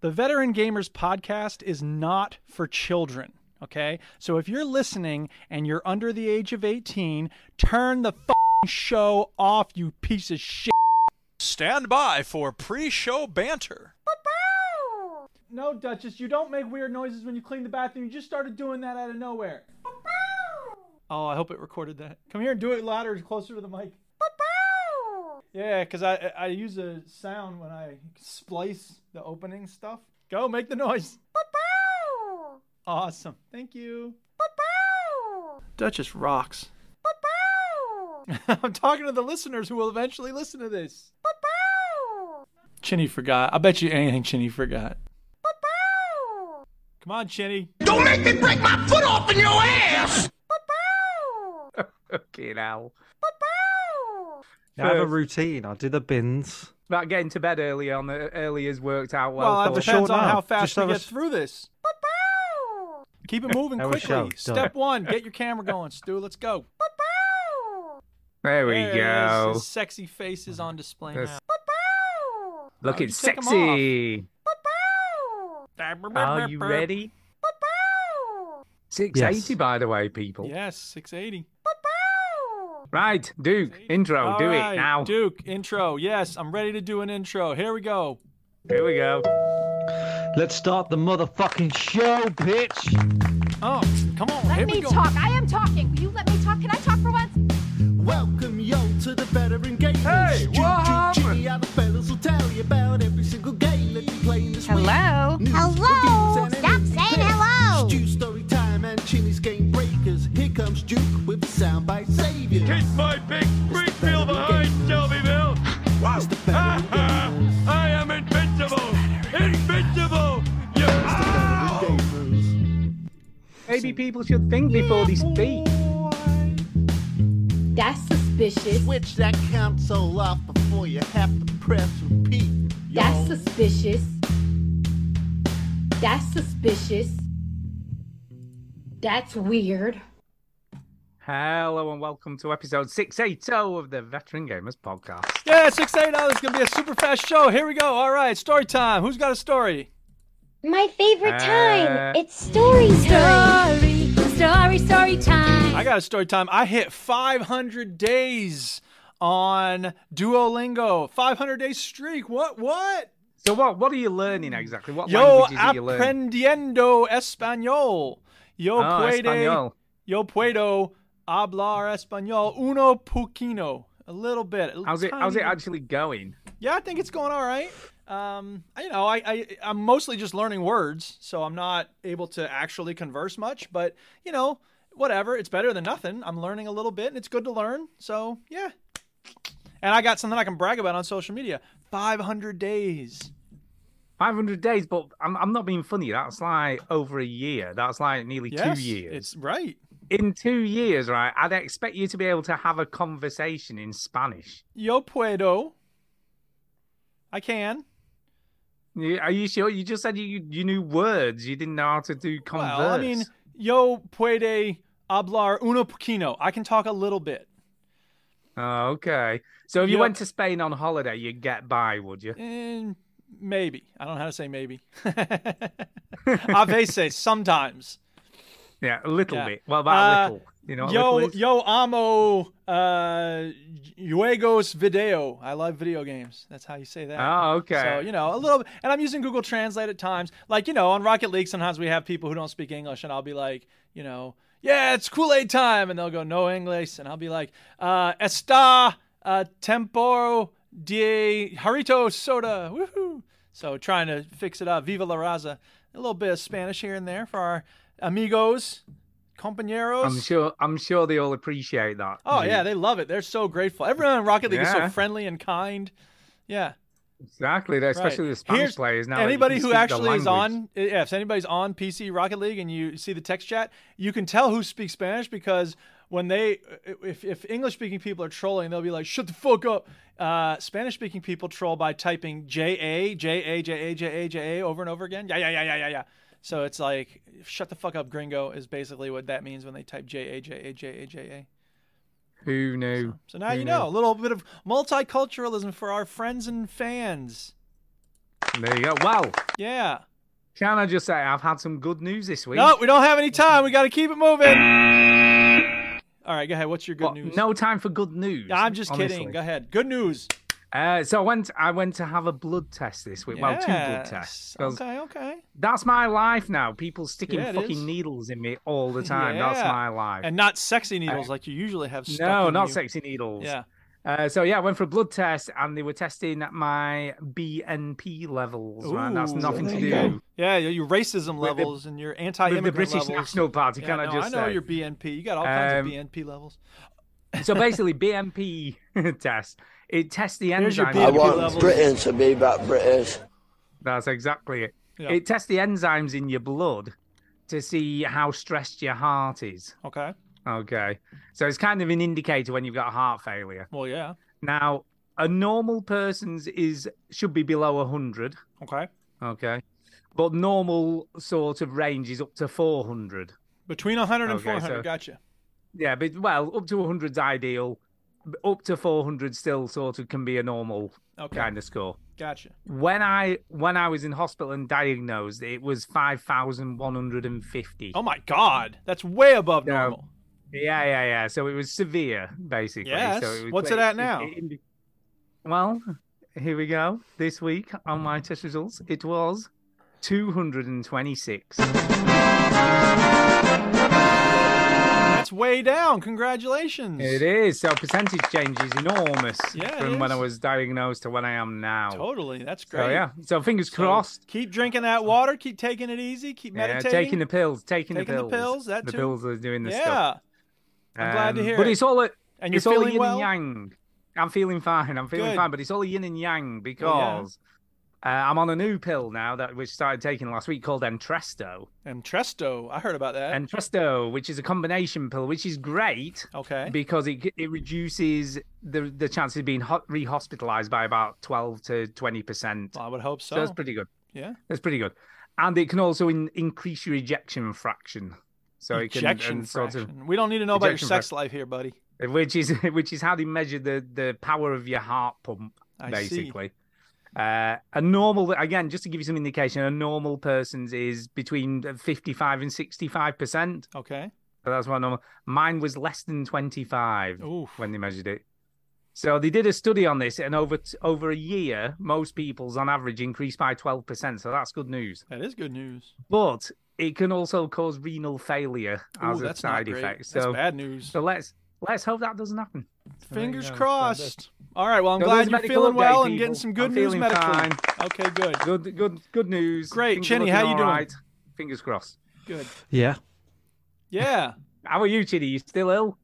The Veteran Gamers podcast is not for children. Okay, so if you're listening and you're under the age of 18, turn the f***ing show off, you piece of shit. Stand by for pre-show banter. No, Duchess, you don't make weird noises when you clean the bathroom. You just started doing that out of nowhere. Oh, I hope it recorded that. Come here and do it louder, closer to the mic. Yeah, because I I use a sound when I splice the opening stuff. Go make the noise. Awesome. Thank you. Duchess rocks. I'm talking to the listeners who will eventually listen to this. Chinny forgot. I bet you anything Chinny forgot. Come on, Chinny. Don't make me break my foot off in your ass! Fucking hell. Now I have a First. routine. I do the bins. About getting to bed early on the early has worked out well. Well, that for us. it was depends short on now. how fast Just we have a get s- through this. Keep it moving Have a show. quickly. Done. Step one, get your camera going, Stu. Let's go. there we There it is. go. His sexy face is on display This- now. Looking you take 'em sexy. Are you ready? Six eighty, Yes. by the way, people. Yes, 680. Right, Duke, intro, All do right, it now. Duke, intro. Yes, I'm ready to do an intro. Here we go. Here we go. Let's start the motherfucking show, bitch. Oh, come on. here Let we me go. talk. I am talking. Will you let me talk? Can I talk for once? Welcome yo to the veteran gamers. Hey, Choo, what choo, happened? chee, how the fellas will tell you about every single game that you play in this week. Hello. News, Hello. reviews, and Stop anything saying else. hello. It's Stu story time and Chinny's game breakers. Here comes Duke with the soundbite savior. Kick my big Springfield behind Shelbyville. Wow. It's the veteran gamers. I am invincible, invincible. Ah. Veteran gamers. Maybe people should think before they speak. That's suspicious. Switch that console off before you have to press repeat. That's yo. suspicious. That's suspicious. That's weird. Hello and welcome to episode six eight zero of the Veteran Gamers Podcast. Yeah, 680 is going to be a super fast show. Here we go. All right, story time. Who's got a story? My favorite time. Uh, It's story time. Story, story, story time. I got a story time. I hit 500 days on Duolingo. 500 day streak. What? What? So what what are you learning exactly? What Yo languages are you learning? aprendiendo español. Yo Oh, puede. Espanol. Yo puedo hablar español uno poquino. A little bit. a How's it tiny how's it uh, bit. actually going? Yeah, I think it's going all right. Um, I- you know, I, I I'm mostly just learning words, so I'm not able to actually converse much. But you know, whatever. It's better than nothing. I'm learning a little bit, and it's good to learn. So yeah. And I got something I can brag about on social media. 500 days. 500 days, but I'm, I'm not being funny. That's like over a year. That's like nearly Yes, two years. It's right. In two years, right, I'd expect you to be able to have a conversation in Spanish. Yo puedo. I can. You- Are you sure? You just said you, you knew words. You didn't know how to do converse. Well, I mean, yo puede hablar uno poquino. I can talk a little bit. Oh, okay. So if you Yep. went to Spain on holiday, you'd get by, would you? Eh, maybe. I don't know how to say maybe. A veces, sometimes. Yeah, a little Yeah. bit. Well, about Uh, little. You know what Yo, little is? yo amo uh, juegos video. I love video games. That's how you say that. Oh, okay. So, you know, a little, and I'm using Google Translate at times. Like, you know, on Rocket League, sometimes we have people who don't speak English, and I'll be like, you know, yeah, it's Kool Aid time. And they'll go, no English. And I'll be like, uh, está uh, temporo de Harito soda. Woohoo. So, trying to fix it up. Viva la raza. A little bit of Spanish here and there for our amigos, compañeros. I'm sure. I'm sure they all appreciate that. Oh You- yeah, they love it. They're so grateful. Everyone in Rocket League is so Yeah. friendly and kind. Yeah, exactly. right. Especially the Spanish Here's- players now. that you Anybody can who speak the actually is language. on, eh, yeah, if anybody's on PC Rocket League and you see the text chat, you can tell who speaks Spanish because when they, eh, if, if English speaking people are trolling, they'll be like, "Shut the fuck up." Uh, Spanish speaking people troll by typing J A J A J A J A J A over and over again. Yeah yeah yeah yeah yeah yeah. So it's like, "Shut the fuck up, gringo" is basically what that means when they type J A J A J A J A. Who knew? So now Who you know a little bit of multiculturalism for our friends and fans. There you go. Well, Yeah. can I just say I've had some good news this week? No, we don't have any time. We got to keep it moving. All right, go ahead. What's your good What, news? No time for good news. I'm just kidding. honestly. Go ahead. Good news. Uh, so I went. I went to have a blood test this week. Well, two blood tests. Yes. 'cause Okay, okay. That's my life now. People sticking Yeah, it fucking is. needles in me all the time. That's Yeah. my life. And not sexy needles like you usually have stuck no, in not you. sexy needles. Yeah. Uh, so yeah, I went for a blood test, and they were testing my BNP levels. man. That's Ooh. nothing to There do you go. Yeah, your- your racism With the- levels and your anti-immigrant with the British levels. National Party. Yeah, can no, I just know say? your BNP. You got all kinds Um, of BNP levels. so basically, BNP test. It tests the Here's your enzyme. BNP want want levels. Britain's to be back British. That's exactly it. Yeah. It tests the enzymes in your blood to see how stressed your heart is. Okay. Okay. So it's kind of an indicator when you've got heart failure. Well, yeah. Now, a normal person's is should be below 100, Okay. okay? But normal sort of range is up to 400. Between 100 and Okay, 400. so- Gotcha. Yeah, but well, up to 100's ideal. but Up to 400 still sort of can be a normal Okay. kind of score. Gotcha. When I when I was in hospital and diagnosed, it was 5150. Oh my God, that's way above No. normal. Yeah, yeah, yeah. So it was severe, basically. So Yes. What's it at now? indi- well, here we go. This week on my test results, it was 226. That's way down. Congratulations. It is. So percentage change is enormous Yeah, it from when I is. was diagnosed to when I am now. Totally. That's great. So yeah. So fingers So crossed. Keep drinking that water. Keep taking it easy. Keep Yeah, meditating. taking the pills, taking, Taking the the pills. pills, that the too. pills are doing this stuff. yeah. I'm glad to Um, hear But it. it's all a, And you're it's all a feeling yin well? and yang. I'm feeling fine. I'm feeling Good. fine, but it's all a yin and yang yeah. because uh, I'm on a new pill now that we started taking last week called Entresto. And Tresto, I heard about that. Entresto, which is a combination pill, which is great okay. because it it reduces the the chances of being ho- rehospitalized by about 12 to 20 percent. Well, I would hope so. So that's pretty good. yeah. That's pretty good, and it can also in, increase your ejection fraction. So it can Ejection and sort of fraction. We don't need to know about your Ejection sex life here, buddy. which is which is how they measure the the power of your heart pump I see. basically uh a normal again just to give you some indication a normal person's is between 55 and 65 percent Okay. so that's what normal mine was less than 25 Oof. when they measured it so they did a study on this and over t- over a year most people's on average increased by 12 percent so that's good news That is good news. but it can also cause renal failure Ooh, as a that's side not great. effect that's so bad news. so let's let's hope that doesn't happen Fingers go, so crossed. All right. Well, I'm So glad there's you're medical feeling well update, and getting people. some good I'm news feeling medically. fine. Okay. Good. Good, good, good news. Great. Things are Chinny, looking how you all doing? right. Fingers crossed. Good. Yeah. Yeah. How are you, Chinny? You still ill?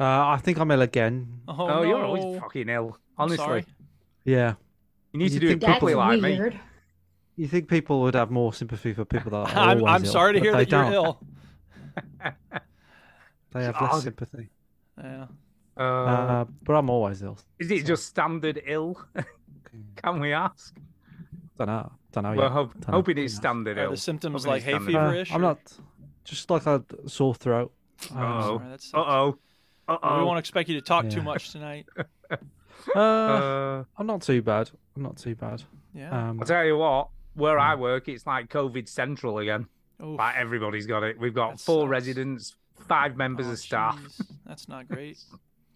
Uh, I think I'm ill again. Oh, Oh, you're always no. fucking ill. I'm Honestly, sorry. Yeah. you need to You do it think That's properly, like me. weird. You think people would have more sympathy for people that are I'm, always I'm ill, sorry to but hear they that you're don't. ill. Ah. They have God. less sympathy. Yeah. Uh, Uh, but I'm always ill. is it just standard ill? Can we ask? Don't know. Don't Oh, know. We're yet. hope, Dunno. hoping it's Who knows? standard Are ill. the symptoms Hoping like it's hay standard. Uh, feverish? I'm or- not. Just like a sore throat. Um, Oh, Sorry, that sucks. uh oh, uh We won't oh. expect you to talk too Yeah. much tonight. uh, Uh, I'm not too bad. I'm not too bad. Yeah. Um, I'll tell you what. Where I work, it's like COVID central again. Oof. Like everybody's got it. We've got That four sucks. residents, five members Oh, of staff. jeez. That's not great.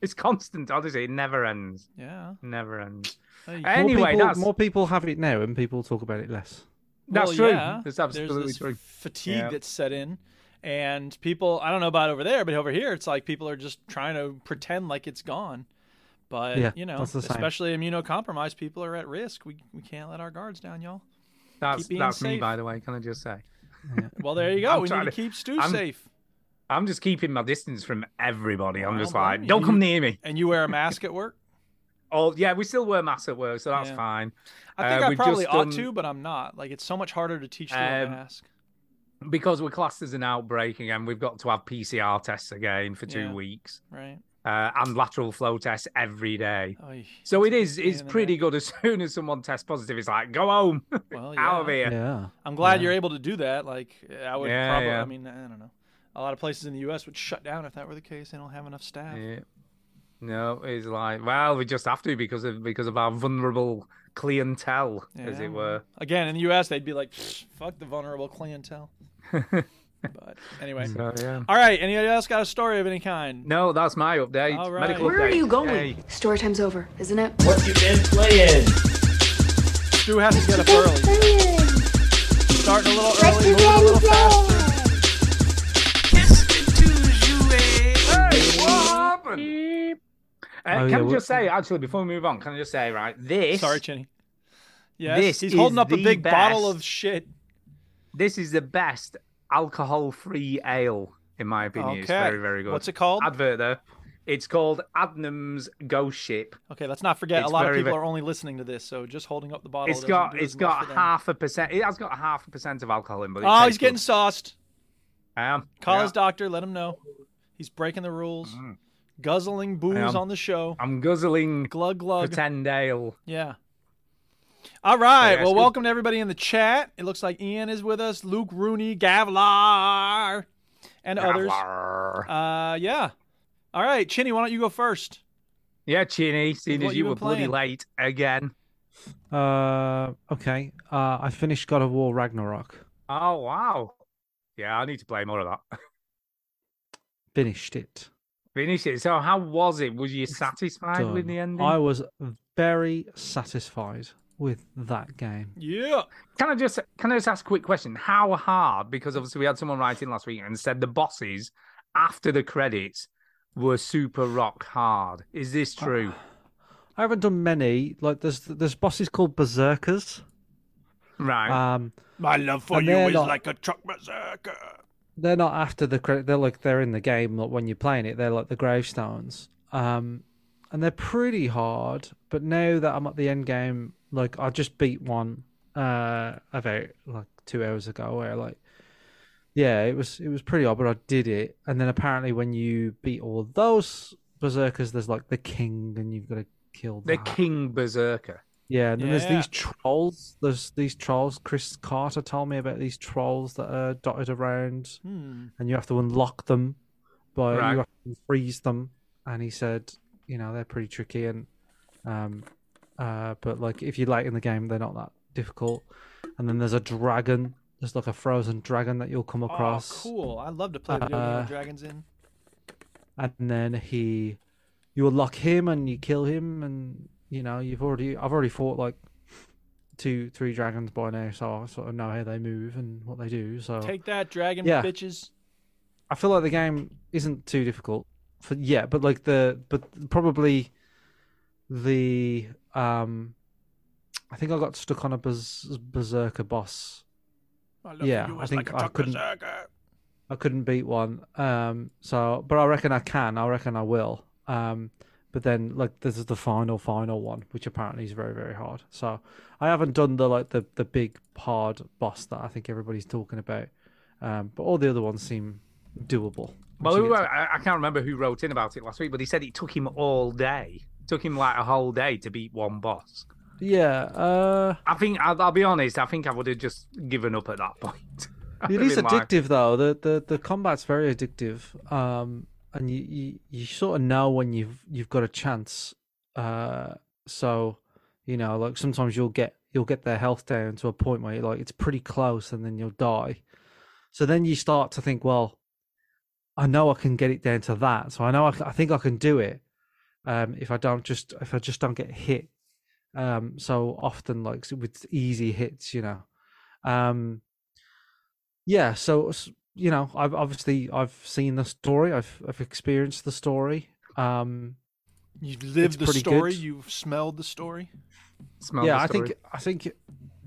It's constant. Honestly, it never ends. Yeah. Never ends. Hey, Eh, more anyway, people, that's- more people have it now, and people talk about it less. That's well, true. Yeah. That's There's absolutely this true. Fatigue Yeah. that's set in, and people. I don't know about over there, but over here, it's like people are just trying to pretend like it's gone. But Yeah, you know, that's the same. especially immunocompromised people are at risk. We we can't let our guards down, y'all. That's Keep being that's me, safe. by the way. Can I just say, Well, there you go. I'm we need trying to to- keep Stu I'm- safe. I'm just keeping my distance from everybody. I'm I just don't blame like, you. don't come You- near me. And you wear a mask at work. Oh yeah, we still wear masks at work, so that's Yeah. fine. I think Uh, I we've probably just ought done- to, but I'm not. Like it's so much harder to teach through a Um, mask. Because we're classed as an outbreak again, we've got to have PCR tests again for two Yeah. weeks Right. uh, and lateral flow tests every day. Oy. So it is. pain It's in the pretty good. As soon as someone tests positive, it's like go home, Well, out of Oh, yeah. here. Yeah. I'm glad Yeah. you're able to do that. Like I would Yeah, probably. yeah. I mean, I don't know. A lot of places in the U.S. would shut down if that were the case. They don't have enough staff. Yeah. No, it's like, well, we just have to because of because of our vulnerable clientele, as Yeah, it were. Again, in the U.S., they'd be like, "Pfft, "Fuck the vulnerable clientele." but anyway, So, yeah. all right. Anybody else got a story of any kind? No, that's my update. All right. Medical Where update. Hey. Story time's over, isn't it? Stu has to get up early. Starting a little early, moving a little faster. Hey, what happened? Uh, Oh, can yeah, I what- just say, actually, before we move on, can I just say, right, this Sorry, Chinny. Yes, This he's is holding up a the big bottle best. of shit. this is the best alcohol-free ale, in my opinion. It's Okay. very, very good. What's it called? Advert there. It's called Adnam's Ghost Ship. Okay, let's not forget. It's a lot of very, people ve- are only listening to this, so just holding up the bottle. It's doesn't got do it's as much got for them. half a percent. It has got half a percent of alcohol in, but it Oh, he's tastes getting good. sauced. I am. Call Yeah. Mm. his doctor. Let him know. He's breaking the rules. Guzzling booze am. on the show. I'm guzzling Glug glug. pretend ale. Yeah. All right. yeah, well, it's good. welcome to everybody in the chat. It looks like Ian is with us, Luke Rooney, Gavlar, and others. Gabbler. Uh, yeah. All right, Chinny, why don't you go first? Yeah, Chinny, seeing what as you you been were bloody playing? late again. Uh, okay. Uh, I finished God of War Ragnarok. Oh wow. Yeah, I need to play more of that. Finished it. Finish it. So how was it? Was you satisfied with Done. the ending? I was very satisfied with that game. Yeah. Can I just can I just ask a quick question? How hard? Because obviously we had someone write in last week and said the bosses after the credits were super rock hard. Is this Uh, true? I haven't done many. Like there's there's bosses called berserkers. right. Um, My love for And you they're is not- like a truck berserker. they're not after the credit. They're like they're in the game. Like when you're playing it, they're like the gravestones. Um, and they're pretty hard. But now that I'm at the end game, like I just beat one uh about like two hours ago. Where like, yeah, it was it was pretty hard, but I did it. And then apparently when you beat all those berserkers, there's like the king, and you've got to kill the that. King Berserker. Yeah, and then there's Yeah. these trolls. There's these trolls. Chris Carter told me about these trolls that are dotted around, Hmm. and you have to unlock them, but Right. you have to freeze them. And he said, you know, they're pretty tricky, and um, uh, but like if you're late in the game, they're not that difficult. And then there's a dragon. There's like a frozen dragon that you'll come Oh, acrool cool. I love to play video game Uh, with dragons in. and then he you unlock him and you kill him and you know you've already i've already fought like two three dragons by now so i sort of know how they move and what they do so Take that, dragon Oh. yeah. bitches. i feel like the game isn't too difficult for yeah but like the but probably the um i think i got stuck on a bers- berserker boss yeah i think i couldn't I couldn't beat one. Um, so, but I reckon I can. I reckon I will. Um, but then, like, this is the final, final one, which apparently is very, very hard. So, I haven't done the like the the big hard boss that I think everybody's talking about. Um, but all the other ones seem doable. Well, Once you who, get to- I, I can't remember who wrote in about it last week, but he said it took him all day. Took him like a whole day to beat one boss. yeah, uh, I think I'll, I'll be honest. I think I would have just given up at that point. I it would've is been like, addictive though. The the the combat's very addictive. Um, and you you, you sort of know when you've you've got a chance. Uh, so you know, like sometimes you'll get you'll get their health down to a point where you're like it's pretty close, and then you'll die. So then you start to think, well, I know I can get it down to that. So I know I, c- I think I can do it. Um, if I don't just if I just don't get hit. Um, so often like s- with easy hits, you know. Um, yeah. So s- you know, I've obviously I've seen the story. I've I've experienced the story. Um, You've lived the the pretty story. story, good. You've smelled the story. smell yeah, the I story. think I think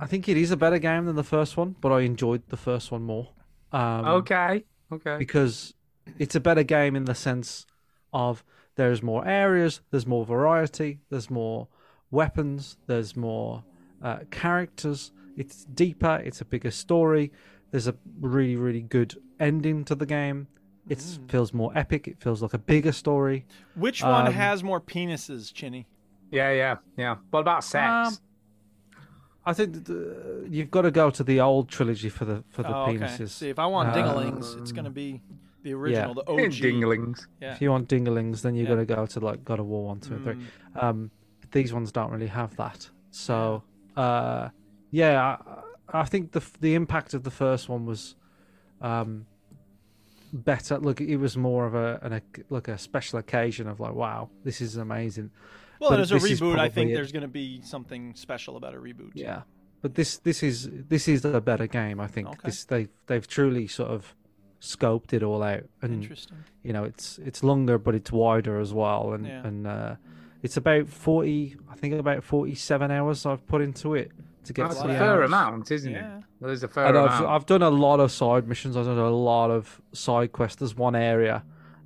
I think it is a better game than the first one, but I enjoyed the first one more. Um, Okay. Okay. because it's a better game in the sense of there's more areas, there's more variety, there's more weapons, there's more uh, characters. It's deeper, it's a bigger story. There's a really, really good ending to the game. It feels more epic. It feels like a bigger story. Which one Um, has more penises, Chinny? Yeah, yeah, yeah. What about sex? Um, I think that, uh, you've got to go to the old trilogy for the for the oh, okay. penises. Uh, See, if I want dinglings, it's gonna be the original, the In OG. dinglings. Yeah. If you want Mm. dinglings, then you got to go to like God of War one, two, and three. Um, these ones don't really have that. So, uh, yeah, I, I think the f- the impact of the first one was um, better. Look, it was more of a an, oc- like a special occasion of like, wow, this is amazing. Well, But and as a this is reboot, I think probably it. there's going to be something special about a reboot. Yeah, but this this is this is a better game. I think Okay. this they they've truly sort of scoped it all out, and Interesting. you know it's it's longer, but it's wider as well, and Yeah. and uh, it's about forty. I think about forty seven hours I've put into it to get That's a to lot the of fair hours. amount, isn't Yeah. it? That is a fair And I've, amount. I've done a lot of side missions. I've done a lot of side quests. There's one area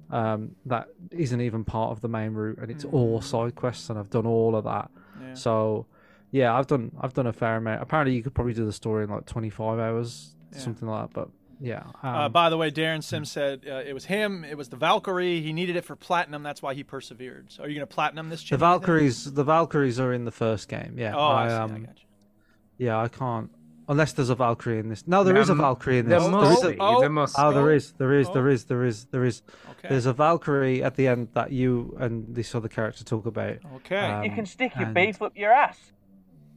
um, that isn't even part of the main route, and it's Mm. all side quests. And I've done all of that. Yeah. So, yeah, I've done I've done a fair amount. Apparently, you could probably do the story in like 25 hours, something like that. But yeah, um, Uh, by the way, Darren Sim said uh, it was him. It was the Valkyrie. He needed it for platinum. That's why he persevered. So are you going to platinum this? the Jimmy, you think? Valkyries the Valkyries are in the first game. Yeah, Oh, I, see. I um, got you. yeah, I can't unless there's a Valkyrie in this. No, there is a Um, Valkyrie in there this. There is must a- be. oh, there must Oh, be. there is, there is, there is, there is, there is. Okay. There's a Valkyrie at the end that you and this other character talk about. Okay. You can Um, stick your and- beef up your ass.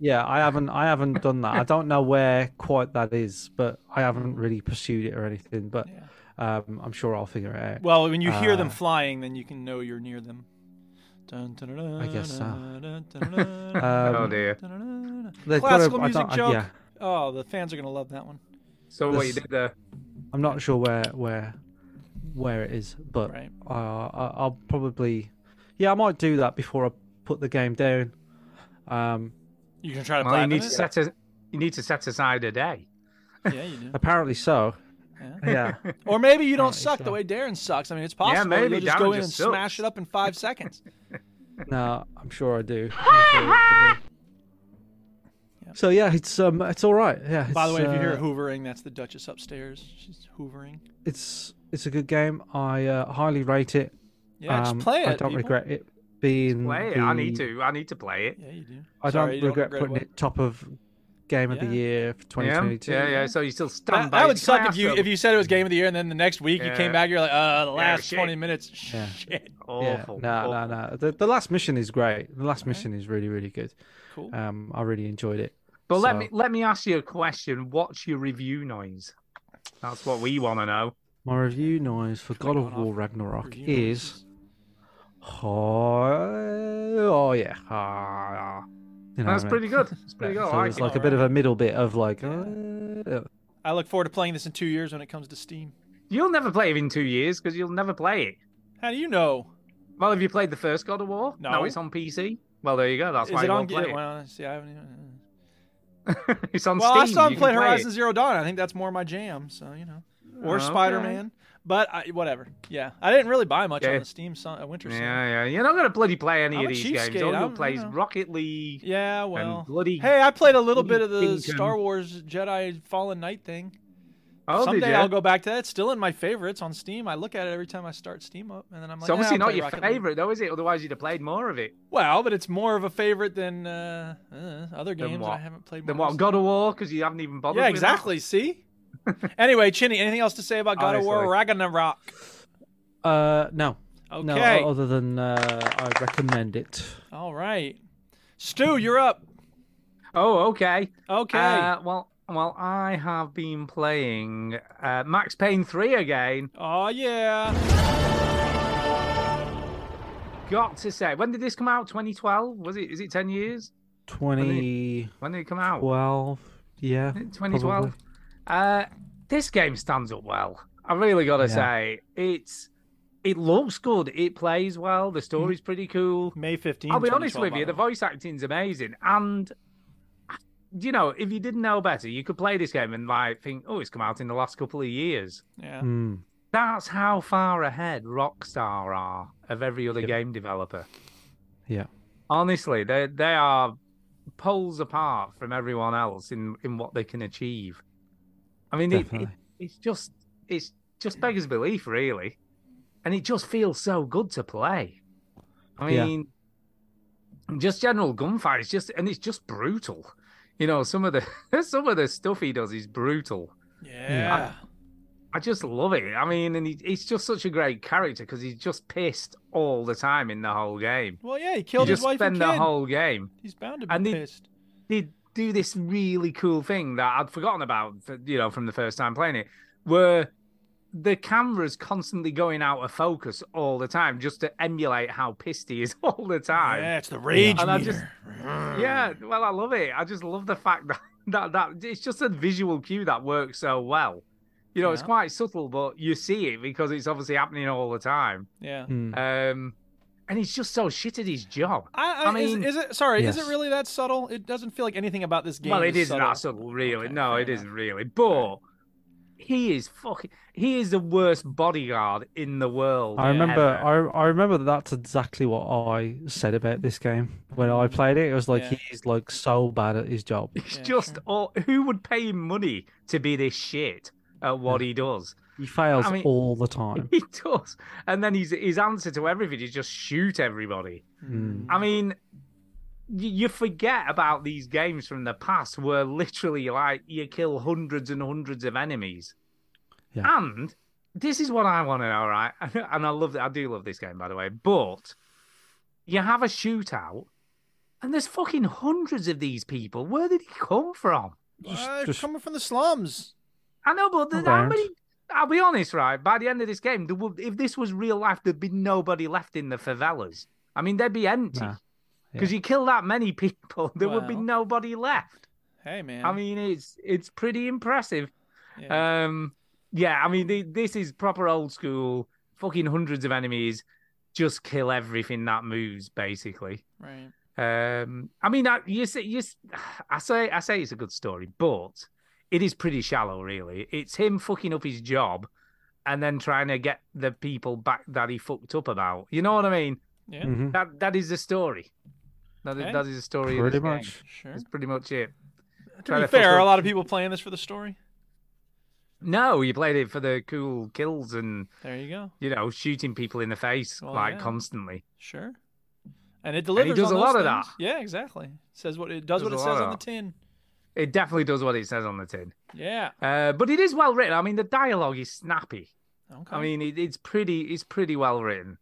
Yeah, I haven't, I haven't done that. I don't know where quite that is, but I haven't really pursued it or anything. But um, I'm sure I'll figure it out. Well, when you hear them Uh, flying, then you can know you're near them. Dun, dun, dun, dun, I guess so. dun, dun, dun, dun, dun, Um, Oh dear. dun, dun, dun. they've got a- Classical I music don't- I- joke. yeah. Oh, the fans are gonna love that one. So what you This- did there? I'm not sure where where where it is, but Right. uh, I- I'll probably yeah, I might do that before I put the game down. Um, You can try to Well, you platinum need to it? set a, you need to set aside a day. Yeah, you do. apparently so. Yeah. Or maybe you don't Apparently suck the so. way Darren sucks. I mean, it's possible. maybe You'll just Darren go in just and sucks. smash it up in five seconds. No, I'm sure I do. I'm sure I do. So yeah, it's um, it's all right. Yeah. By the way, it's, if you hear uh, hoovering, that's the Duchess upstairs. She's hoovering. it's it's a good game. I uh, highly rate it. Yeah, just Um, play it. I don't people. regret it being. Play it. I need Mm, the- to. I need to play it. Yeah, you do. I Sorry, you don't regret it. putting it top of game of Yeah. the year for Yeah, 2022. yeah, yeah. So you still stand That, by. that it. would suck Can I if you ask if you said it was game of the year and then the next week you came Yeah. back you're like uh the last shit. 20 minutes Yeah. shit them? awful. No, awful. no, no. The, the last mission is great. The last mission is really, really good. cool Um, I really enjoyed it. But let So- me let me ask you a question. What's your review noise? That's what we want to know. My review noise for God of on War off Ragnarok Review is noises. oh, oh yeah, Ah, you know That's what I pretty mean? good. It's pretty Yeah, good. so I it's like like it. a bit of a middle bit of like uh, I look forward to playing this in 2 years when it comes to Steam You'll never play it in two years because you'll never play it. How do you know Well, have you played the first God of War? No. it's on PC. Well, there you go. That's is why it you on won't play yeah, it. well, see I haven't even uh, it's on Well, Steam. I still haven't you can played play it. Horizon Zero Dawn. I think that's more my jam, so you know. Or Okay. Spider-Man, but I, whatever. Yeah. I didn't really buy much Yeah. on the Steam sun, uh, Winter Sun. Yeah, yeah. You're not going to bloody play any I'm a of these games. cheapskate, All I'm- you'll you play is know. Rocket League. Yeah, well. bloody- hey, I played a little bit bloody of the Kingdom. Star Wars Jedi Fallen Knight thing. Oh, did Someday ya? I'll go back to that. It's still in my favorites on Steam. I look at it every time I start Steam up, and then I'm like, It's obviously "Nah, I'll not play your Rocket League." favourite, though, is it? Otherwise, you'd have played more of it. Well, but it's more of a favorite than uh, uh, other games that I what? haven't played. Then more what? than- God of War? Because you haven't even bothered. yeah, with that? exactly. See. anyway, Chinny, anything else to say about God of War Honestly. Ragnarok? uh, no, no. Okay. Other than uh, I recommend it. All right, Stu, you're up. Oh, okay. Okay. Uh, well, well, I have been playing uh, Max Payne three again. oh yeah. Got to say, when did this come out? 2012? Was it? Is it 10 years? 2012, When did it come out? yeah, 2012. probably. Uh, this game stands up well. I really got to Yeah. say, it's it looks good. It plays well. The Mm. story's pretty cool. May 15th. I'll be honest 2012, with by you, the way. voice acting's amazing. And you know, if you didn't know better, you could play this game and like think, oh, it's come out in the last couple of years. Yeah. Mm. That's how far ahead Rockstar are of every other game developer. Yeah. Honestly, they they are poles apart from everyone else in in what they can achieve. I mean, it, it, Definitely. it's just it's just beggars belief, really, and it just feels so good to play. I Yeah. mean, just general gunfights, just and it's just brutal. You know, some of the some of the stuff he does is brutal. Yeah. I just love it. I mean, and he, he's just such a great character because he's just pissed all the time in the whole game. Well, yeah. He You killed his just wife spend and the kid. whole game. He's bound to be and he- pissed. they do this really cool thing that I'd forgotten about, you know, from the first time playing it, where the camera's constantly going out of focus all the time just to emulate how pissed he is all the time. Yeah, it's the rage And I meter. just- Yeah, well, I love it. I just love the fact that that, that it's just a visual cue that works so well. You know, it's Yeah. quite subtle, but you see it because it's obviously happening all the time. yeah. Mm. Um, and he's just so shit at his job. I, I, I mean- is, is it sorry? Is Yes. it really that subtle? It doesn't feel like anything about this game. well, is it isn't subtle. that subtle, really. Okay, no, fair it enough. not really. But he is fucking. He is the worst bodyguard in the world. I remember, ever. I, I remember that that's exactly what I said about this game when I played it. It was like Yeah. he's like so bad at his job. It's just all. Who would pay him money to be this shit at what he does? He fails mean- all the time. He does. And then his his answer to everything is just shoot everybody. Mm. I mean, you, you forget about these games from the past where literally like you kill hundreds and hundreds of enemies. Yeah. And this is what I want to know, right? And I love I do love this game by the way, but you have a shootout and there's fucking hundreds of these people. Where did he come from? Uh, just- coming from the slums. I know, but there's how Around. many? I'll be honest, right? By the end of this game, there would, if this was real life, there'd be nobody left in the favelas. I mean, they'd be empty Nah, yeah. because you kill that many people, there would be Well. nobody left. Hey man. I mean, it's it's pretty impressive. yeah. Um, yeah, I mean, the, this is proper old school. Fucking hundreds of enemies, just kill everything that moves, basically. right. Um, I mean, I, you say, you, s- I say, I say it's a good story, but it is pretty shallow, really. It's him fucking up his job and then trying to get the people back that he fucked up about. You know what I mean? Yeah. Mhm. That that is the story. That is, Okay. that is the story. of Pretty this game. much. Sure. That's pretty much it. To Trying be to fuck fair, a up- lot of people playing this for the story. No, you played it for the cool kills and There you go. you know shooting people in the face Well, like yeah. constantly. Sure. And it delivers. does on a those lot of that. things. Yeah, exactly. says what it does, Does what a it lot says of on the that. tin. It definitely does what it says on the tin. Yeah. Uh, but it is well written. I mean, the dialogue is snappy. Okay. I mean, it, it's pretty, it's pretty well written.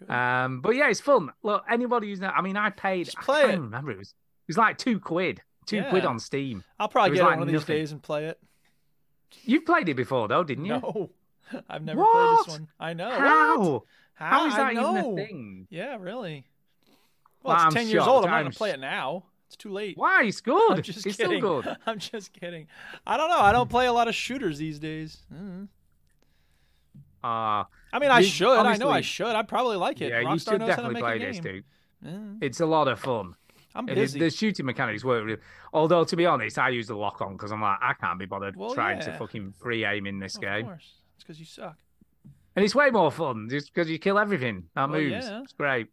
Good. Um, but yeah, it's fun. Look, anybody who's not, I mean, I paid. Just play I can't it. even remember it was. It was like two quid, two quid Yeah. on Steam. I'll it probably was get it like one of these nothing. days and play it. You've played it before though, didn't you? No. I've never played What? this one. I know. How? What? How, How is I that know. even a thing? Yeah, really. Well, it's I'm 10 years shocked. old. I'm not going I'm to play sh- it now. It's too late. Why? It's good. I'm just it's kidding. still good. I'm just kidding. I don't know. I don't play a lot of shooters these days. Mm. Ah, I mean, I You- should. I know I obviously- should. I probably like it. yeah, Rockstar you should knows how to definitely make play a this, game. dude. Mm. It's a lot of fun. I'm And it- busy. the shooting mechanics work really. Although, to be honest, I use the lock on because I'm like, I can't be bothered Well, trying yeah. to fucking free aim in this of game. course. It's because you suck. And it's way more fun just because you kill everything that Well, moves. yeah. Eh. It's great.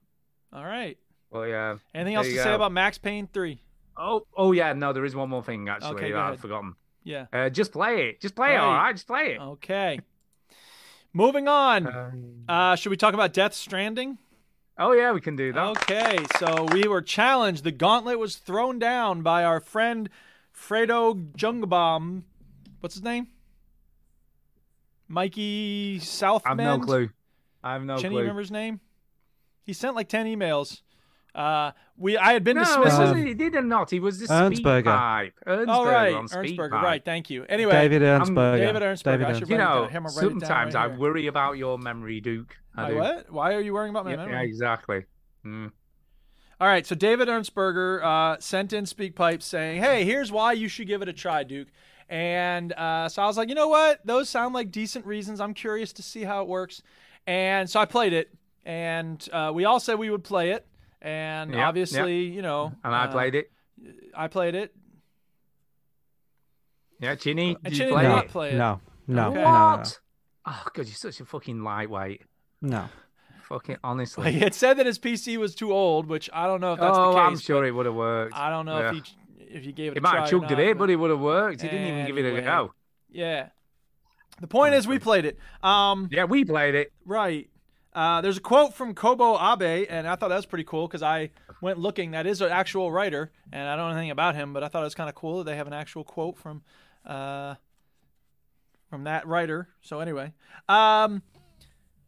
All right. Well, yeah. Anything There else you to say go. about Max Payne 3? Oh, oh yeah. No, there is one more thing actually Okay, go that ahead. I've forgotten. Yeah. Uh, just play it. Just play Play it. it. Oh. All right, just play it. Okay. Moving on. Um, Uh, should we talk about Death Stranding? oh yeah, we can do that. Okay, so we were challenged. The gauntlet was thrown down by our friend Fredo Jungbaum. What's his name? Mikey I've Southman. no clue. I've no Can you clue. remember his name? He sent like ten emails. Uh, we I had been No, dismissive. it wasn't- he did or not. He was the Ernstberger. speed pipe. Ernstberger All right, on speed Ernstberger. pipe. Right, thank you. Anyway, David I'm- Ernstberger. David Ernstberger, I should You Write it down. know, Here, I'm gonna write it down sometimes right I here. worry about your memory, Duke. I my do. what? Why are you worrying about my Yeah, memory? yeah, exactly. Mm. All right, so David Ernstberger uh, sent in SpeakPipe saying, "Hey, here's why you should give it a try, Duke." And uh, so I was like, "You know what? Those sound like decent reasons. I'm curious to see how it works." And so I played it, and uh, we all said we would play it, and Yep, yep. obviously, you know, And I uh, played it. I played it. Yeah, Chinny, and did you Chinny play did no, not it? play it. no, no, what? no, no, Oh god, you're such a fucking lightweight. no, no. Fucking honestly. Like, it said that his PC was too old, which I don't know if that's oh, the case. I'm sure it would have worked. I don't know Yeah. if he if he gave it. He a might try have or chugged not, it eh, in, but it would have worked. He didn't even give it a Anyway. go. yeah. The point is, we played it. Um, Yeah, we played it. Right. Uh, there's a quote from Kobo Abe, and I thought that was pretty cool because I went looking. That is an actual writer, and I don't know anything about him, but I thought it was kind of cool that they have an actual quote from uh, from that writer. So anyway, um,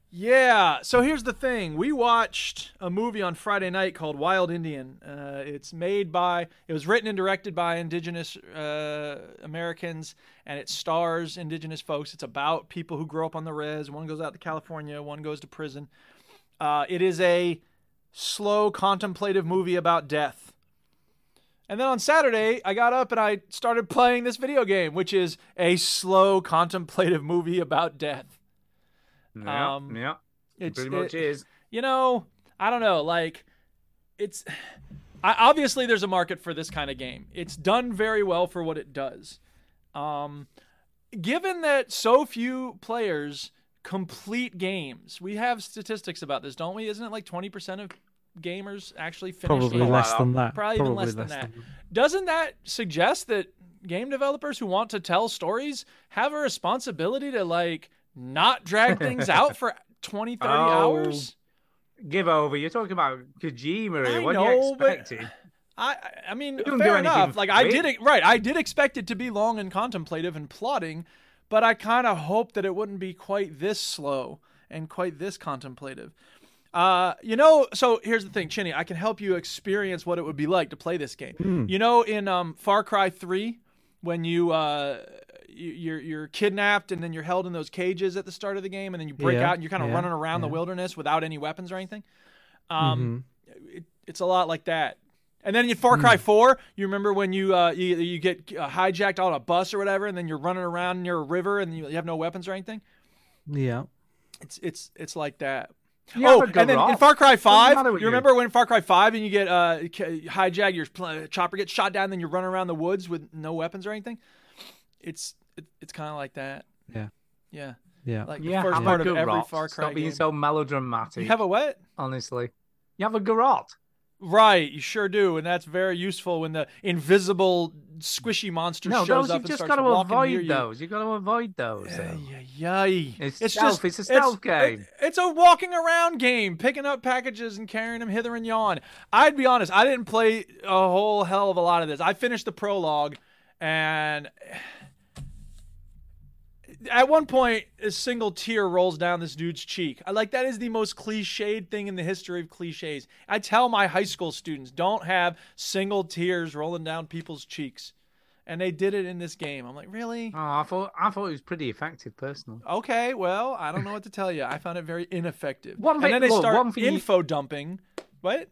Yeah. So here's the thing. We watched a movie on Friday night called Wild Indian. Uh, it's made by, it was written and directed by indigenous uh, Americans, and it stars indigenous folks. It's about people who grow up on the res. One goes out to California, one goes to prison. Uh, it is a slow, contemplative movie about death. And then on Saturday, I got up and I started playing this video game, which is a slow, contemplative movie about death. Yeah, Um, yeah. It's, Pretty much it- is. you know, I don't know. Like, it's I, obviously there's a market for this kind of game. It's done very well for what it does. Um, given that so few players complete games, we have statistics about this, don't we? Isn't it like 20% of gamers actually finish? Probably the- less than that. Probably even less than that. Doesn't that suggest that game developers who want to tell stories have a responsibility to like not drag things out for 20, 30 Oh, hours? Give over. You're talking about Kojima. I here. What do know, you but- expected? I I- I mean, didn't do fair anything enough. Like I great. did it right. I did expect it to be long and contemplative and plotting, but I kind of hoped that it wouldn't be quite this slow and quite this contemplative. Uh, you know, so here's the thing, Chinny. I can help you experience what it would be like to play this game. You know, in um, Far Cry Three, when you uh, you- you're you're kidnapped and then you're held in those cages at the start of the game, and then you break Yeah, out and you're kind of yeah, Mm-hmm. running around the wilderness without any weapons or anything. Um, it, it's a lot like that. And then in Far Hmm. Cry 4, you remember when you uh, you, you get uh, hijacked on a bus or whatever, and then you're running around near a river and you, you have no weapons or anything. Mm-hmm. Yeah. It's it's it's like that. You oh, have a garage. and then in Far Cry What's the 5, matter you, with remember when in Far Cry 5 and you get uh, ca- hijacked, your pl- chopper gets shot down, then you run around the woods with no weapons or anything? It's it, it's kind of like that. Yeah. Yeah. Yeah. Like Yeah, the first have part a of every garrote. Far Cry Stop being game. so melodramatic. you have a what? honestly. You have a garrote. Right, you sure do, and that's very useful when the invisible squishy monster No, shows those up you've and just starts got to walking near avoid you. those. You've got to avoid those. though. Yeah, It's stealth, it's a stealth game. it- it's a walking around game, picking up packages and carrying them hither and yon. I'd be honest, I didn't play a whole hell of a lot of this. I finished the prologue, and at one point, a single tear rolls down this dude's cheek. I like that is the most cliched thing in the history of cliches. I tell my high school students don't have single tears rolling down people's cheeks, and they did it in this game. I'm like, really? Oh, I thought I thought it was pretty effective personally. Okay, well, I don't know what to tell you. I found it very ineffective. One and thing- then they look, start one thing you- info dumping. What?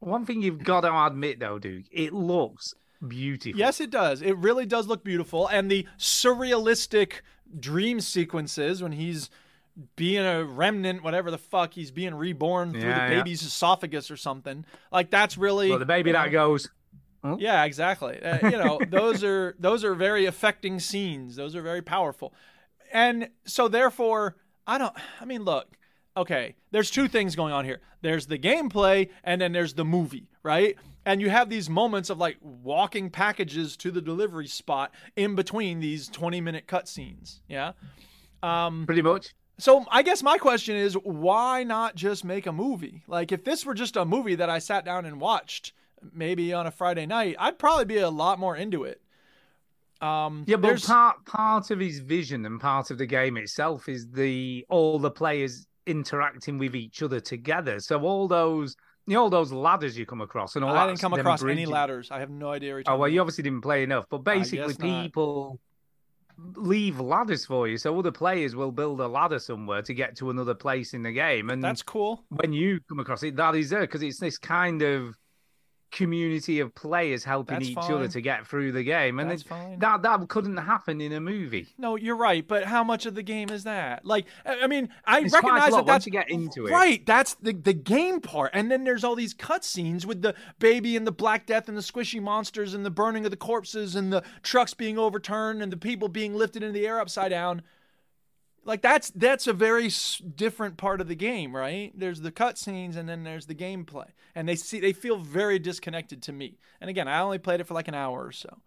One thing you've got to admit though, Duke, it looks beautiful. Yes, it does. It really does look beautiful, and the surrealistic dream sequences when he's being a remnant, whatever the fuck, he's being reborn through Yeah, the yeah. baby's esophagus or something. Like that's really. Well, the baby you know- that goes. Yeah, exactly. Uh, you know, those are those are very affecting scenes. Those are very powerful, and so therefore, I don't. I mean, look. Okay, there's two things going on here. There's the gameplay, and then there's the movie, right? And you have these moments of like walking packages to the delivery spot in between these 20 minute cutscenes. Yeah. Pretty much. So I guess my question is, why not just make a movie? Like, if this were just a movie that I sat down and watched, maybe on a Friday night, I'd probably be a lot more into it. Um, Yeah, but there's- part part of his vision and part of the game itself is the all the players interacting with each other together. So all those you know, all those ladders you come across and all I that- didn't come them across any bridges- ladders. I have no idea. what you're Oh well, talking you obviously didn't play enough, but guess basically not. people leave ladders for you, so other players will build a ladder somewhere to get to another place in the game, and about. That's cool. when you come across it, that is there because it's this kind of community of players helping That's each fine. other to get through the game, and That's it- fine. that that couldn't happen in a movie. No, you're right. But how much of the game is that? Like, I I mean, I It's quite a recognize lot that once that's you get into it. Right, that's the the game part, and then there's all these cutscenes with the baby and the Black Death and the squishy monsters and the burning of the corpses and the trucks being overturned and the people being lifted into the air upside down. Like that's that's a very s- different part of the game, right? There's the cutscenes and then there's the gameplay, and they see they feel very disconnected to me. And again, I only played it for like an hour or so.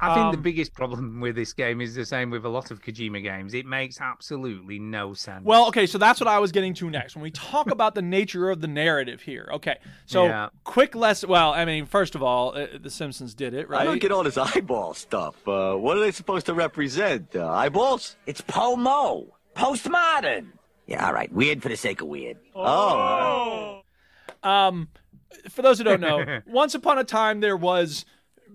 I think the Um, biggest problem with this game is the same with a lot of Kojima games. It makes absolutely no sense. Well, okay, so that's what I was getting to next. When we talk about the nature of the narrative here, okay, so Yeah. quick lesson. Well, I mean, first of all, uh, The Simpsons did it, right? I don't get all this eyeball stuff. Uh, what are they supposed to represent? Uh, eyeballs? It's Pomo. Postmodern. Yeah, all right. Weird for the sake of weird. Oh. Um, for those who don't know, once upon a time there was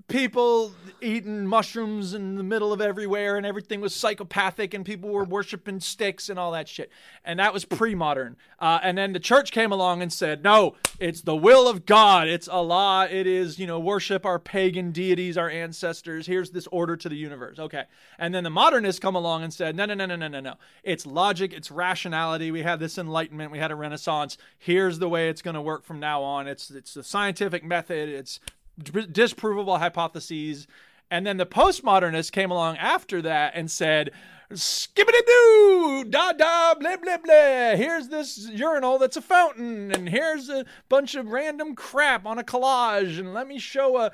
people eating mushrooms in the middle of everywhere, and everything was psychopathic, and people were worshiping sticks and all that shit, and that was pre-modern. Uh, and then the church came along and said, "No, it's the will of God. It's Allah. It is you know worship our pagan deities, our ancestors. Here's this order to the universe." Okay, and then the modernists come along and said, "No, no, no, no, no, no, no. It's logic. It's rationality. We had this Enlightenment. We had a Renaissance. Here's the way it's going to work from now on. It's it's the scientific method. It's d- disprovable hypotheses. And then the postmodernists came along after that and said, skibbity doo, da da, blah, blah, blah. Here's this urinal that's a fountain, and here's a bunch of random crap on a collage, and let me show a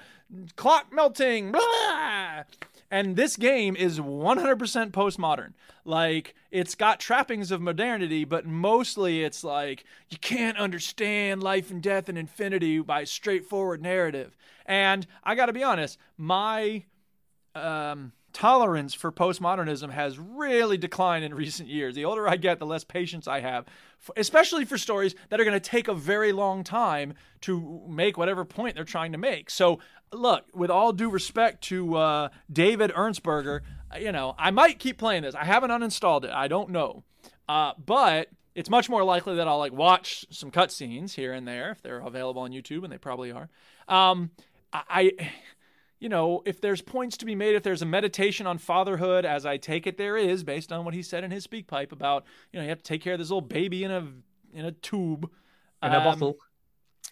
clock melting, blah. And this game is 100% postmodern. Like, it's got trappings of modernity, but mostly it's like, you can't understand life and death and infinity by straightforward narrative. And I gotta be honest, my um, tolerance for postmodernism has really declined in recent years. The older I get, the less patience I have, f- especially for stories that are going to take a very long time to make whatever point they're trying to make. So, look, with all due respect to uh, David Ernstberger, you know, I might keep playing this. I haven't uninstalled it. I don't know. Uh, but it's much more likely that I'll like watch some cutscenes here and there if they're available on YouTube, and they probably are. Um, I, I you know, if there's points to be made, if there's a meditation on fatherhood, as I take it there is, based on what he said in his speak pipe about, you know, you have to take care of this little baby in a in a tube. And a Um, bottle.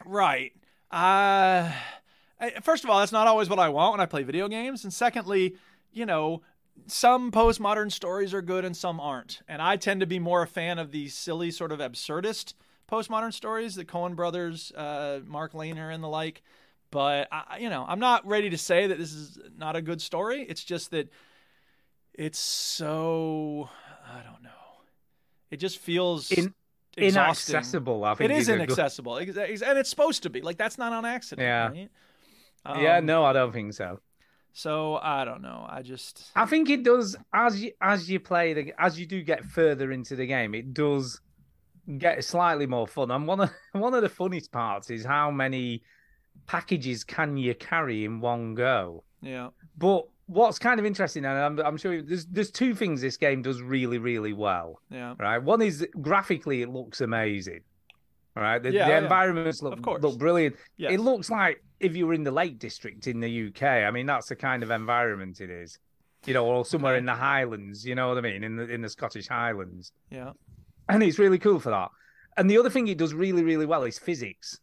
Right. Uh, I- first of all, that's not always what I want when I play video games. And secondly, you know, some postmodern stories are good and some aren't. And I tend to be more a fan of the silly, sort of absurdist postmodern stories, the Coen brothers, uh, Mark Lehner, and the like. But, I, I- you know, I'm not ready to say that this is not a good story. It's just that it's so, I don't know. It just feels In- exhausting. Inaccessible, I think. It is a good- inaccessible, Ex- ex- and it's supposed to be. Like that's not on accident. Yeah. right? yeah, Um, no, I don't think so. So I don't know. I just I think it does as you as you play the as you do get further into the game, it does get slightly more fun. And one of one of the funniest parts is how many packages can you carry in one go. yeah. But what's kind of interesting, and I'm, I'm sure there's there's two things this game does really really well. Yeah. Right, one is that graphically it looks amazing. All right, the, Yeah, oh, the yeah. environments look Of course. look brilliant. Yes. It looks like if you were in the Lake District in the UK. I mean, that's the kind of environment it is. You know, or somewhere in the Highlands. You know what I mean? In the in the Scottish Highlands, Yeah. and it's really cool for that. And the other thing it does really really well is physics.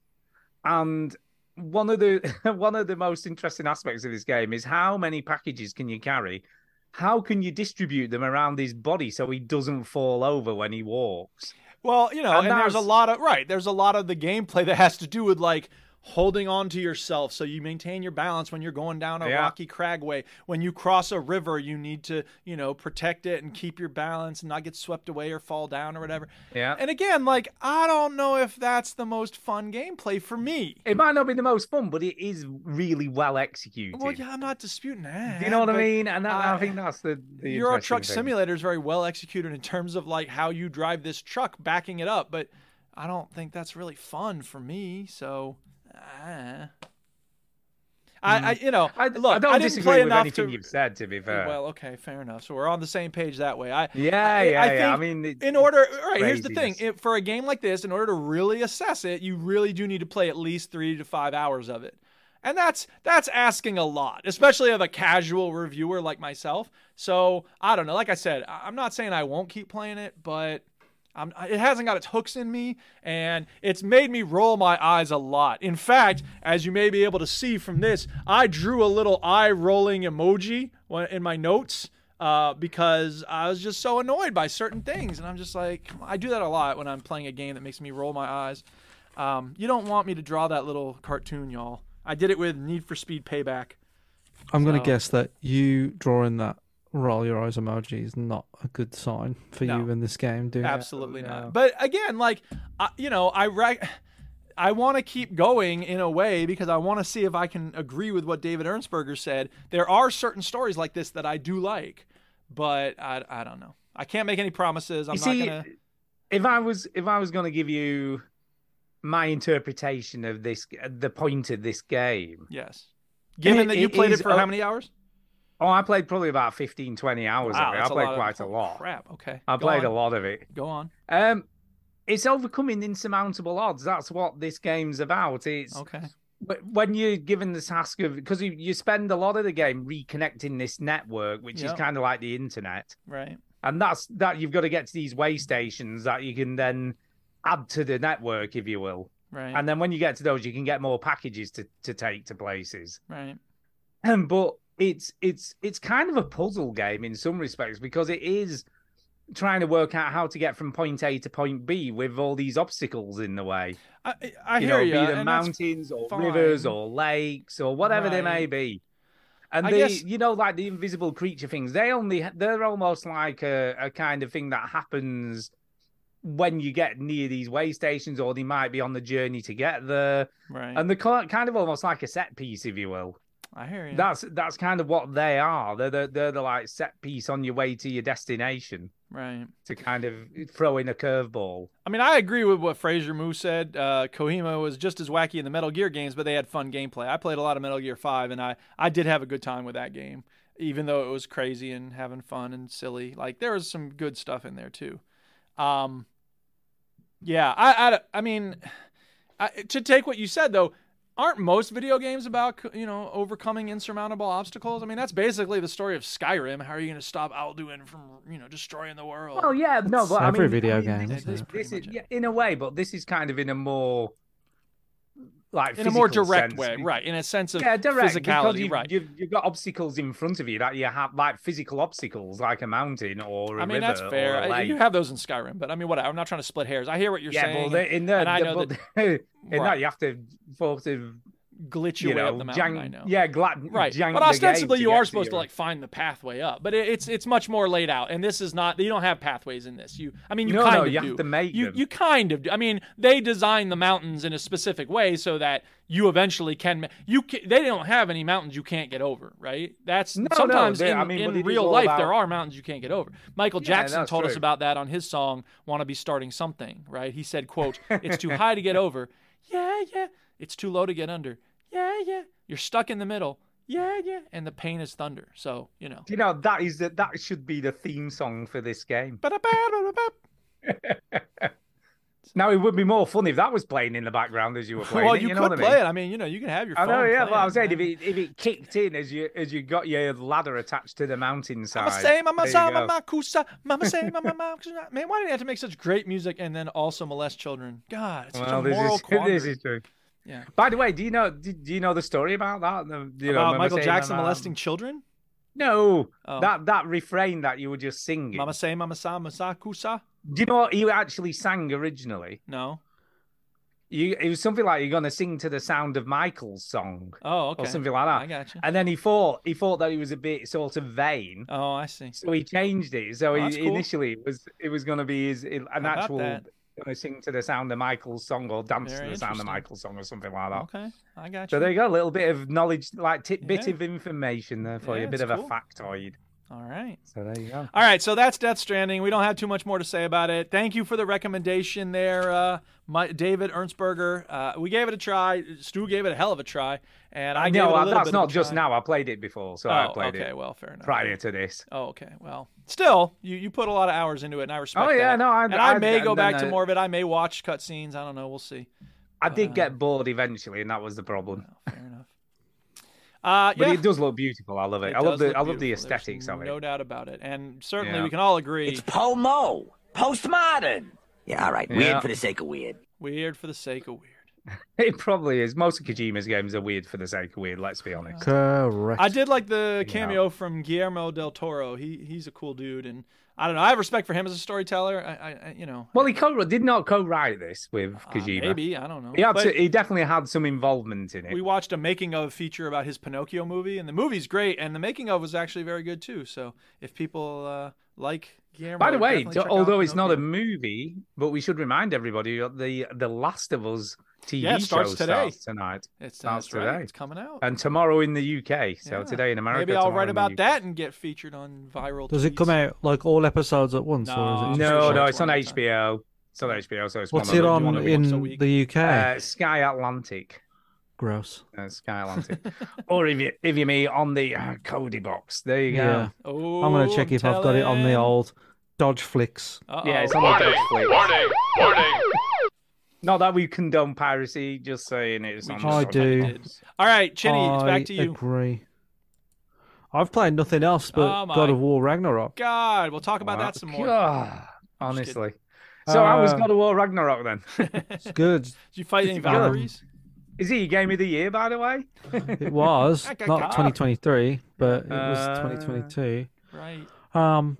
And one of the one of the most interesting aspects of this game is how many packages can you carry? How can you distribute them around his body so he doesn't fall over when he walks? Well, you know, and, And there's a that's- lot of right. There's a lot of the gameplay that has to do with like holding on to yourself so you maintain your balance when you're going down a Yeah. rocky cragway. When you cross a river, you need to you know protect it and keep your balance and not get swept away or fall down or whatever. Yeah. And again, like I don't know if that's the most fun gameplay for me. It might not be the most fun, but it is really well executed. Well, yeah, I'm not disputing that. Do you know what I but- mean? And that, uh, I think that's the, the Euro interesting Truck thing. Simulator is very well executed in terms of like how you drive this truck, backing it up. But I don't think that's really fun for me. So, uh, I, I, you know, Mm. I, look, I don't didn't disagree play with enough anything to. you've said. To be fair, Well, okay, fair enough. So we're on the same page that way. I, yeah, I, yeah, I yeah. I think mean, it- in order, all right, here's the thing. craziness. If, for a game like this, in order to really assess it, you really do need to play at least three to five hours of it. And that's that's asking a lot, especially of a casual reviewer like myself. So I don't know. Like I said, I- I'm not saying I won't keep playing it, but I'm, it hasn't got its hooks in me, and it's made me roll my eyes a lot. In fact, as you may be able to see from this, I drew a little eye rolling emoji when- in my notes uh, because I was just so annoyed by certain things, and I'm just like, I do that a lot when I'm playing a game that makes me roll my eyes. Um, you don't want me to draw that little cartoon, y'all. I did it with Need for Speed Payback. I'm going to So- guess that you drawing that roll your eyes emoji is not a good sign for No. you in this game, dude. Absolutely not. But again, like, I, you know, I rec- I want to keep going in a way because I want to see if I can agree with what David Ernstberger said. There are certain stories like this that I do like, but I, I don't know. I can't make any promises. I'm You not see, gonna. if I was if I was going to give you my interpretation of this, the point of this game. Yes. Given It- that you it played it is for a- how many hours? Oh, I played probably about 15, 20 hours of it. I that's played lot of- quite a holy lot. Crap. Okay. I Go played a on. lot of it. Go on. Um, it's overcoming insurmountable odds. That's what this game's about. It's Okay. But when you're given the task of because you, you spend a lot of the game reconnecting this network, which Yeah. is kind of like the internet, Right. and that's that you've got to get to these way stations that you can then add to the network, if you will. Right. And then when you get to those, you can get more packages to, to take to places. right. but it's it's it's kind of a puzzle game in some respects because it is trying to work out how to get from point A to point B with all these obstacles in the way I, I- I you hear know, you. be and them that's- mountains or rivers fine. or lakes or whatever they may Right. be. And I they, guess- you know, like the invisible creature things, they only they're almost like a, a kind of thing that happens when you get near these way stations, or they might be on the journey to get there. Right. And they're ki- kind of almost like a set piece, if you will. I hear you. That's that's kind of what they are. They're the, they're the like set piece on your way to your destination right. to kind of throw in a curveball. I mean, I agree with what Fraser Moo said. Uh, Kohima was just as wacky in the Metal Gear games, but they had fun gameplay. I played a lot of Metal Gear Five, and I I did have a good time with that game, even though it was crazy and having fun and silly. Like there was some good stuff in there too. Um, yeah, I I, I mean, I, to take what you said though, aren't most video games about you know overcoming insurmountable obstacles? I mean, that's basically the story of Skyrim. How are you going to stop Alduin from you know destroying the world? Well, yeah, no, It's but I every mean- video I mean, game, This, isn't this, it? this Pretty is much yeah, in a way, but this is kind of in a more like in a more physical direct sense. way, right? In a sense of Yeah, direct. because physicality, you've, right? You've, you've got obstacles in front of you that you have, like physical obstacles, like a mountain or a I mean, river that's fair. Or a I, lake. you have those in Skyrim, but I mean, whatever. I'm not trying to split hairs. I hear what you're yeah, saying. but they- in there, and I the- know but in right. that you have to sort of glitch your you way know, up the mountain. jang, I know. yeah, gla- Right, jank but the game ostensibly to you get are supposed to your- like find the pathway up, but it, it's it's much more laid out. And this is not you don't have pathways in this. You, I mean, you No, kind no, of you do. have to make you them. you kind of do. I mean, they design the mountains in a specific way so that you eventually can. ma- You ca they don't have any mountains you can't get over, right? That's No, no, sometimes they- in, I mean, in but it is real all life about- there are mountains you can't get over. Michael Yeah, Jackson that's told us true. about that on his song "Wanna Be Starting Something," right? He said, "quote It's too high to get over. Yeah, yeah. It's too low to get under. Yeah, yeah. You're stuck in the middle. Yeah, yeah. And the pain is thunder. So you know." You know that is that that should be the theme song for this game. Ba-da-ba-da-ba-ba. Now it would be more fun if that was playing in the background as you were playing. Well, it, you, you know could what I play mean? it. I mean, you know, you can have your. I phone know, yeah, play but I it. was saying if it if it kicked in as you as you got your ladder attached to the mountainside. Mama say, there mama you say, go. mama kusa, mama say, mama mama kusa. Man, why do they have to make such great music and then also molest children? God, it's such Well, a moral this is, quandary. this is true. Yeah. By the way, do you know do, do you know the story about that? The- you know, About mama Michael say, Jackson mama- molesting children? um, No, Oh. that that refrain that you were just singing. Mama say, mama sa, masa kusa? Do you know what you actually sang originally? No. You it was something like you're gonna sing to the sound of Michael's song Oh, okay. or something like that. I got you. And then he thought he thought that he was a bit sort of vain. Oh, I see. So he changed it. So Oh, he, that's cool. initially it was it was going to be his an about actual that? gonna sing to the sound of Michael's song or dance Very to the sound interesting. of Michael's song or something like that. Okay, I got you. So there you go, a little bit of knowledge, like tit bit Yeah. of information there for Yeah, you, a bit it's of a cool. factoid. All right. So there you go. All right, so that's Death Stranding. We don't have too much more to say about it. Thank you for the recommendation there, uh, my, David Ernstberger. Uh, we gave it a try. Stu gave it a hell of a try, and I gave it a no, uh, little that's bit not of a just try. now. I played it before, so Oh, I played okay. it Well, fair enough. prior to this. Oh, okay. Well, still, you, you put a lot of hours into it, and I respect. Oh, yeah, that. no, I- and I, I- may and go then back to I- more of it. I may watch cutscenes. I don't know. We'll see. I did get bored eventually, and that was the problem. Fair enough. Uh, But yeah. it does look beautiful. I love it. It I love does the look I love the beautiful. There's aesthetics of it. No doubt about it, and certainly Yeah. we can all agree It's Pomo. Postmodern. Yeah, all right. Yeah. Weird for the sake of weird. weird for the sake of weird. It probably is. Most of Kojima's games are weird for the sake of weird. Let's be honest. Correct. I did like the cameo from Guillermo del Toro. He he's a cool dude, and I don't know. I have respect for him as a storyteller. I, I, I you know, Well, he co did not co-write this with uh, Kojima. maybe I don't know. He had But to, he definitely had some involvement in it. we watched a making of feature about his Pinocchio movie, and the movie's great, and the making of was actually very good too. So if people uh, like Guillermo, By the way, definitely d- check out although it's not a Pinocchio. movie, but we should remind everybody that the The Last of Us TV Yeah, it starts show today. starts tonight it's, starts that's right, today. It's coming out. and tomorrow in the UK. So Yeah. today in America. Maybe I'll tomorrow in write the about UK. that and get featured on viral. Does it come tweets. out like all episodes at once, or is No. it? just No, no, a short it's on Tomorrow at HBO. It's on HBO, so it's What's one of it the- on one of the- once a in week. the UK? Uh, Sky Atlantic. Gross. Uh, Sky Atlantic, or if you if you me on the uh, Cody box. There you go. Yeah. Oh, I'm gonna check if I've got it on the telling. old Dodge Flicks. Uh-oh. Yeah, it's on the Dutch fleet. Not that we condone piracy, just saying it's We on. just- the I Dutch do. fleet. All right, Chinny, it's back to I you. Agree. I've played nothing else but Oh my God of War Ragnarok. God, we'll talk about Wow. that some more. God, honestly. So I was Uh, God of War Ragnarok then. It's good. Did you fight any Valkyries? Is he Game of the Year, by the way? It was I got not caught. 2023, but it was Uh, 2022. Right. Um,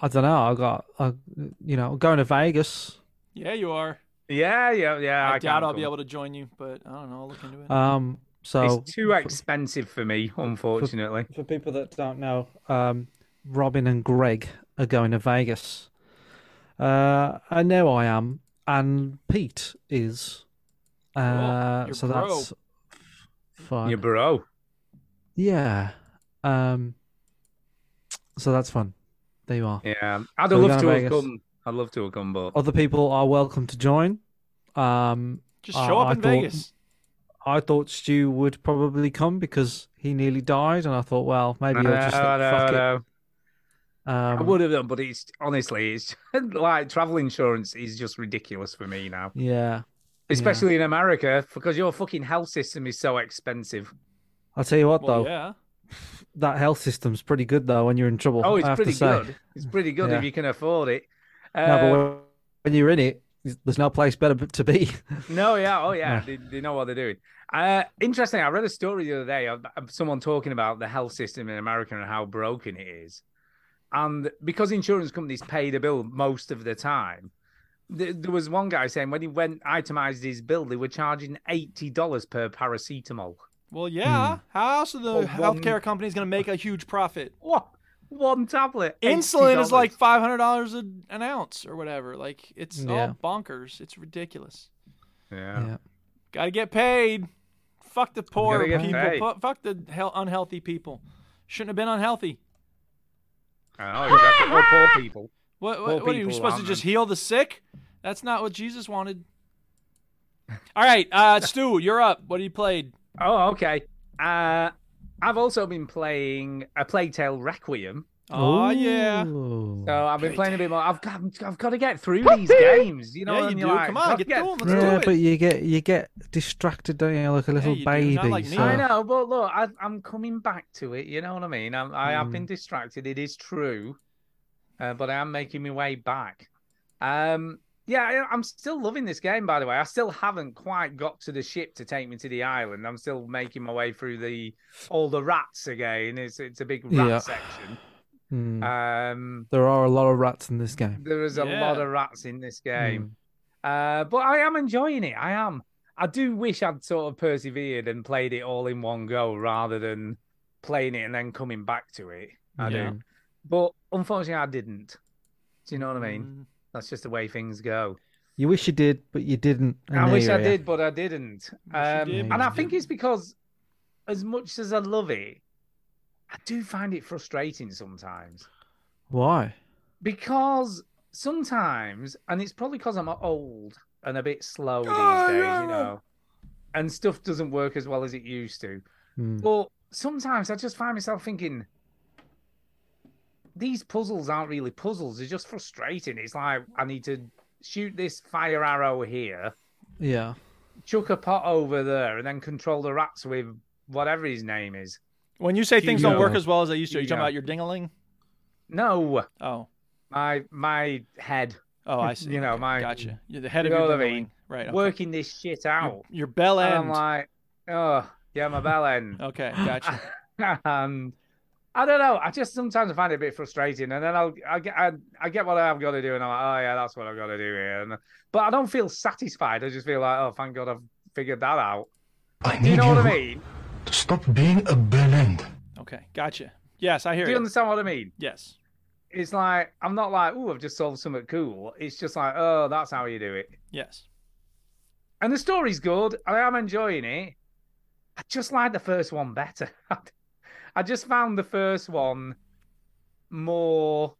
I don't know. I got, I, you know, going to Vegas. Yeah, you are. Yeah, yeah, yeah. I, doubt can't I'll be come. able to join you, but I don't know. I'll look into it. Um, so It's too expensive for me, unfortunately. for people that don't know, um, Robin and Greg are going to Vegas. Uh, and now I am, and Pete is. Uh, you're so pro. that's f- fun. Your bro. Yeah. Um. So that's fun. There you are. Yeah, I'd So we're love going to to have Vegas. come. I'd love to have come, but Other people are welcome to join. Um. Just uh, show I up in thought- Vegas. I thought Stu would probably come because he nearly died, and I thought, well, maybe he'll just No, like, no, fuck no. it. Um, I would have done, but it's honestly, it's like travel insurance is just ridiculous for me now, Yeah. especially in America because your fucking health system is so expensive. I'll tell you what, Well, though, yeah. that health system's pretty good though when you're in trouble. Oh, it's I have pretty to say. good. It's pretty good Yeah. if you can afford it. No, but Uh, when, when you're in it, there's no place better b- to be. No, yeah, oh yeah, No. they, they know what they're doing. Uh, interesting. I read a story the other day of, of someone talking about the health system in America and how broken it is, and because insurance companies pay the bill most of the time. th- There was one guy saying when he went itemized his bill, they were charging eighty dollars per paracetamol. Well, Hmm. yeah. How else are the Well, one- healthcare companies going to make a huge profit? What? One tablet. Insulin is $80. like five hundred dollars an ounce or whatever. Like it's Yeah. all bonkers. It's ridiculous. yeah. yeah. Gotta get paid. Fuck the poor Gotta get people. paid. Fu- Fuck the hell unhealthy people. Shouldn't have been unhealthy. Oh, exactly. Or poor people. What, Poor what, what are you people, supposed to aren't just they? heal the sick? That's not what Jesus wanted. All right, uh, Stu, you're up. What have you played? Oh, okay. Uh, I've also been playing a Playtale Requiem. Oh yeah, Ooh. So I've been playing a bit more. I've got, I've got to get through these games. You know, yeah, and you do. you're like, Come "Gotta on, get through 'em. Let's yeah, do but it. you get you get distracted, don't you? Like a little you do, baby. not like me. so- I know, but look, I, I'm coming back to it. You know what I mean? I'm, I have been distracted. It is true, uh, but I am making my way back. Um, yeah, I, I'm still loving this game. By the way, I still haven't quite got to the ship to take me to the island. I'm still making my way through the all the rats again. It's it's a big rat Yeah. section. Hmm. Um, there are a lot of rats in this game. there is a lot Yeah. of rats in this game. Uh, but I am enjoying it. I am. I do wish I'd sort of persevered and played it all in one go rather than playing it and then coming back to it. I Yeah. do. But unfortunately, I didn't. Do you know what I mean? That's just the way things go. You wish you did, but you didn't. and I there wish I you are. did, but I didn't. you Um, did, but and I you think it's because, as much as I love it, I do find it frustrating sometimes Why? because sometimes, and it's probably because I'm old and a bit slow these days, you know, and stuff doesn't work as well as it used to. Hmm. But sometimes I just find myself thinking, these puzzles aren't really puzzles; they're just frustrating. It's like I need to shoot this fire arrow here, Yeah. chuck a pot over there, and then control the rats with whatever his name is. When you say things don't Yeah. work as well as they used to, are you talking Yeah. about your dingaling? No, Oh, my my head oh, I see. You know, Okay, my- gotcha. You're the head You of know your what I mean? dingaling, right? Okay. working this shit out. Your bell And end. I'm like, oh, yeah, my bell end. Okay, Oh, gotcha. and I don't know. I just sometimes find it a bit frustrating, and then I'll I get I, I get what I've got to do, and I'm like, oh yeah, that's what I've got to do here. And, but I don't feel satisfied. I just feel like, oh, thank God I've figured that out. I Do you know what I mean? to stop being a bell end. Okay, gotcha. Yes, I hear Do you you. understand what I mean? Yes. It's like I'm not like, oh, I've just solved something cool. It's just like, oh, that's how you do it. Yes. And the story's good. I am enjoying it. I just like the first one better. I just found the first one more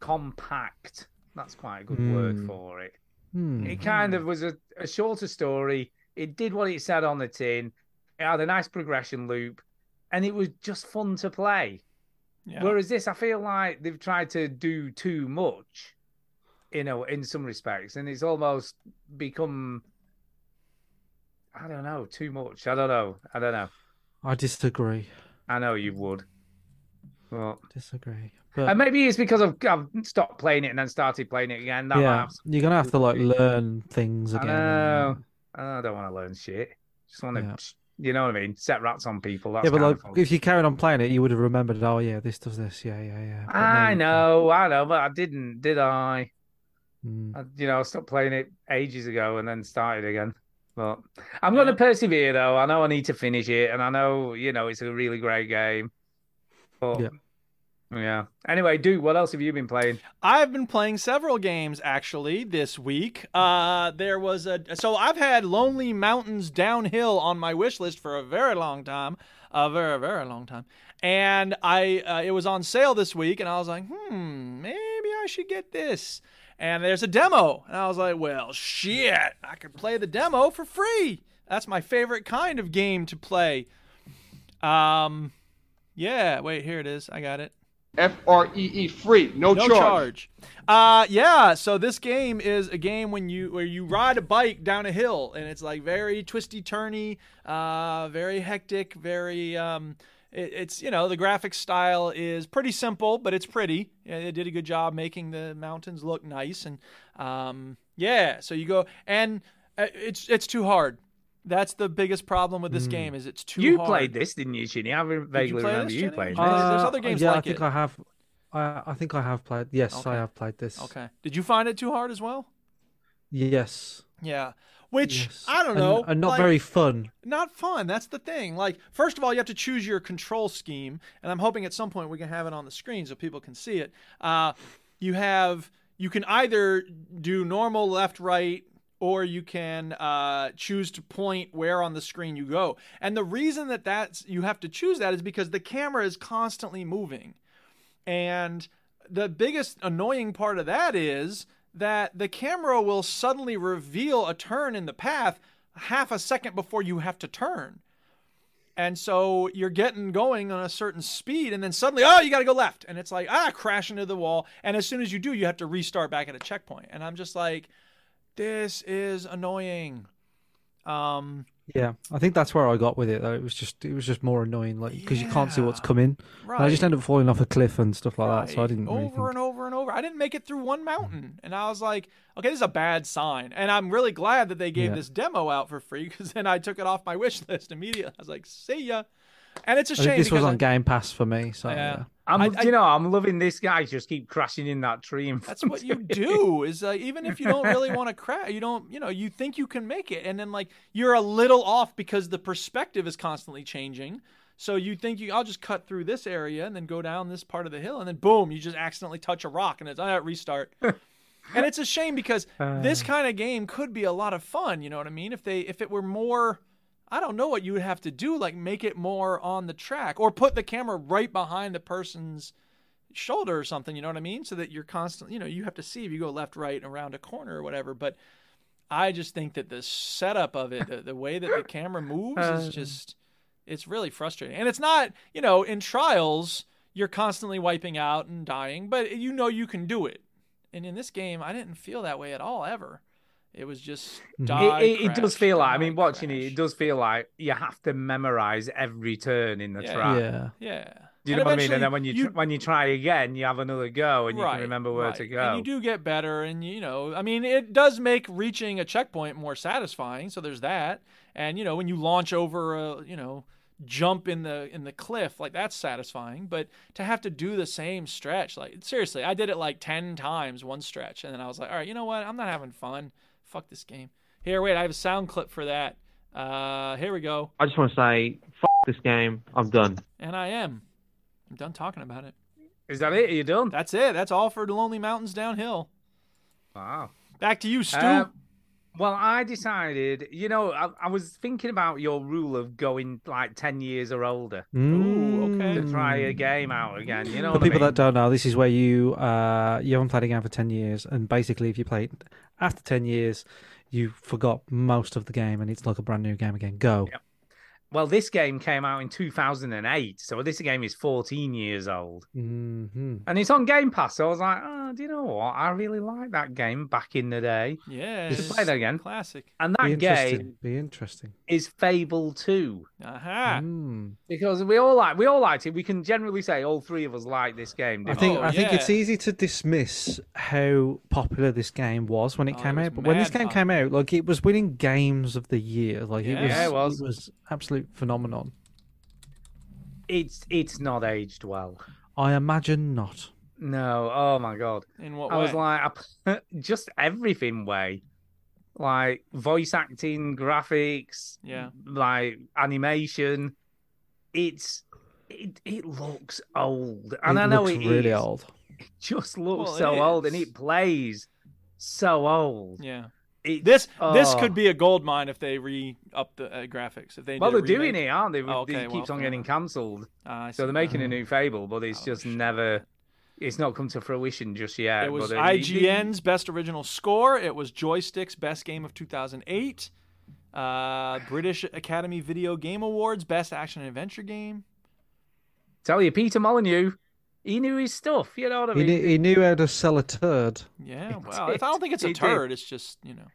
compact. That's quite a good word Hmm. for it. It kind of was a, a shorter story. It did what it said on the tin. It had a nice progression loop, and it was just fun to play. Yeah. Whereas this, I feel like they've tried to do too much, you know, in some respects, and it's almost become, I don't know, too much. I don't know. I don't know. I disagree. I know you would. Well, Disagree. But and maybe it's because I've, I've stopped playing it and then started playing it again. That might yeah, have you're gonna have to like learn things again. I and- know. I don't want to learn shit. Just want to, Yeah. you know what I mean? Set rats on people. That's Yeah, but kind like of fun. if you carried on playing it, you would have remembered. Oh yeah, this does this. Yeah, yeah, yeah. But now I you- know, I know, but I didn't, did I? Mm. I- Uh, You know, I stopped playing it ages ago and then started again. But I'm going to persevere, though. I know I need to finish it, and I know, you know, it's a really great game. But Yeah. yeah. Anyway, Duke, what else have you been playing? I've been playing several games actually this week. Uh, there was a so I've had Lonely Mountains Downhill on my wish list for a very long time, a very very long time, and I uh, it was on sale this week, and I was like, hmm, maybe I should get this. And there's a demo, and I was like, well, shit, I could play the demo for free. That's my favorite kind of game to play. Um, yeah, wait, here it is. I got it. F R E E free, no, No charge. Uh, yeah. So this game is a game when you where you ride a bike down a hill, and it's like very twisty turny, uh, very hectic, very. Um, it, it's you know the graphic style is pretty simple, but it's pretty. Yeah, They did a good job making the mountains look nice, and um, yeah. So you go, and uh, it's it's too hard. That's the biggest problem with this game is it's too. you hard. played this, didn't you, Shinny? I vaguely play remember this, you Shinny? playing Uh, this. there's Uh, other games yeah, I like think it. I have. I, I think I have played. Yes, I have played this. Okay. Did you find it too hard as well? Yes. Yeah. Which yes. I don't And- know. And, not like- very fun. not fun. That's the thing. Like, first of all, you have to choose your control scheme, and I'm hoping at some point we can have it on the screen so people can see it. Uh, you have you can either do normal left right or you can uh, choose to point where on the screen you go. And the reason that that's you have to choose that is because the camera is constantly moving. And the biggest annoying part of that is that the camera will suddenly reveal a turn in the path half a second before you have to turn. And so you're getting going on a certain speed, and then suddenly, oh, you got to go left. And it's like, ah, crash into the wall. And as soon as you do, you have to restart back at a checkpoint. And I'm just like, this is annoying. Um, Yeah, I think that's where I got with it. Though it was just, it was just more annoying, like because you can't see what's Yeah, coming. And I just right. ended up falling off a cliff and stuff like that. So I Right. didn't. over Really think- and over and over. I didn't make it through one mountain, and I was like, okay, this is a bad sign. And I'm really glad that they gave Yeah. this demo out for free because then I took it off my wish list immediately. I was like, see ya. And it's a I think shame this was because on I- Game Pass for me. So yeah. I'm, I- do you know, I'm loving this guy. Just keep crashing in that tree. in That's front what of you me. do is like even if you don't really want to crash, you don't, you know, you think you can make it, and then like you're a little off because the perspective is constantly changing. So you think you, I'll just cut through this area and then go down this part of the hill, and then boom, you just accidentally touch a rock, and it's ah, restart. and it's a shame because this kind of game could be a lot of fun. You know what I mean? If they, if it were more. I don't know what you would have to do, like make it more on the track or put the camera right behind the person's shoulder or something, you know what I mean? So that you're constantly, you know, you have to see if you go left, right, and around a corner or whatever. But I just think that the setup of it, the, the way that the camera moves Uh. is just, it's really frustrating. And it's not, you know, in trials, you're constantly wiping out and dying, but you know you can do it. And in this game, I didn't feel that way at all, ever. It was just die, Mm-hmm. it, it, it does crash, feel like. I die, mean, watching it, it crash. does feel like you have to memorize every turn in the Yeah. track. Yeah. Yeah. Do you And know what I mean? eventually And then when you, tr when you try again, you have another go, and you can remember where to right. go. And you do get better, and you know, I mean, it does make reaching a checkpoint more satisfying. So there's that, and you know, when you launch over a, you know, jump in the in the cliff, like that's satisfying. But to have to do the same stretch, like seriously, I did it like ten times one stretch, and then I was like, all right, you know what? I'm not having fun. Fuck this game. Here, wait, I have a sound clip for that. Uh, here we go. I just want to say, F- this game. I'm done. And I am. I'm done talking about it. Is that it? Are you done? That's it. That's all for Lonely Mountains Downhill. Wow. Back to you, Stu. Um, well, I decided, you know, I, I was thinking about your rule of going like 10 years or older. Ooh, Mm, okay. to try a game out again. You know, For what I people that mean? don't know, this is where you uh, you haven't played a game for ten years, and basically, if you play it after ten years, you forgot most of the game, and it's like a brand new game again. Go. Well, this game came out in 2008, so this game is 14 years old, hmm and it's on Game Pass. So I was like, oh, do you know what? I really liked that game back in the day. Yeah, Just play that again. Classic. And Be that interesting. game Be interesting. is Fable 2 Ah. Aha. Mm. because we all like we all liked it. We can generally say all three of us liked this game. I didn't think Oh, I think it's yeah. easy to dismiss how popular this game was when it Oh, came it was out, but when this mad game came out, like it was winning games of the year. Like Yeah. it was, Yeah, it was. absolute phenomenon. we? it's it's not aged well. I imagine not. No, oh my god. In what I way? was like, I, just everything way, like voice acting, graphics, Yeah. like animation. It's it it looks old, and it I know looks it really is. old. It just looks Well, it so old, and is. it plays so old. yeah. It, This this oh. could be a gold mine if they re up the uh, graphics. If they Well, did they're a doing remake. it, aren't they? With- Oh, it okay, well, keeps on fair getting enough. cancelled, Ah, I so see. they're making a new Fable, but it's Oh, just shit. never. It's not come to fruition just yet. It was but it- IGN's best original score. It was Joystick's best game of 2008. Uh, British Academy Video Game Awards best action and adventure game. Tell you, Peter Molyneux, he knew his stuff. You know what I He mean? knew, he knew how to sell a turd. Yeah, It well, I did. don't think it's a It did. turd. It's just you know.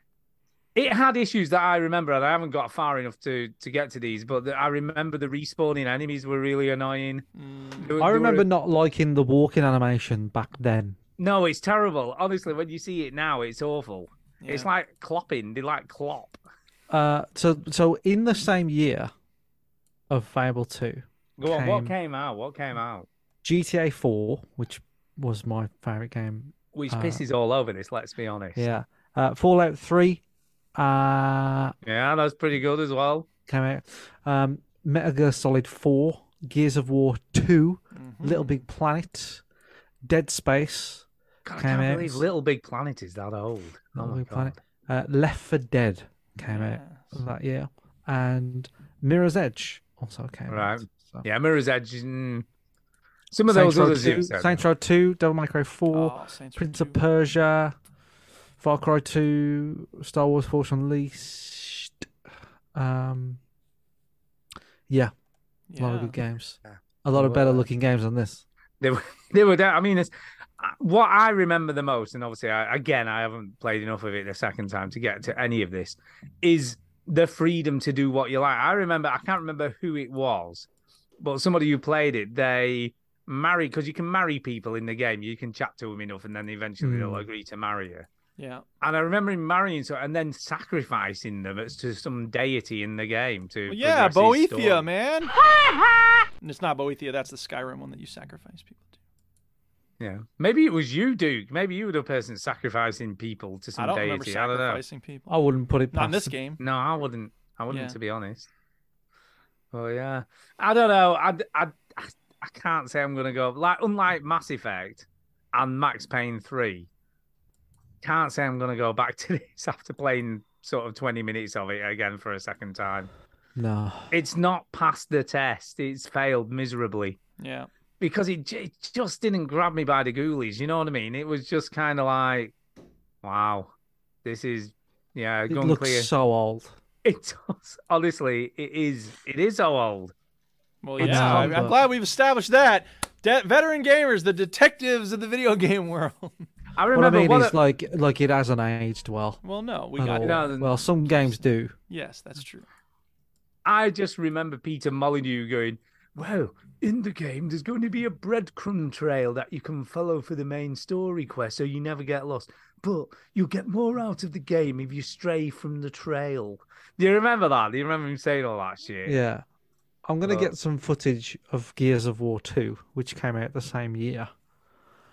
it had issues that I remember, and I haven't got far enough to to get to these. But the, I remember the respawning enemies were really annoying. Mm, They were- I they were- remember not liking the walking animation back then. No, it's terrible. Honestly, when you see it now, it's awful. It's Yeah. like clopping. They like clop. Uh, so so in the same year of Fable Two, Go on. What Came- came out? What came out? GTA Four, which was my favorite game. Which Uh, pisses all over this. Let's be honest. Yeah, uh, Fallout Three uh, Yeah, that's pretty good as well. came out. Um, Metal Gear Solid Four, Gears of War 2 Mm-hmm. Little Big Planet, Dead Space, God, I Came can't out. believe Little Big Planet is that old. Oh Little my Big God. Planet, uh, Left for Dead came out that year, and Mirror's Edge also came Right. out. So. Yeah, Mirror's Edge. mm, Some of Saints those Row others. you 2, said. Saints Row 2, Devil May Cry 4, Oh, Saints Row Prince 2. of Persia, Far Cry 2, Star Wars Force Unleashed. Um, yeah, a lot of Yeah. good games. A lot of better looking games than this. They were, they were down. I mean, it's I- what I remember the most, and obviously, I, again, I haven't played enough of it the second time to get to any of this, is the freedom to do what you like. I remember, I can't remember who it was, but somebody who played it, they married because you can marry people in the game. You can chat to them enough, and then eventually they'll Mm. agree to marry you. Yeah. And I remember him marrying so and then sacrificing them as to some deity in the game to Well, yeah, progress his story. Boethia, man. and it's not Boethia. That's the Skyrim one that you sacrifice people to. Yeah, maybe it was you, Duke. Maybe you were the person sacrificing people to some I don't remember deity. I don't know. sacrificing people. I wouldn't put it past Not in this them. game. No, I wouldn't. I wouldn't, Yeah. to be honest. Oh yeah, I don't know. I, I, I, I can't say I'm gonna go like unlike Mass Effect and Max Payne Three. Can't say I'm gonna go back to this after playing sort of 20 minutes of it again for a second time. No. It's not passed the test. It's failed miserably Yeah. because it, j- it just didn't grab me by the ghoulies. You know what I mean? It was just kind of like, wow, this is yeah, It gone looks clear. so old. It does. Honestly, it is. It is so old. Well, It's yeah. I- hard, I'm uh, but- glad we've established that. De- veteran gamers, the detectives of the video game world. I What I remember mean one is, of- like, like it hasn't aged well. well, no, we at got all. it. No, there's- well, some games do. Yes, that's true. I just remember Peter Molyneux going, "Well, in the game, there's going to be a breadcrumb trail that you can follow for the main story quest, so you never get lost. But you'll get more out of the game if you stray from the trail." Do you remember that? Do you remember him saying all that shit? Yeah. I'm going to Well- get some footage of Gears of War 2, which came out the same year.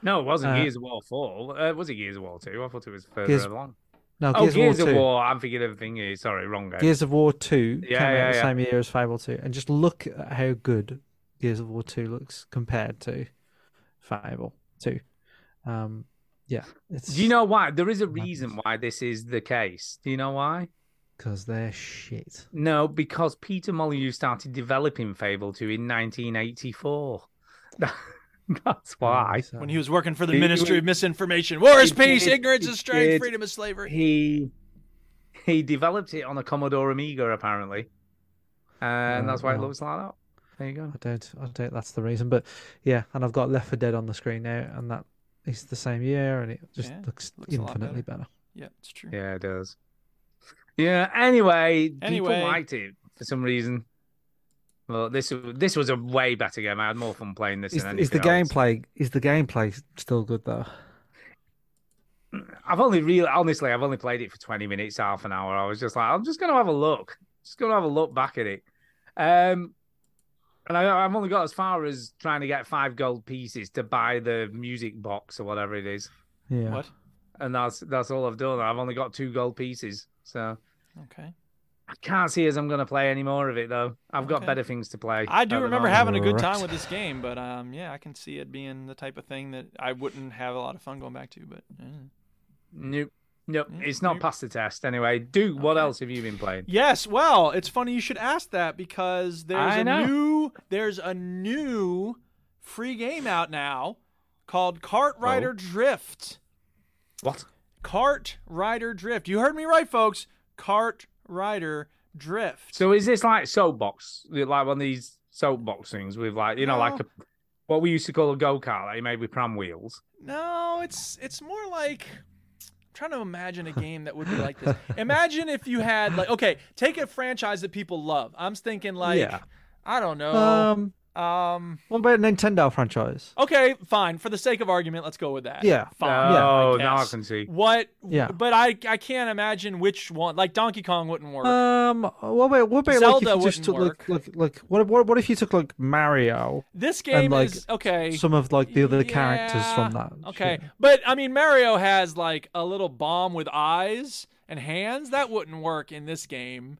No, it wasn't Uh, Gears of War 4. Uh, was it Gears of War 2? I thought it was further Gears- along. No, oh, Gears of 2. War. I'm thinking of thingy. Sorry, wrong game. Gears of War 2 Yeah, came yeah, out the yeah. same year as Fable 2. And just look at how good Gears of War 2 looks compared to Fable 2. Um, yeah. It's, Do you know why? There is a Madness. reason why this is the case. Do you know why? Because they're shit. No, because Peter Molyneux started developing Fable 2 in 1984. That's Hmm. why. When he was working for the He- Ministry of Misinformation. War is he peace, did- ignorance he is strength, did. freedom is slavery. He he developed it on a Commodore Amiga apparently, and Yeah, that's why it well. looks like that. There you go. I don't. I don't. That's the reason. But yeah, and I've got Left 4 Dead on the screen now, and that is the same year, and it just Yeah, looks, looks a lot infinitely better. Yeah, it's true. Yeah, it does. Yeah. Anyway, Anyway. people liked it for some reason. Well, this this was a way better game. I had more fun playing this Is, than is the anything else. gameplay is the gameplay still good though? I've only really, honestly, I've only played it for 20 minutes, half an hour. I was just like, I'm just going to have a look. Just going to have a look back at it. Um, and I, I've only got as far as trying to get five gold pieces to buy the music box or whatever it is. Yeah. What? And that's that's all I've done. I've only got two gold pieces. So Okay. I can't see as I'm going to play any more of it, though. I've got Okay. better things to play. I do at the remember moment. having a good time Right. with this game, but um, yeah, I can see it being the type of thing that I wouldn't have a lot of fun going back to. But mm. Nope. Nope. It's not past the test. Anyway, Duke, what else have you been playing? yes, well, it's funny you should ask that because there's I a know. new there's a new free game out now called Kart Rider Drift. What? Kart Rider Drift. You heard me right, folks. Kart Rider Drift. So is this like soapbox, like one of these soapbox things with like you know like a, what we used to call a go kart that you made with pram wheels? No, it's it's more like I'm trying to imagine a game that would be like this. Imagine if you had like okay, take a franchise that people love. I'm thinking like Yeah. I don't know. Um, Um, what about Nintendo franchise? okay, fine. For the sake of argument, let's go with that. Yeah. Fine. Yeah. Oh, I now I guess. can see. What Yeah. but I I can't imagine which one. Like Donkey Kong wouldn't work. Um, what about what about like Zelda if you just wouldn't work. took like, like like what what what if you took like Mario this and game like is okay. some of like the other characters from Yeah, that? Okay, shit? but I mean, Mario has like a little bomb with eyes and hands. That wouldn't work in this game.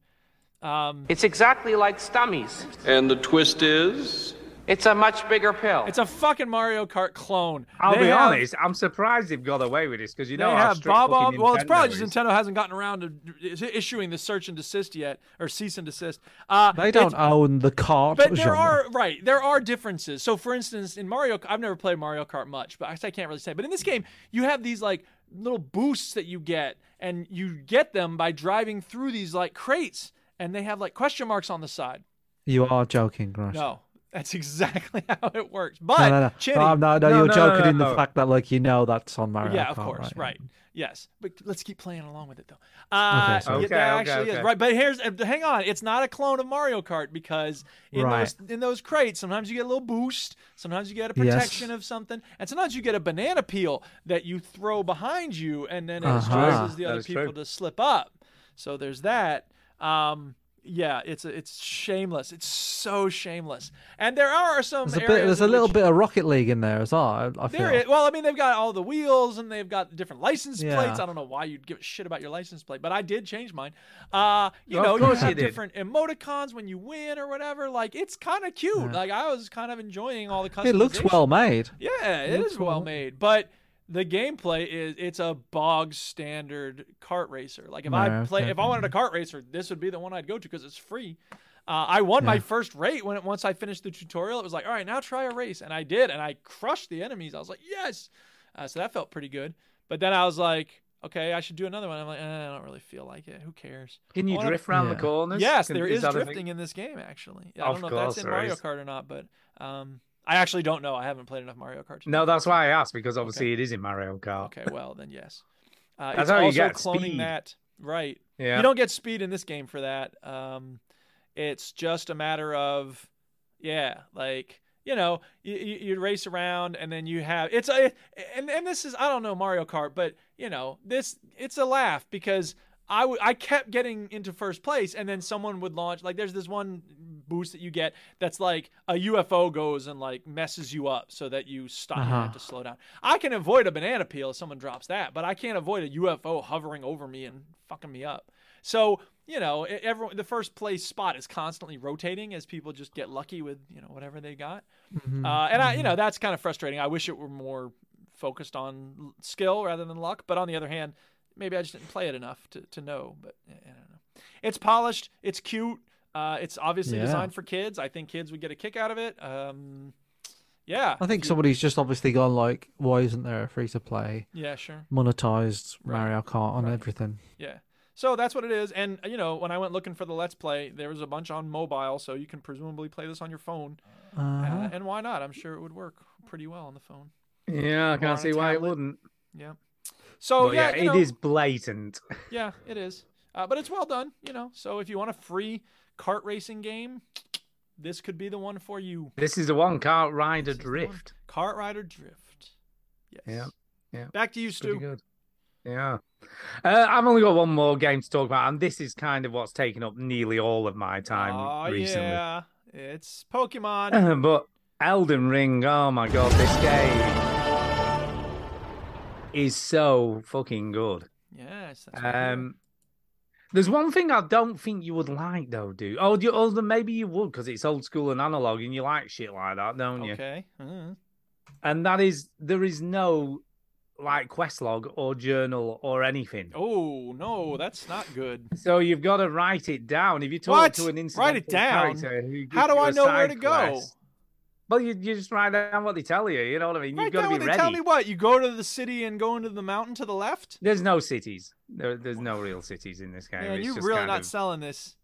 Um, It's exactly like Stummies. And the twist is? It's a much bigger pill. it's a fucking Mario Kart clone. I'll They be have- honest, I'm surprised they've got away with this because you know they how have strict Bob fucking Well, it's probably Nintendo just is. Nintendo hasn't gotten around to is- issuing the search and desist yet, or cease and desist. Uh, they don't it's- own the card But there genre. are right, there are differences. So, for instance, in Mario, I've never played Mario Kart much, but I, I can't really say. But in this game, you have these like little boosts that you get, and you get them by driving through these like crates, and they have like question marks on the side. You are joking, right? No, that's exactly how it works. But no, no, no. Chinny, No, no, no, No, no, you're no, joking no, in the no. fact that like you know that's on Mario. yeah, of Kart, course, right. right? Yes, but let's keep playing along with it though. Uh, Okay, so- yeah, Okay, that okay, actually is okay. right. But here's uh, hang on, it's not a clone of Mario Kart because in Right. those in those crates, sometimes you get a little boost, sometimes you get a Yes. protection of something, and sometimes you get a banana peel that you throw behind you, and then it Uh-huh. causes the That other is true. people to slip up. So there's that. Um, yeah, it's it's shameless. It's so shameless. And there are some There's a bit. areas There's in a little which- bit of Rocket League in there as well. I, I feel. there it, well, I mean, they've got all the wheels and they've got different license Yeah. plates. I don't know why you'd give a shit about your license plate, but I did change mine. Uh, you Of know, you course you have did. different emoticons when you win or whatever. Like, it's kind of cute. Like, I was kind of enjoying all the customization. It looks well made. Yeah, It it looks is well well- made, but the gameplay is it's a bog standard kart racer. Like if I Yeah, play, okay, if I wanted a kart racer, this would be the one I'd go to because it's free. Uh, I won my Yeah. first rate when it, once I finished the tutorial. It was like, all right, now try a race, and I did, and I crushed the enemies. I was like, yes. Uh, so that felt pretty good. But then I was like, okay, I should do another one. I'm like, eh, I don't really feel like it. Who cares? Can I you wanna- drift round the Yeah. corners? Yes, Can- there is that a thing? drifting in this game actually. I don't Of know if that's course in there Mario is. Kart or not, but um, I actually don't know. I haven't played enough Mario Kart. to No, know. that's why I asked because obviously it is in Mario Kart. Okay, well then yes. Uh, That's it's how you also get cloning speed. that right. Yeah. You don't get speed in this game for that. Um, it's just a matter of yeah, like you know, you, you, you race around and then you have it's a and and this is I don't know Mario Kart, but you know this it's a laugh because. I w- I kept getting into first place, and then someone would launch. Like, there's this one boost that you get that's like a UFO goes and like messes you up so that you stop and Uh-huh. have to slow down. I can avoid a banana peel if someone drops that, but I can't avoid a UFO hovering over me and fucking me up. So you know, e- everyone the first place spot is constantly rotating as people just get lucky with you know whatever they got. Mm-hmm. Uh, and I, you know, that's kind of frustrating. I wish it were more focused on l- skill rather than luck. But on the other hand, maybe I just didn't play it enough to, to know. But eh, I don't know. It's polished. It's cute. Uh, it's obviously Yeah. designed for kids. I think kids would get a kick out of it. Um, yeah. I think somebody's just obviously gone like, why isn't there a free to play? Yeah, sure. Monetized Mario Kart on everything. Yeah. So that's what it is. And uh, you know, when I went looking for the Let's Play, there was a bunch on mobile, so you can presumably play this on your phone. Uh-huh. Uh, and why not? I'm sure it would work pretty well on the phone. Yeah, I Or can't on a see why it tablet. wouldn't. Yeah. So But yeah, it you is know- blatant. Yeah, it is. Uh, but it's well done, you know. So if you want a free kart racing game, this could be the one for you. This is the one can't ride adrift. Kart Rider Drift. Yeah, yeah. Back to you, Stu. Pretty good. Yeah. Uh, I've only got one more game to talk about, and this is kind of what's taken up nearly all of my time Aw, recently. yeah, it's Pokemon. but Elden Ring, oh my god, this game is so fucking good. yes. That's what it is. Um, there's one thing I don't think you would like though, dude. Oh, you, oh, then maybe you would because it's old school and analog, and you like shit like that, don't you? okay. Mm. And that is there is no like quest log or journal or anything. Oh no, that's not good. So you've got to write it down. If you talk What? to an incidental Write it down? character, who How gives do you I a know where side to go? quest- Well, you, you just write down what they tell you. You know what I mean? Right You've got now, to when be they ready. tell me what you go to the city and go into the mountain to the left. There's no cities. There, there's no real cities in this game. Man, It's you're just really kind not of- selling this.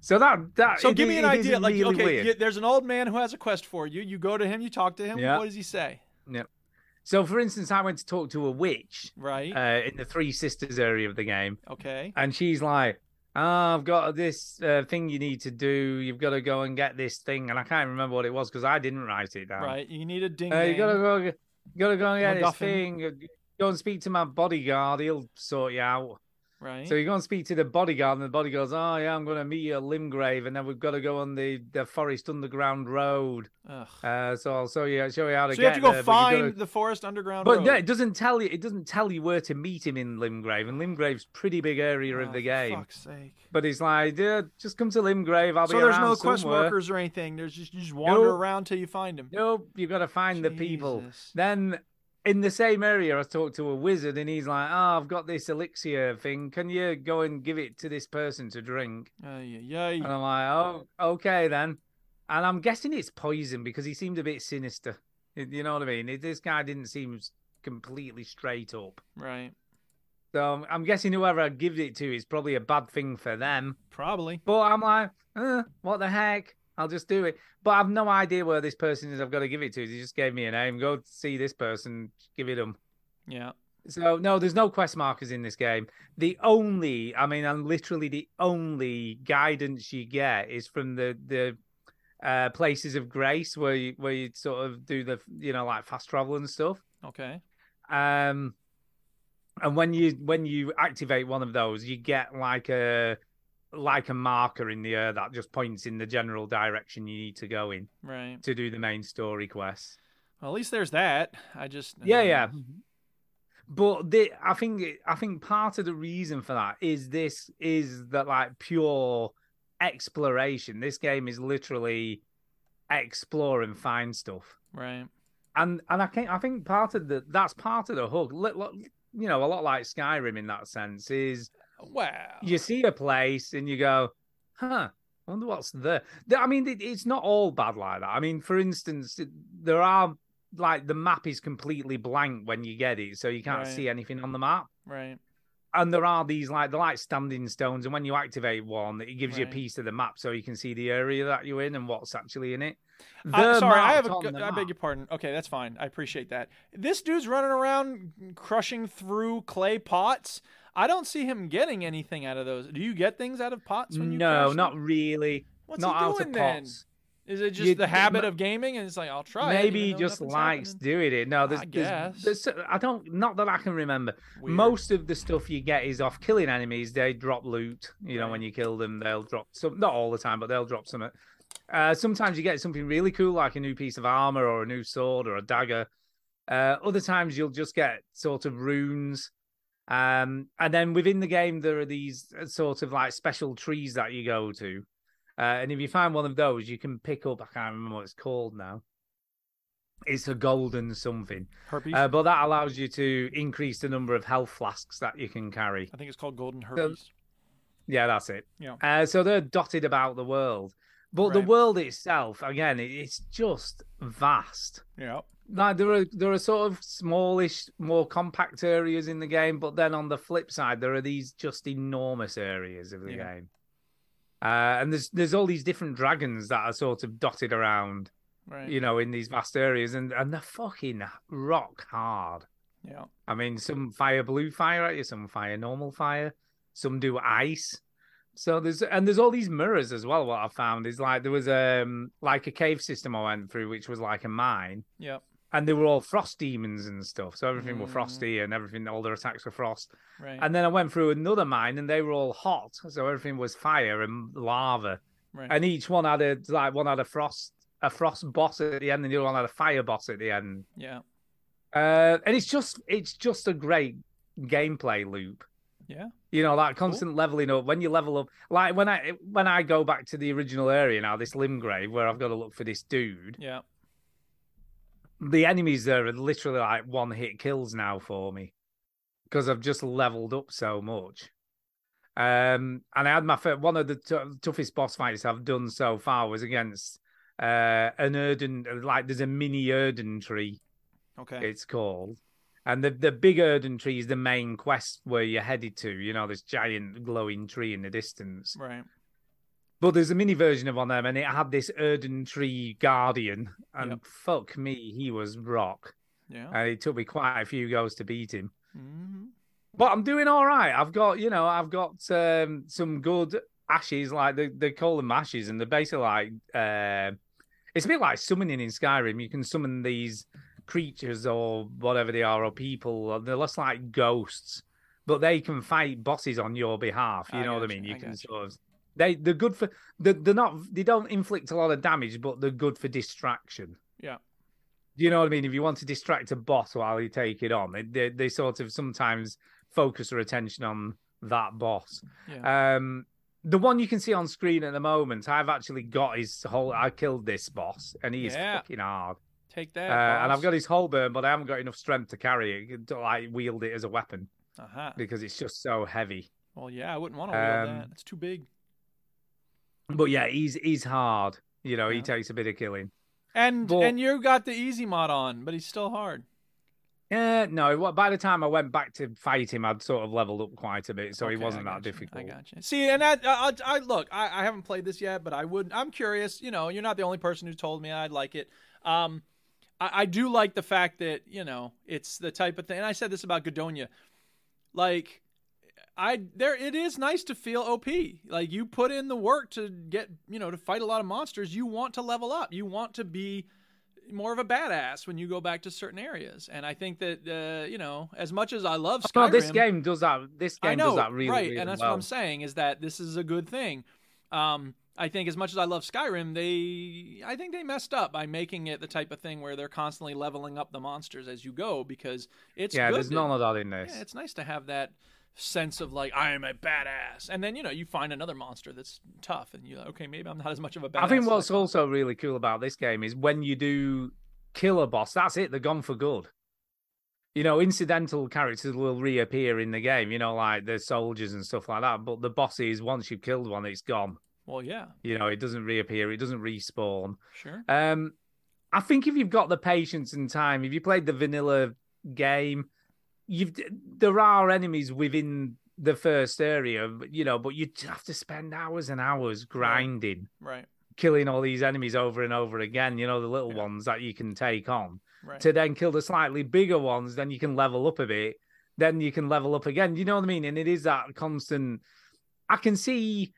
So that that So it- give me an it idea. is Like, really okay, weird. you- there's an old man who has a quest for you. You go to him. You talk to him. Yeah. What does he say? Yep. So, for instance, I went to talk to a witch, right, uh, in the Three Sisters area of the game, Okay. and she's like, "Ah, "I've got this uh, thing you need to do. You've got to go and get this thing," and I can't remember what it was because I didn't write it down. Right. You need a ding. Uh, you gotta dang. go, get- gotta go and get this MacGuffin. thing. Go and speak to my bodyguard. He'll sort you out. Right. So you go and speak to the bodyguard, and the bodyguard's, "Oh yeah, I'm gonna meet you at Limgrave, and then we've got to go on the, the forest underground road. Ugh. Uh, so I'll show you show you how to So you get have to go there, but you find gotta- the forest underground. But road. yeah, it doesn't tell you. It doesn't tell you where to meet him in Limgrave, and Limgrave's pretty big area Oh, of the for game. fuck's sake. But it's like, yeah, just come to Limgrave. I'll so be there's around no quest somewhere. workers or anything. There's just you just wander Nope. around till you find him. Nope, you've got to find the people. Then in the same area, I talked to a wizard, and he's like, "Oh, I've got this elixir thing. Can you go and give it to this person to drink?" Uh, yeah, And I'm like, "Oh, okay then." And I'm guessing it's poison because he seemed a bit sinister. Y- You know what I mean? It- This guy didn't seem s- completely straight up. Right. So I'm- I'm guessing whoever gives it to is probably a bad thing for them. Probably. But I'm like, eh, what the heck? I'll just do it. But I've no idea where this person is. I've got to give it to. He just gave me a name. Go see this person. Give it them. Yeah. So no, there's no quest markers in this game. The only, I mean, I'm literally the only guidance you get is from the the uh, places of grace where you where you sort of do the you know like fast travel and stuff. Okay. Um, and when you when you activate one of those, you get like a like a marker in the air that just points in the general direction you need to go in Right. to do the main story quest. Well, at least there's that. I just uh, Yeah, yeah. But the, I think it- I think part of the reason for that is this is that like pure exploration. This game is literally explore and find stuff. Right. and and I think I think part of the that's part of the hook. Look, look, you know, a lot like Skyrim in that sense is Wow. you see a place and you go, huh, I wonder what's there. Th- I mean, it, it's not all bad like that. I mean, for instance, it- there are like the map is completely blank when you get it, so you can't Right. see anything on the map. Right. And there are these like they're like standing stones, and when you activate one, it gives you a Right. piece of the map so you can see the area that you're in and what's actually in it. I, They're sorry, I have marked a. on I the beg your pardon. Okay, that's fine. I appreciate that. This dude's running around crushing through clay pots. I don't see him getting anything out of those. Do you get things out of pots when you no, crush them? not really. What's not he out doing of then? pots. Is it just You- the habit ma- of gaming and it's like I'll try it, Maybe even he though just nothing's likes happening? doing it. No, there's, guess. there's, there's, I don't, not that I can remember. Most of the stuff you get is off killing enemies. They drop loot. You know, when you kill them, they'll drop some. Not all the time, but they'll drop some. Uh, sometimes you get something really cool, like a new piece of armor or a new sword or a dagger. Uh, other times you'll just get sort of runes. Um, and then within the game, there are these uh, sort of like special trees that you go to. Uh, and if you find one of those, you can pick up, I can't remember what it's called now. It's a golden something. Herpes. Uh, but that allows you to increase the number of health flasks that you can carry. I think it's called golden So- herpes. Yeah, that's it. Yeah. Uh, so they're dotted about the world, but the world itself, again, it, it's just vast. Yeah. Like there are there are sort of smallish, more compact areas in the game, but then on the flip side, there are these just enormous areas of the Yeah. game. Uh, and there's there's all these different dragons that are sort of dotted around, Right. you know, in these vast areas, and and they're fucking rock hard. Yeah. I mean, some fire blue fire at you, some fire normal fire, some do ice. So there's and there's all these mirrors as well. What I found is like there was um like a cave system I went through, which was like a mine, Yep. and they were all frost demons and stuff. So everything were Mm. frosty and everything, all their attacks were frost. Right. And then I went through another mine, and they were all hot, so everything was fire and lava. Right. And each one had a like one had a frost a frost boss at the end, and the other one had a fire boss at the end. Yeah. Uh, and it's just it's just a great gameplay loop. Yeah. You know, that constant leveling up. When you level up, like when I when I go back to the original area now, this limb grave where I've got to look for this dude. Yeah. The enemies there are literally like one hit kills now for me because I've just leveled up so much. Um, and I had my first, one of the t- toughest boss fights I've done so far was against uh an Erden like there's a mini Erden tree Okay. it's called. And the, the big Erden tree is the main quest where you're headed to, you know, this giant glowing tree in the distance. Right. But there's a mini version of one of them, and it had this Erden tree guardian. And fuck me, he was rock. Yeah. And it took me quite a few goes to beat him. Mhm. But I'm doing all right. I've got, you know, I've got um, some good ashes, like they, they call them ashes, and they're basically like uh, it's a bit like summoning in Skyrim. You can summon these creatures or whatever they are, or people, or they're less like ghosts, but they can fight bosses on your behalf. You I know what I gotcha, mean? You I can gotcha. sort of they they're good for they're, they're not they don't inflict a lot of damage, but they're good for distraction. Yeah. Do you know what I mean? If you want to distract a boss while you take it on, they they, they sort of sometimes focus their attention on that boss. Um, the one you can see on screen at the moment, I've actually got his whole. I killed this boss, and he is Yeah. fucking hard. Take Uh, that. and I've boss. got his whole burn, but I haven't got enough strength to carry it, to like wield it as a weapon Uh-huh. because it's just so heavy. Well, yeah, I wouldn't want to wield Um, that. It's too big. But yeah, he's he's hard. You know, he takes a bit of killing. And but- and you got the easy mod on, but he's still hard. Uh, no, what by the time I went back to fight him, I'd sort of leveled up quite a bit, so he Okay, wasn't I that difficult. I gotcha. See, and I, I, I look, I, I haven't played this yet, but I would. I'm curious. You know, you're not the only person who told me I'd like it. Um, I, I do like the fact that you know it's the type of thing. And I said this about Godonia, like. I there it is nice to feel OP. Like you put in the work to get, you know, to fight a lot of monsters. You want to level up. You want to be more of a badass when you go back to certain areas. And I think that uh, you know, as much as I love Skyrim, No, Oh, this game does that. This game I know, does that really, right? really and that's well. what I'm saying is that this is a good thing. Um, I think as much as I love Skyrim, they, I think they messed up by making it the type of thing where they're constantly leveling up the monsters as you go because it's yeah, good there's to- none of that in this. yeah, it's nice to have that sense of like I am a badass, and then you know you find another monster that's tough, and you're like, okay, maybe I'm not as much of a badass. I think like- what's also really cool about this game is when you do kill a boss, that's it, they're gone for good. You know, incidental characters will reappear in the game, you know, like the soldiers and stuff like that. But the bosses, once you've killed one, it's gone. well, yeah, You know, it doesn't reappear, it doesn't respawn. sure, Um, I think if you've got the patience and time, if you played the vanilla game, you've there are enemies within the first area, but, you know, but you have to spend hours and hours grinding right, killing all these enemies over and over again, you know, the little ones that you can take on right, to then kill the slightly bigger ones, then you can level up a bit, then you can level up again. You know what I mean? And it is that constant. I can see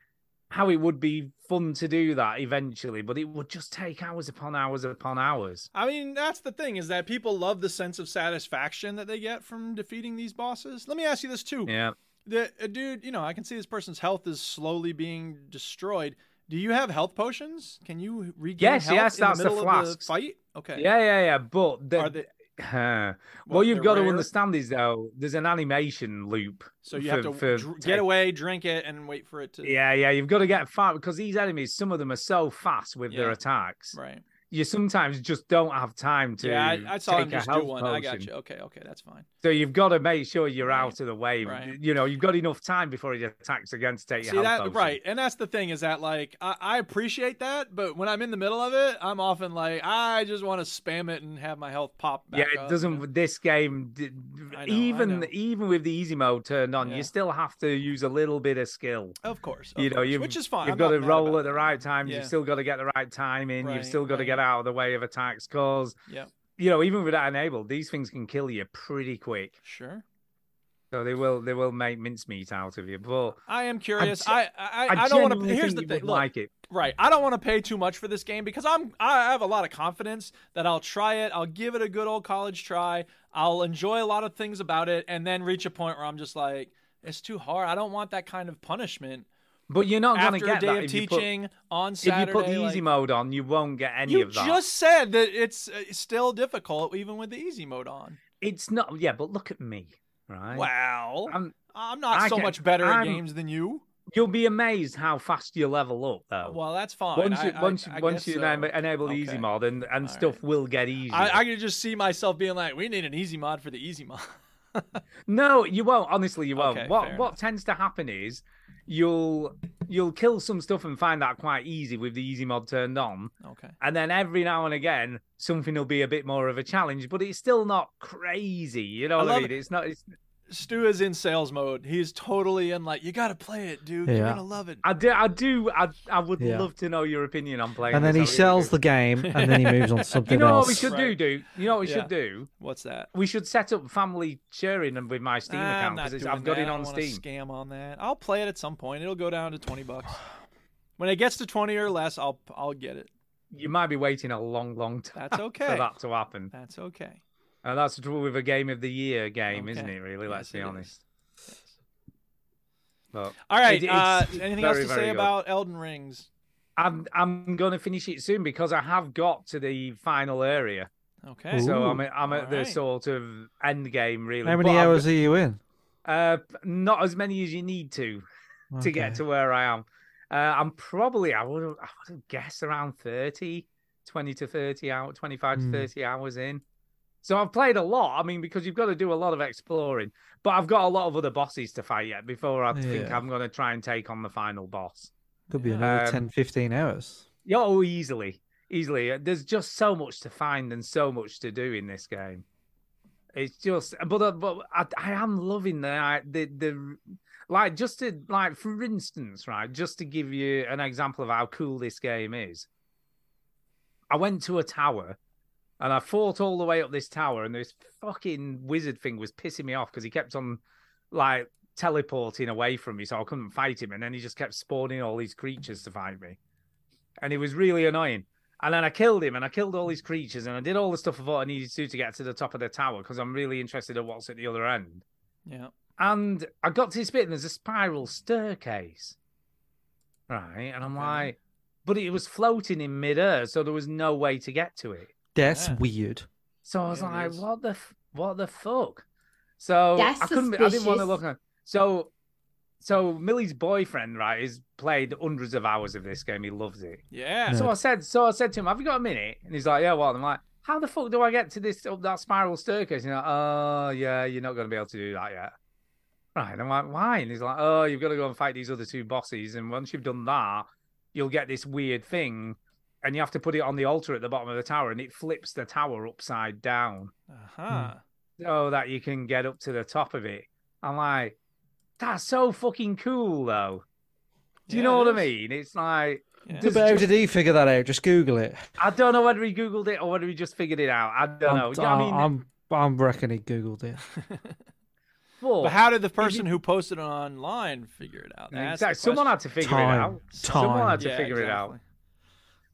how it would be fun to do that eventually, but it would just take hours upon hours upon hours. I mean, that's the thing is that people love the sense of satisfaction that they get from defeating these bosses. Let me ask you this too. Yeah. The uh, dude, you know, I can see this person's health is slowly being destroyed. Do you have health potions? Can you regain Yes, health yes, in the that's the middle of the flasks. fight? Okay. Yeah, yeah, yeah. But the, Are they- Huh. Well, what they're you've got rare. to understand is though, there's an animation loop. So you for- have to for dr- get away, drink it, and wait for it to. Yeah, yeah, you've got to get far because these enemies, some of them are so fast with their Yeah. attacks. Right. you sometimes just don't have time to. yeah, I, I saw take him a just do health one. I got potion. you. Okay, okay, that's fine. So you've got to make sure you're out of the way. Right. You know, you've got enough time before he attacks again to take your See health that potion. right, and that's the thing is that like I, I appreciate that, but when I'm in the middle of it, I'm often like I just want to spam it and have my health pop. Back Yeah, it up. doesn't. This game, d- I know, I even know. even with the easy mode turned on, Yeah. you still have to use a little bit of skill. Of course, of you know, course, you've, which is fine. You've I'm got not to mad roll about at the right times. Yeah. You've still got to get the right time in. Right, you've still got to get out of the way of attacks because, Yeah, you know, even without enabled, these things can kill you pretty quick. sure. So they will they will make mincemeat out of you. But I am curious. ge- I I, I, I don't want to. genuinely Here's think the you thing. would Look, like it. Right. I don't want to pay too much for this game because I'm I have a lot of confidence that I'll try it. I'll give it a good old college try. I'll enjoy a lot of things about it, and then reach a point where I'm just like, it's too hard. I don't want that kind of punishment. but you're not going After to get a day that of if you put- teaching on Saturday, If you put the easy like- mode on, you won't get any You of that. just said that it's uh, still difficult even with the easy mode on. It's not. Yeah, but look at me, right? Wow. I'm, I'm not I so get- much better at I'm- games than you. You'll be amazed how fast you level up, though. Well, that's fine. once you I- I- once you, I once guess you so. enable, enable the easy Okay. mod, and and stuff will get easier. I, I could just see myself being like, we need an easy mod for the easy mod. No, you won't. Honestly, you won't. Okay, what fair what tends to happen is you'll you'll kill some stuff and find that quite easy with the easy mod turned on. Okay. And then every now and again, something will be a bit more of a challenge, but it's still not crazy. You know I what I love mean? it. It's not. It's, Stu is in sales mode. He's totally in like, you gotta play it, dude. You're Yeah. gonna love it. I do. I do. I, I would Yeah. love to know your opinion on playing. and then he this. I really sells do. the game, and then he moves on to something You know what else. we should do, Right. dude? You know what we Yeah. should do? What's that? We should set up family sharing and with my Steam Nah, I'm account not because doing I've got that. it I on don't wanna Steam. Scam on that. I'll play it at some point. It'll go down to twenty bucks. When it gets to twenty or less, I'll I'll get it. You might be waiting a long, long time That's for okay. that to happen. That's okay. And that's the trouble with a game of the year game, isn't Okay. it? Really, Yes, let's be it is. honest. But All right. it- it's uh, anything else very, to say very good. about Elden Rings? I'm I'm going to finish it soon because I have got to the final area. Okay. So I'm Ooh. at, I'm at the Alright. sort of end game really. How many But I've hours are you in? Uh, p- not as many as you need to to Okay. get to where I am. Uh, I'm probably I would I would have guessed around 30, 20 to 30 hours, 25 to Hmm. 30 hours in. So I've played a lot. I mean, because you've got to do a lot of exploring, but I've got a lot of other bosses to fight yet before I think Yeah. I'm going to try and take on the final boss. Could be another Um, 10, 15 hours. Yeah, oh, easily, easily. Uh, There's just so much to find and so much to do in this game. It's just, but uh, but I, I am loving the I- the the like just to like for instance, right? Just to give you an example of how cool this game is. I went to a tower. And I fought all the way up this tower, and this fucking wizard thing was pissing me off because he kept on like teleporting away from me, so I couldn't fight him. And then he just kept spawning all these creatures to fight me and it was really annoying. And then I killed him, and I killed all these creatures, and I did all the stuff of what I needed to do to get to the top of the tower because I'm really interested in what's at the other end. Yeah. And I got to this bit, and there's a spiral staircase, right? And I'm like, but it was floating in midair, so there was no way to get to it. That's Yeah. weird. So I was Yeah, it like, is. what the f- what the fuck? So That's I couldn't. be- I didn't want to suspicious. look at. So, so Millie's boyfriend, right, has played hundreds of hours of this game. He loves it. Yeah. So I said, so I said to him, "Have you got a minute?" And he's like, "Yeah, what?" And I'm like, "How the fuck do I get to this up that spiral staircase?" And he's like, "Oh, yeah, you're not going to be able to do that yet." Right? And I'm like, "Why?" And he's like, "Oh, you've got to go and fight these other two bosses, and once you've done that, you'll get this weird thing, and you have to put it on the altar at the bottom of the tower, and it flips the tower upside down Uh-huh. so that you can get up to the top of it." I'm like, "That's so fucking cool, though." Do you Yeah, know it is. what I mean? It's like. Yeah. there's But how just- did he figure that out? Just Google it. I don't know whether he googled it or whether he just figured it out. I don't know. I'm, Yeah, I mean, I'm, I'm reckon he googled it. But how did the person who posted it online figure it out? That's the exactly, someone question. had to figure Time. it out. Time. Someone had to Yeah, figure it out. exactly.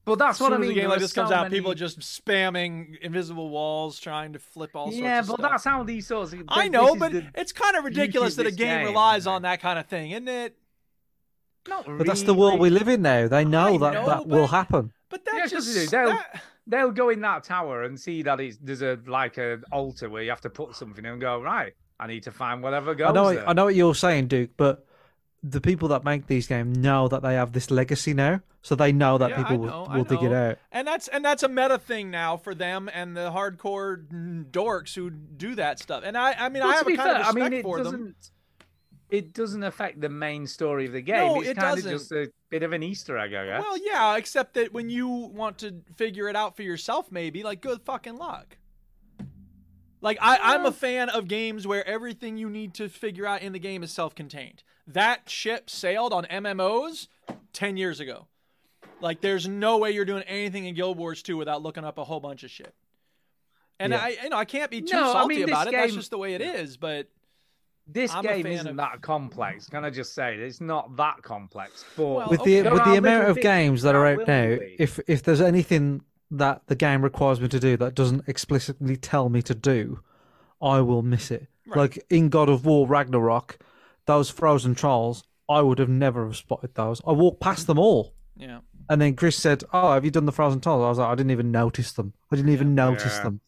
But that's As what soon I as mean. a game there like are this comes so out, people many- are just spamming invisible walls, trying to flip all sorts yeah, of but stuff. that's how these sorts. Of, I this know, is but the- it's kind of ridiculous that a this game, game, relies right? on that kind of thing, isn't it? not But that's the world we really. live in now. They know that know, that will but- happen. But that Yeah, of course just it is. They'll- that- They'll go in that tower and see that it's there's a like a altar where you have to put something and go right. I need to find whatever goes I know, there. I know what you're saying, Duke, but the people that make these games know that they have this legacy now, so they know that people I will, know, I will dig it know. out. And that's and that's a meta thing now for them and the hardcore dorks who do that stuff. And I I mean I Well, to have be a kind of fair, I respect mean, it for them. doesn't- It doesn't affect the main story of the game. No, it's it kind doesn't. of just a bit of an Easter egg, I guess. Well, yeah, except that when you want to figure it out for yourself, maybe like good fucking luck. Like I, I'm a fan of games where everything you need to figure out in the game is self-contained. That ship sailed on MMOs ten years ago. Like there's no way you're doing anything in Guild Wars 2 without looking up a whole bunch of shit. And Yeah. I, you know, I can't be too No, I salty mean, this about it. That's game- just the way it is. But This I'm a game fan isn't of- that complex. Can I just say it's not that complex? But with the with the amount of games that are out now, if if there's anything that the game requires me to do that doesn't explicitly tell me to do, I will miss it. Like in God of War Ragnarok, those frozen trolls, I would have never have spotted those. I walked past them all. Yeah. And then Chris said, "Oh, have you done the frozen trolls?" I was like, "I didn't even notice them. I didn't even notice Yeah. them."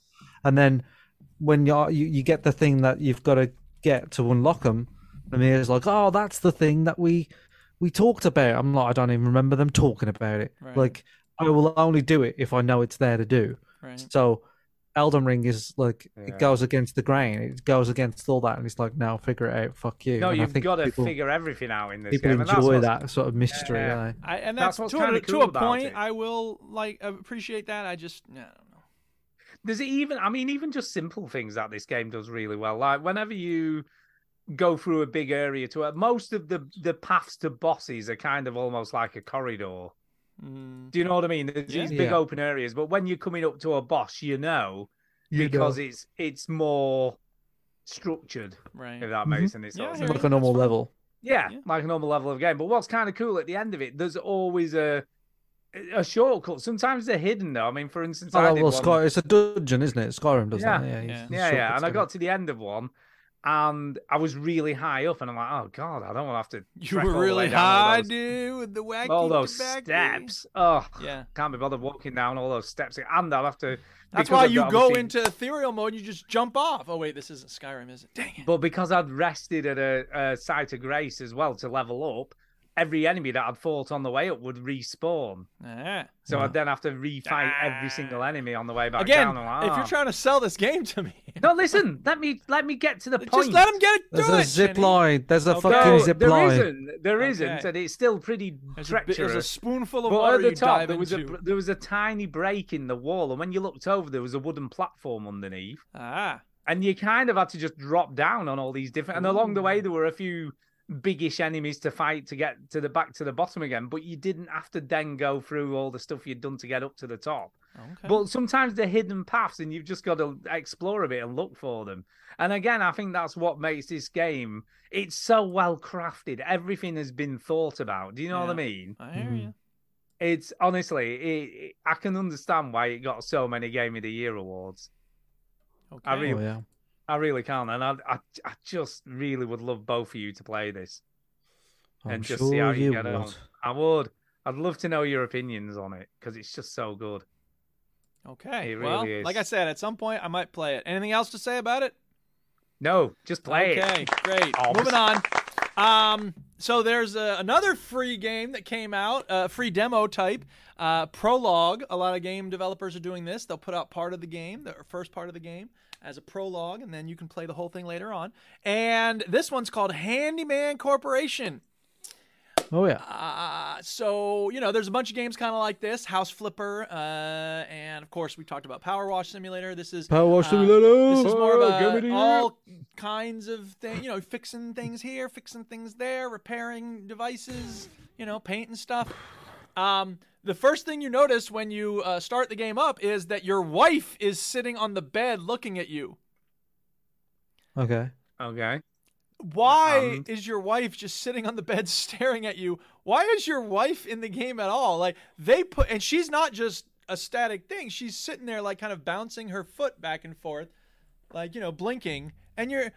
And then when you you you get the thing that you've got to get to unlock them, Amir's like, "Oh, that's the thing that we we talked about." I'm like, "I don't even remember them talking about it." Right. Like, I will only do it if I know it's there to do. Right. So, Elden Ring is like Yeah. it goes against the grain. It goes against all that, and it's like, "No, figure it out. Fuck you." no, And I you've think got to people- figure everything out in this people game. and that's enjoy what's- that sort of mystery. Yeah. aye. I, and That's that's, what's to, a, kinda to cool a about point. it. I will like appreciate that. I just no. Does it even? I mean, even just simple things that this game does really well. Like whenever you go through a big area to uh, most of the the paths to bosses are kind of almost like a corridor. Mm. Do you know what I mean? There's Yeah. these big Yeah. open areas, but when you're coming up to a boss, you know You because know. it's it's more structured. Right. If that makes any Mm-hmm. Yeah, I sense. hear like a normal level. Yeah, like a normal level of game. But what's kind of cool at the end of it, there's always a a shortcut. Sometimes they're hidden though. I mean, for instance, Oh, I that- did well, one- Sky, it's a dungeon, isn't it? Skyrim does yeah, that. Yeah, yeah, it's- yeah. it's shortcuts And I to got to the end of one, and I was really high up, and I'm like, oh god, I don't want to have to. You trek were all the way really down all high, those- dude, with the wacky all those tobacco. steps. Oh, Yeah. can't be bothered walking down all those steps. And I'll have to. That's because why I've you got go obviously- into ethereal mode. You just jump off. Oh wait, this isn't Skyrim, is it? Dang it! But because I'd rested at a, a site of grace as well to level up, every enemy that I'd fought on the way up would respawn. Ah. So I'd then have to refight every single enemy on the way back Again, down. I'm like, if "Ah." you're trying to sell this game to me, no, listen. Let me let me get to the point. just let them get it There's through a it. zip Jenny. line. There's a No, fucking zip there line. isn't. There not Okay. and it's still pretty There's a, bit, treacherous. there's a spoonful of but water at the you top, dive there was into. a there was a tiny break in the wall, and when you looked over, there was a wooden platform underneath, ah, and you kind of had to just drop down on all these different. And along the way, there were a few biggish enemies to fight to get to the back to the bottom again, but you didn't have to then go through all the stuff you'd done to get up to the top. okay. But sometimes they're hidden paths, and you've just got to explore a bit and look for them. And again, I think that's what makes this game. It's so well crafted. Everything has been thought about. Do you know what I Yeah. mean? I hear Mhm. you. It's honestly, it, it- I can understand why it got so many Game of the Year awards. Okay. I really, Oh, yeah. I really can, and I, I, I just really would love both of you to play this I'm and just sure see how you, you get on. would. I would. I'd love to know your opinions on it because it's just so good. Okay. It well, really like is. I said, at some point I might play it. Anything else to say about it? No, just play it. okay, great. Obs. Moving on. Um, so there's uh another free game that came out, uh, free demo type, uh, prologue. A lot of game developers are doing this. They'll put out part of the game, the first part of the game, as a prologue, and then you can play the whole thing later on. And this one's called Handyman Corporation. Oh yeah. Uh, so you know, there's a bunch of games kind of like this, House Flipper, uh, and of course we talked about Power Wash Simulator. This is Power Wash uh, Simulator! This is more Oh, give of it a, here. all kinds of thing. You know, fixing things here, fixing things there, repairing devices. You know, painting stuff. Um, the first thing you notice when you uh, start the game up is that your wife is sitting on the bed looking at you. Okay. Okay. Why Um, is your wife just sitting on the bed staring at you? Why is your wife in the game at all? Like they put and she's not just a static thing. She's sitting there like kind of bouncing her foot back and forth, like, you know, blinking. And you're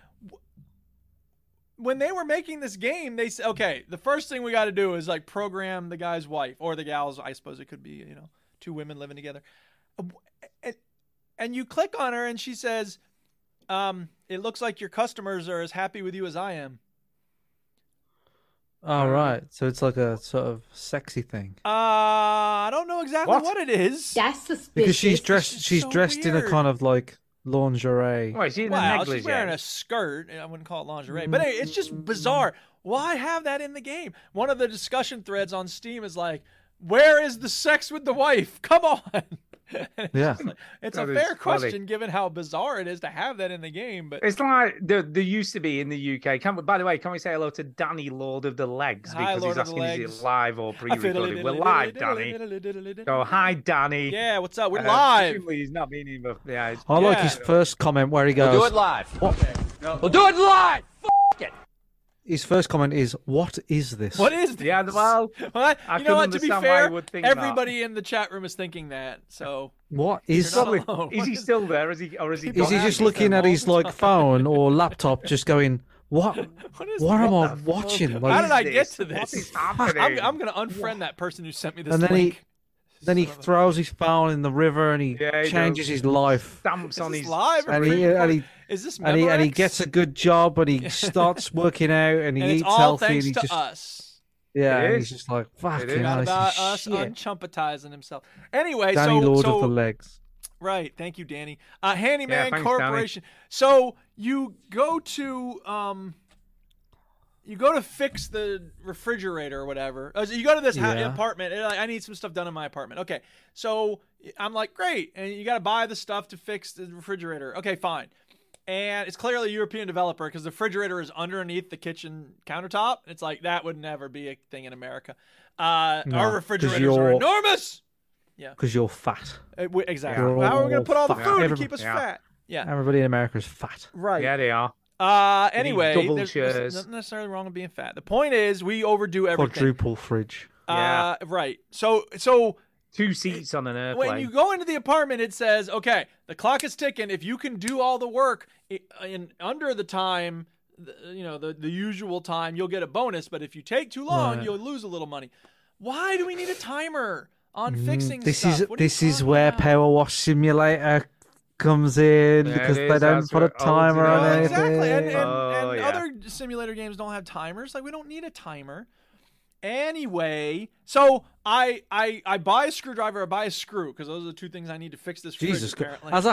when they were making this game, they said, "Okay, the first thing we got to do is like program the guy's wife or the gal's, I suppose it could be, you know, two women living together." Uh, And, and you click on her and she says, um, it looks like your customers are as happy with you as I am. All right, so it's like a sort of sexy thing Uh, I don't know exactly what, What? it is. That's suspicious. because she's dressed. She's dressed in a kind of like lingerie. Well, she's in a Wow, she's negligee. wearing a skirt. I wouldn't call it lingerie, but anyway, it's just bizarre. Why have that in the game? One of the discussion threads on Steam is like, "Where is the sex with the wife? Come on!" It's Yeah. just like- it's That a is fair funny. question given how bizarre it is to have that in the game. But It's like there, there used to be in the UK. Can we, by the way, can we say hello to Danny Lord of the Legs Hi, because Lord he's of the asking is Legs. it live or pre-recorded? We're live, Danny. So hi, Danny. Yeah, what's up? We're Uh, live. presumably He's not been in, but yeah, it's- I like his first comment where he goes. We'll do it live. Okay. We'll do it live. F- it. His first comment is, "What is this?" What is this? Yeah, well, well you I know couldn't what? To be understand why I fair, would think that. everybody in the chat room is thinking that. So What He's is? probably- alone. Is he still there? Is he or is he? Is gone he out? just looking at his like phone or laptop, just going, What "What? What, is am what I the watching?" how did I this? get to What is this? I'm, happening? I'm gonna unfriend that person who sent me this and then link. he, then he throws his phone in the river and he Yeah, he changes does. his life. stamps on Is this his live or And he, and he, pre-recorded? is this and he, and he Memorex? gets a good job and he starts working out and he and it's eats all healthy and thanks he to just us. yeah It and is. he's just like fucking is. Not hell, this about is us shit." unchumpetizing himself. Anyway, Danny so Lord so of the legs. Right. Thank you, Danny. Uh, Handyman thanks, Danny. Corporation. So you go to um, you go to fix the refrigerator or whatever. Uh, so you go to this ha- Yeah. apartment. And, like, I need some stuff done in my apartment. Okay. So I'm like, great. And you got to buy the stuff to fix the refrigerator. Okay, fine. And it's clearly a European developer because the refrigerator is underneath the kitchen countertop. It's like that would never be a thing in America. Uh, No, our 'cause refrigerators are you're- enormous. Because you're fat. Uh, we- Exactly. We're Now we're all gonna put all the fat. food to Everybody- keep us Yeah. fat. Yeah. Everybody in America is fat. Right. Yeah, they are. Uh, need anyway, double there's, there's chairs. nothing necessarily wrong with being fat. The point is, we overdo everything. Quadruple fridge. Uh, right. So, so Two seats on an airplane. when you go into the apartment, it says, "Okay, the clock is ticking. If you can do all the work i- in under the time, th- you know, the the usual time, you'll get a bonus. But if you take too long, Right. you'll lose a little money. Why do we need a timer on Mm, fixing this stuff? is What are you this is talking where about? Power Wash Simulator comes in Yeah, it because they is, don't that's put where a it all timer is. on Oh, Right. anything. exactly. And, and, Oh, and yeah. other simulator games don't have timers. Like we don't need a timer. Anyway, so I I I buy a screwdriver. I buy a screw because those are the two things I need to fix this fridge. Jesus, Christ. apparently. as a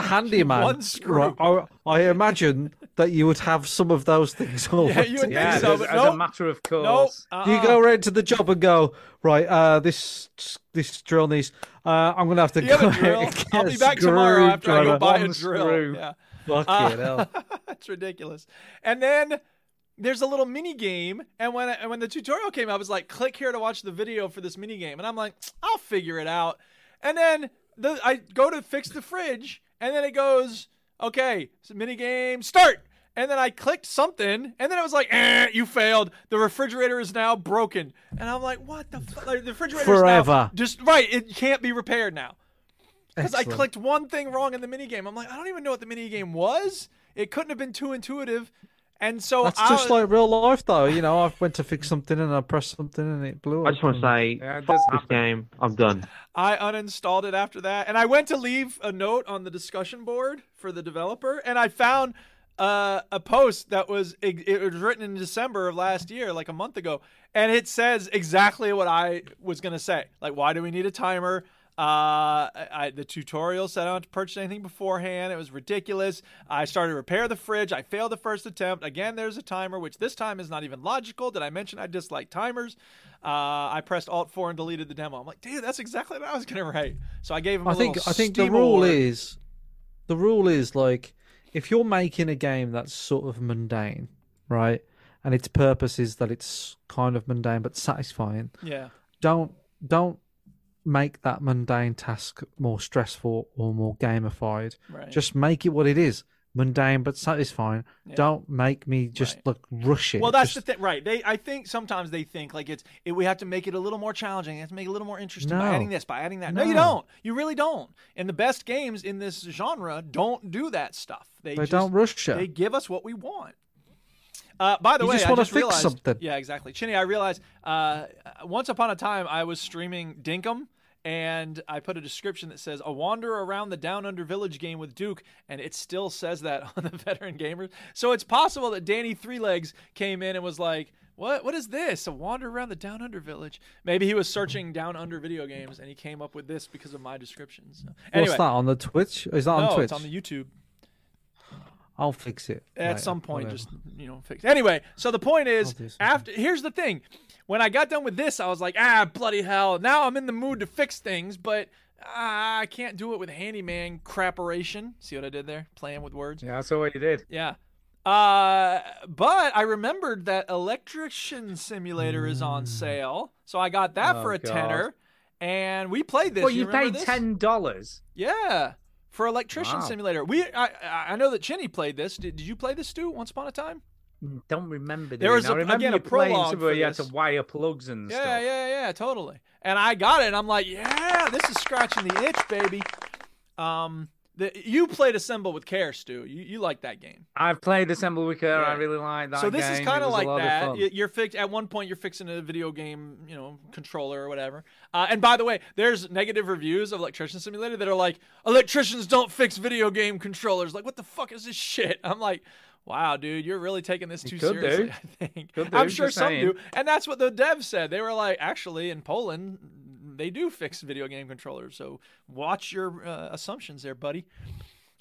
handyman, One screw. right, I, I imagine that you would have some of those things already. you would think yeah, so, as, but as nope. a matter of Nope. course. Uh-uh. Do you go around to the job and go, right? Uh, this this drill needs. Uh, I'm gonna have to You go. have a out drill. and get I'll a be back tomorrow after I go screwdriver." buy a One drill. Uh, screw. Yeah. Fucking hell. That's ridiculous. And then there's a little mini game, and when and when the tutorial came up, it was like, click here to watch the video for this mini game, and I'm like, I'll figure it out. And then the, I go to fix the fridge, and then it goes, okay, so mini game start. And then I clicked something, and then it was like, eh, you failed. The refrigerator is now broken, and I'm like, what the? Fu-? Like, the refrigerator Forever. just right. It can't be repaired now because I Excellent. clicked one thing wrong in the minigame. I'm like, I don't even know what the minigame was. It couldn't have been too intuitive. And so That's I just was- like real life, though. You know, I went to fix something and I pressed something and it blew up. I just want to say, Yeah, it fuck does this happen. game. I'm done. I uninstalled it after that. And I went to leave a note on the discussion board for the developer, and I found uh, a post that was it, it was written in December of last year, like a month ago, and it says exactly what I was gonna say. Like, why do we need a timer? Uh, I, I- the tutorial said I don't have to purchase anything beforehand. It was ridiculous. I started to repair the fridge. I failed the first attempt. Again, there's a timer, which this time is not even logical. Did I mention I dislike timers? Uh, I pressed Alt 4 and deleted the demo. I'm like, dude, that's exactly what I was going to write. So I gave him a I think little I think the Steam rule award. is the rule is like if you're making a game that's sort of mundane, right? And its purpose is that it's kind of mundane but satisfying. Yeah. Don't don't make that mundane task more stressful or more gamified. Right. Just make it what it is. Mundane but satisfying. Don't make me just Right. like rush it. Well, that's Just- the thing, right? They, I think sometimes they think like it's it, we have to make it a little more challenging, we have to make it a little more interesting by No. adding this, by adding that. No. you No. don't. You really don't. And the best games in this genre don't do that stuff. They, They just- don't rush it. They give us what we want. Uh, by the You way, just I wanna just fix realized, something. Yeah, exactly. Chinny, I realized uh, once upon a time I was streaming Dinkum. And I put a description that says a wander around the Down Under Village game with Duke, and it still says that on the veteran gamers. So it's possible that Danny Three Legs came in and was like, What what is this? A wander around the Down Under village. Maybe he Mm-hmm. was searching Down Under video games and he came up with this because of my description. So, anyway, What's that on the Twitch? Is that no, on Twitch? it's on the YouTube. I'll fix it at later, some point whatever. just you know fix anyway so the point is after here's the thing when i got done with this i was like ah bloody hell now i'm in the mood to fix things but ah, i can't do it with handyman craporation see what i did there playing with words Yeah, I saw what you did. yeah uh but i remembered that electrician simulator is on sale so i got that Hmm. Oh, for a God. tenner and we played this Well, you, remember paid this? ten dollars. yeah for electrician Wow. simulator we I- I, I know that chinny played this did, did you play this too once upon a time Don't remember. There doing was that. a- I remember again, you a playing prologue somewhere for you had to this. wire plugs and Yeah, stuff. yeah, yeah, totally. And I got it, and I'm like, yeah, this is scratching the itch, baby. Um, the, you played Assemble with Care, Stu. You, you like that game. I've played Assemble Wicker. Yeah. I really like that. so this is game. It kind was of a like lot that. fun. Y- You're fix at one point. You're fixing a video game, you know, controller or whatever. Uh, and by the way, there's negative reviews of Electrician Simulator that are like, electricians don't fix video game controllers. Like, what the fuck is this shit? I'm like. Wow, dude, you're really taking this too could do. seriously. I think Could I'm do, sure just some saying. do, and that's what the devs said. They were like, actually, in Poland, they do fix video game controllers. So watch your uh, assumptions there, buddy.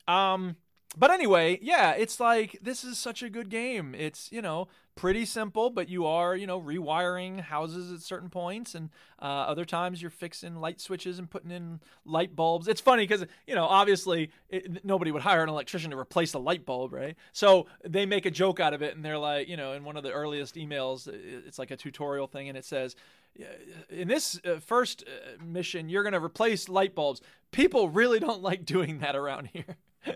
Um, but anyway, yeah, it's like this is such a good game. It's you know pretty simple, but you are you know rewiring houses at certain points, and uh, other times you're fixing light switches and putting in light bulbs. It's funny because you know obviously it, nobody would hire an electrician to replace a light bulb, right? So they make a joke out of it, and they're like, you know, in one of the earliest emails, i- it's like a tutorial thing, and it says in this uh, first uh, mission you're going to replace light bulbs people really don't like doing that around here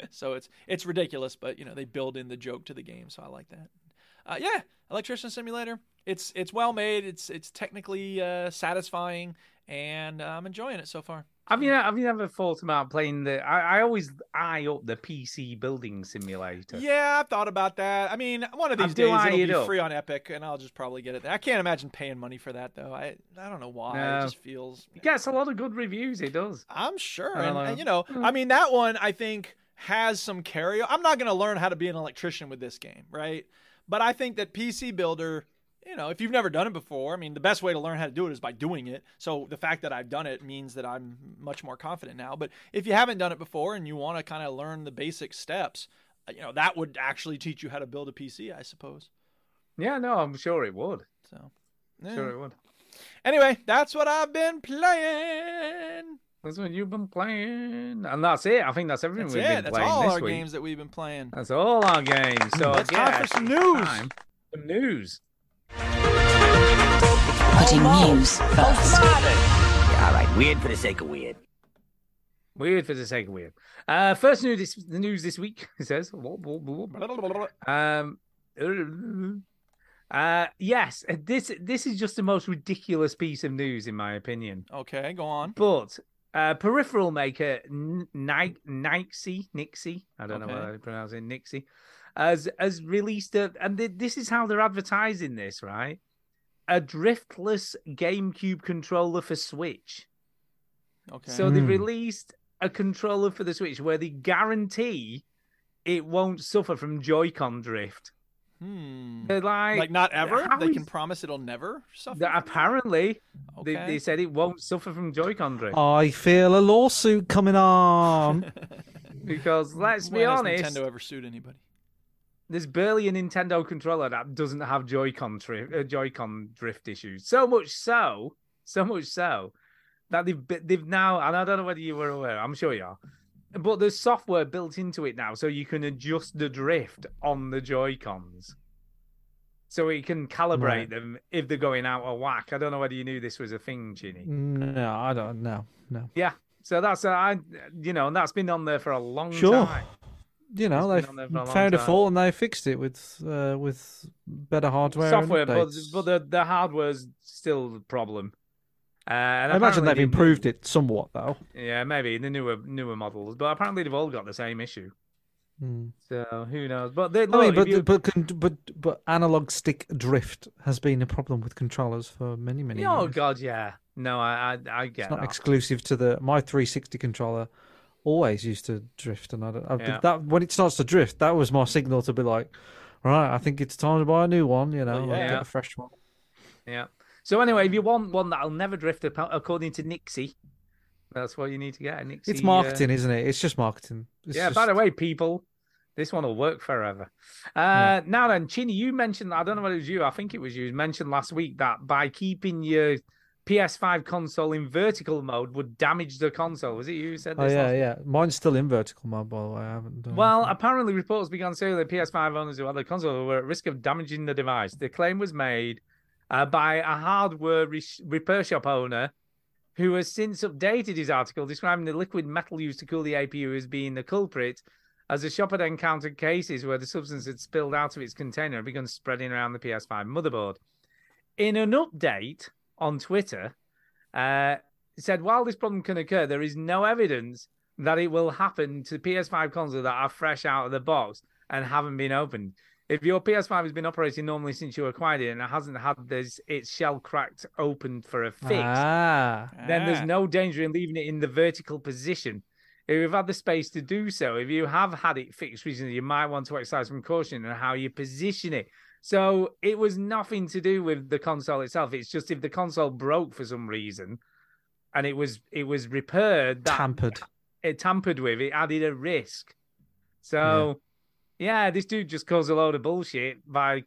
so it's it's ridiculous but you know they build in the joke to the game so i like that uh, yeah electrician simulator it's it's well made it's it's technically uh, satisfying and uh, i'm enjoying it so far Have you have you ever thought about playing the? I, I always eye up the PC building simulator. yeah i've thought about that i mean one of I these do days eye it'll it be up. free on epic and i'll just probably get it there i can't imagine paying money for that though i i don't know why it No. just feels It gets a lot of good reviews. It does. I'm sure. I don't And, know. and, you know, I mean, that one I think has some carry. I'm not going to learn how to be an electrician with this game, right? But I think that PC Builder, you know, if you've never done it before, I mean, the best way to learn how to do it is by doing it. So the fact that I've done it means that I'm much more confident now. But if you haven't done it before and you want to kind of learn the basic steps, uh, you know, that would actually teach you how to build a PC, I suppose. Yeah, no, I'm sure it would. So, Sure yeah. it would. anyway, that's what I've been playing. That's what you've been playing, and that's it. I think that's everything That's we've it. been That's playing all this our week. games that we've been playing. That's all our games. So It's yeah, time for some it's news. time for Some news. Putting news first. Yeah, all right. Weird for the sake of weird. Weird for the sake of weird. Uh, first news this the news this week it says. Um, whoop, whoop, whoop. Um, uh, yes, this this is just the most ridiculous piece of news in my opinion. Okay, go on. But uh, peripheral maker N- Ni- Nixie, Nixie, I don't know Okay. how to pronounce it, Nixie, has has released a, and th- this is how they're advertising this, right? A driftless GameCube controller for Switch. Okay. So they Hmm. released a controller for the Switch where they guarantee it won't suffer from Joy-Con drift. Hmm. They're like, Like not ever? how They is- can promise it'll never suffer. that apparently they, Okay. they said it won't suffer from Joy-Con drift. I feel a lawsuit coming on. because let's be when has honest, Nintendo ever sued anybody? there's barely a Nintendo controller that doesn't have Joy-Con, tri- uh, Joy-Con drift issues. So much so, so much so that they've bi- they've now, and I don't know whether you were aware, I'm sure you are, but there's software built into it now, so you can adjust the drift on the Joy-Cons. So it can calibrate Right. them if they're going out of whack. I don't know whether you knew this was a thing, Ginny. No, I don't know. No. Yeah. So that's uh, I, you know, and that's been on there for a long Sure. time. You know, It's been they on there for a long found a time. fault and they fixed it with uh, with better hardware. and software, but, updates. but the, the hardware's still the problem. Uh, and I imagine apparently they've the- improved it somewhat, though. Yeah, maybe the newer newer models, but apparently they've all got the same issue. Hmm. So who knows? But they, I look, mean, if but, you- but con- but but analog stick drift has been a problem with controllers for many many oh years. god, yeah. No, I I, I get it's not that. exclusive to the my 360 controller. Always used to drift, and I don't, I, Yeah. that when it starts to drift, that was my signal to be like, right, I think it's time to buy a new one. You know, Oh, like, yeah. get a fresh one. Yeah. So anyway, if you want one that'll never drift, apo- according to Nixie, that's what you need to get. a Nixie, It's marketing, uh, isn't it? It's just marketing. It's yeah. just- By the way, people, this one will work forever. Uh, Now then, Chini, you mentioned. I don't know whether it was you. I think it was you. Mentioned last week that by keeping your PS5 console in vertical mode would damage the console. Was it you who said Oh this? yeah, last- yeah. Mine's still in vertical mode, by the way. I haven't done. Well, apparently reports began saying that PS5 owners who had the console were at risk of damaging the device. The claim was made uh, by a hardware re- repair shop owner who has since updated his article describing the liquid metal used to cool the APU as being the culprit, as the shop had encountered cases where the substance had spilled out of its container and begun spreading around the PS5 motherboard. In an update on Twitter, uh, it said while this problem can occur, there is no evidence that it will happen to PS5 consoles that are fresh out of the box and haven't been opened. If your PS5 has been operating normally since you acquired it and it hasn't had this its shell cracked open for a fix, Ah. then Ah. there's no danger in leaving it in the vertical position. If you've had the space to do so, if you have had it fixed recently, you might want to exercise some caution in how you position it. So it was nothing to do with the console itself. It's just if the console broke for some reason and it was it was repaired that tampered. It tampered with, it added a risk. So yeah, this dude just caused a load of bullshit by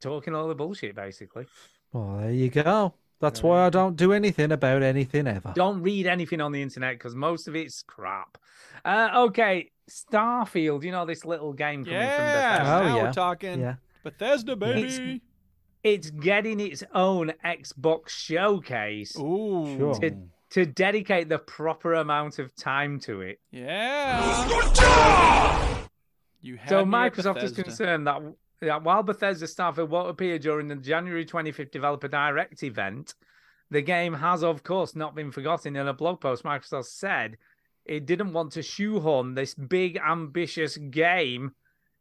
talking all the bullshit basically. Well, there you go. That's why I don't do anything about anything ever. Don't read anything on the internet because most of it's crap. Uh, okay, Starfield. You know this little game coming Yeah, from Oh, now Bethesda. we're Yeah. talking. Yeah. Bethesda, baby. It's, it's getting its own Xbox showcase. Ooh. Sure. To, to dedicate the proper amount of time to it. Yeah. You had So me at Microsoft is Bethesda. concerned that, that while Bethesda Starfield won't appear during the January 25th Developer Direct event, the game has, of course, not been forgotten. In a blog post, Microsoft said it didn't want to shoehorn this big, ambitious game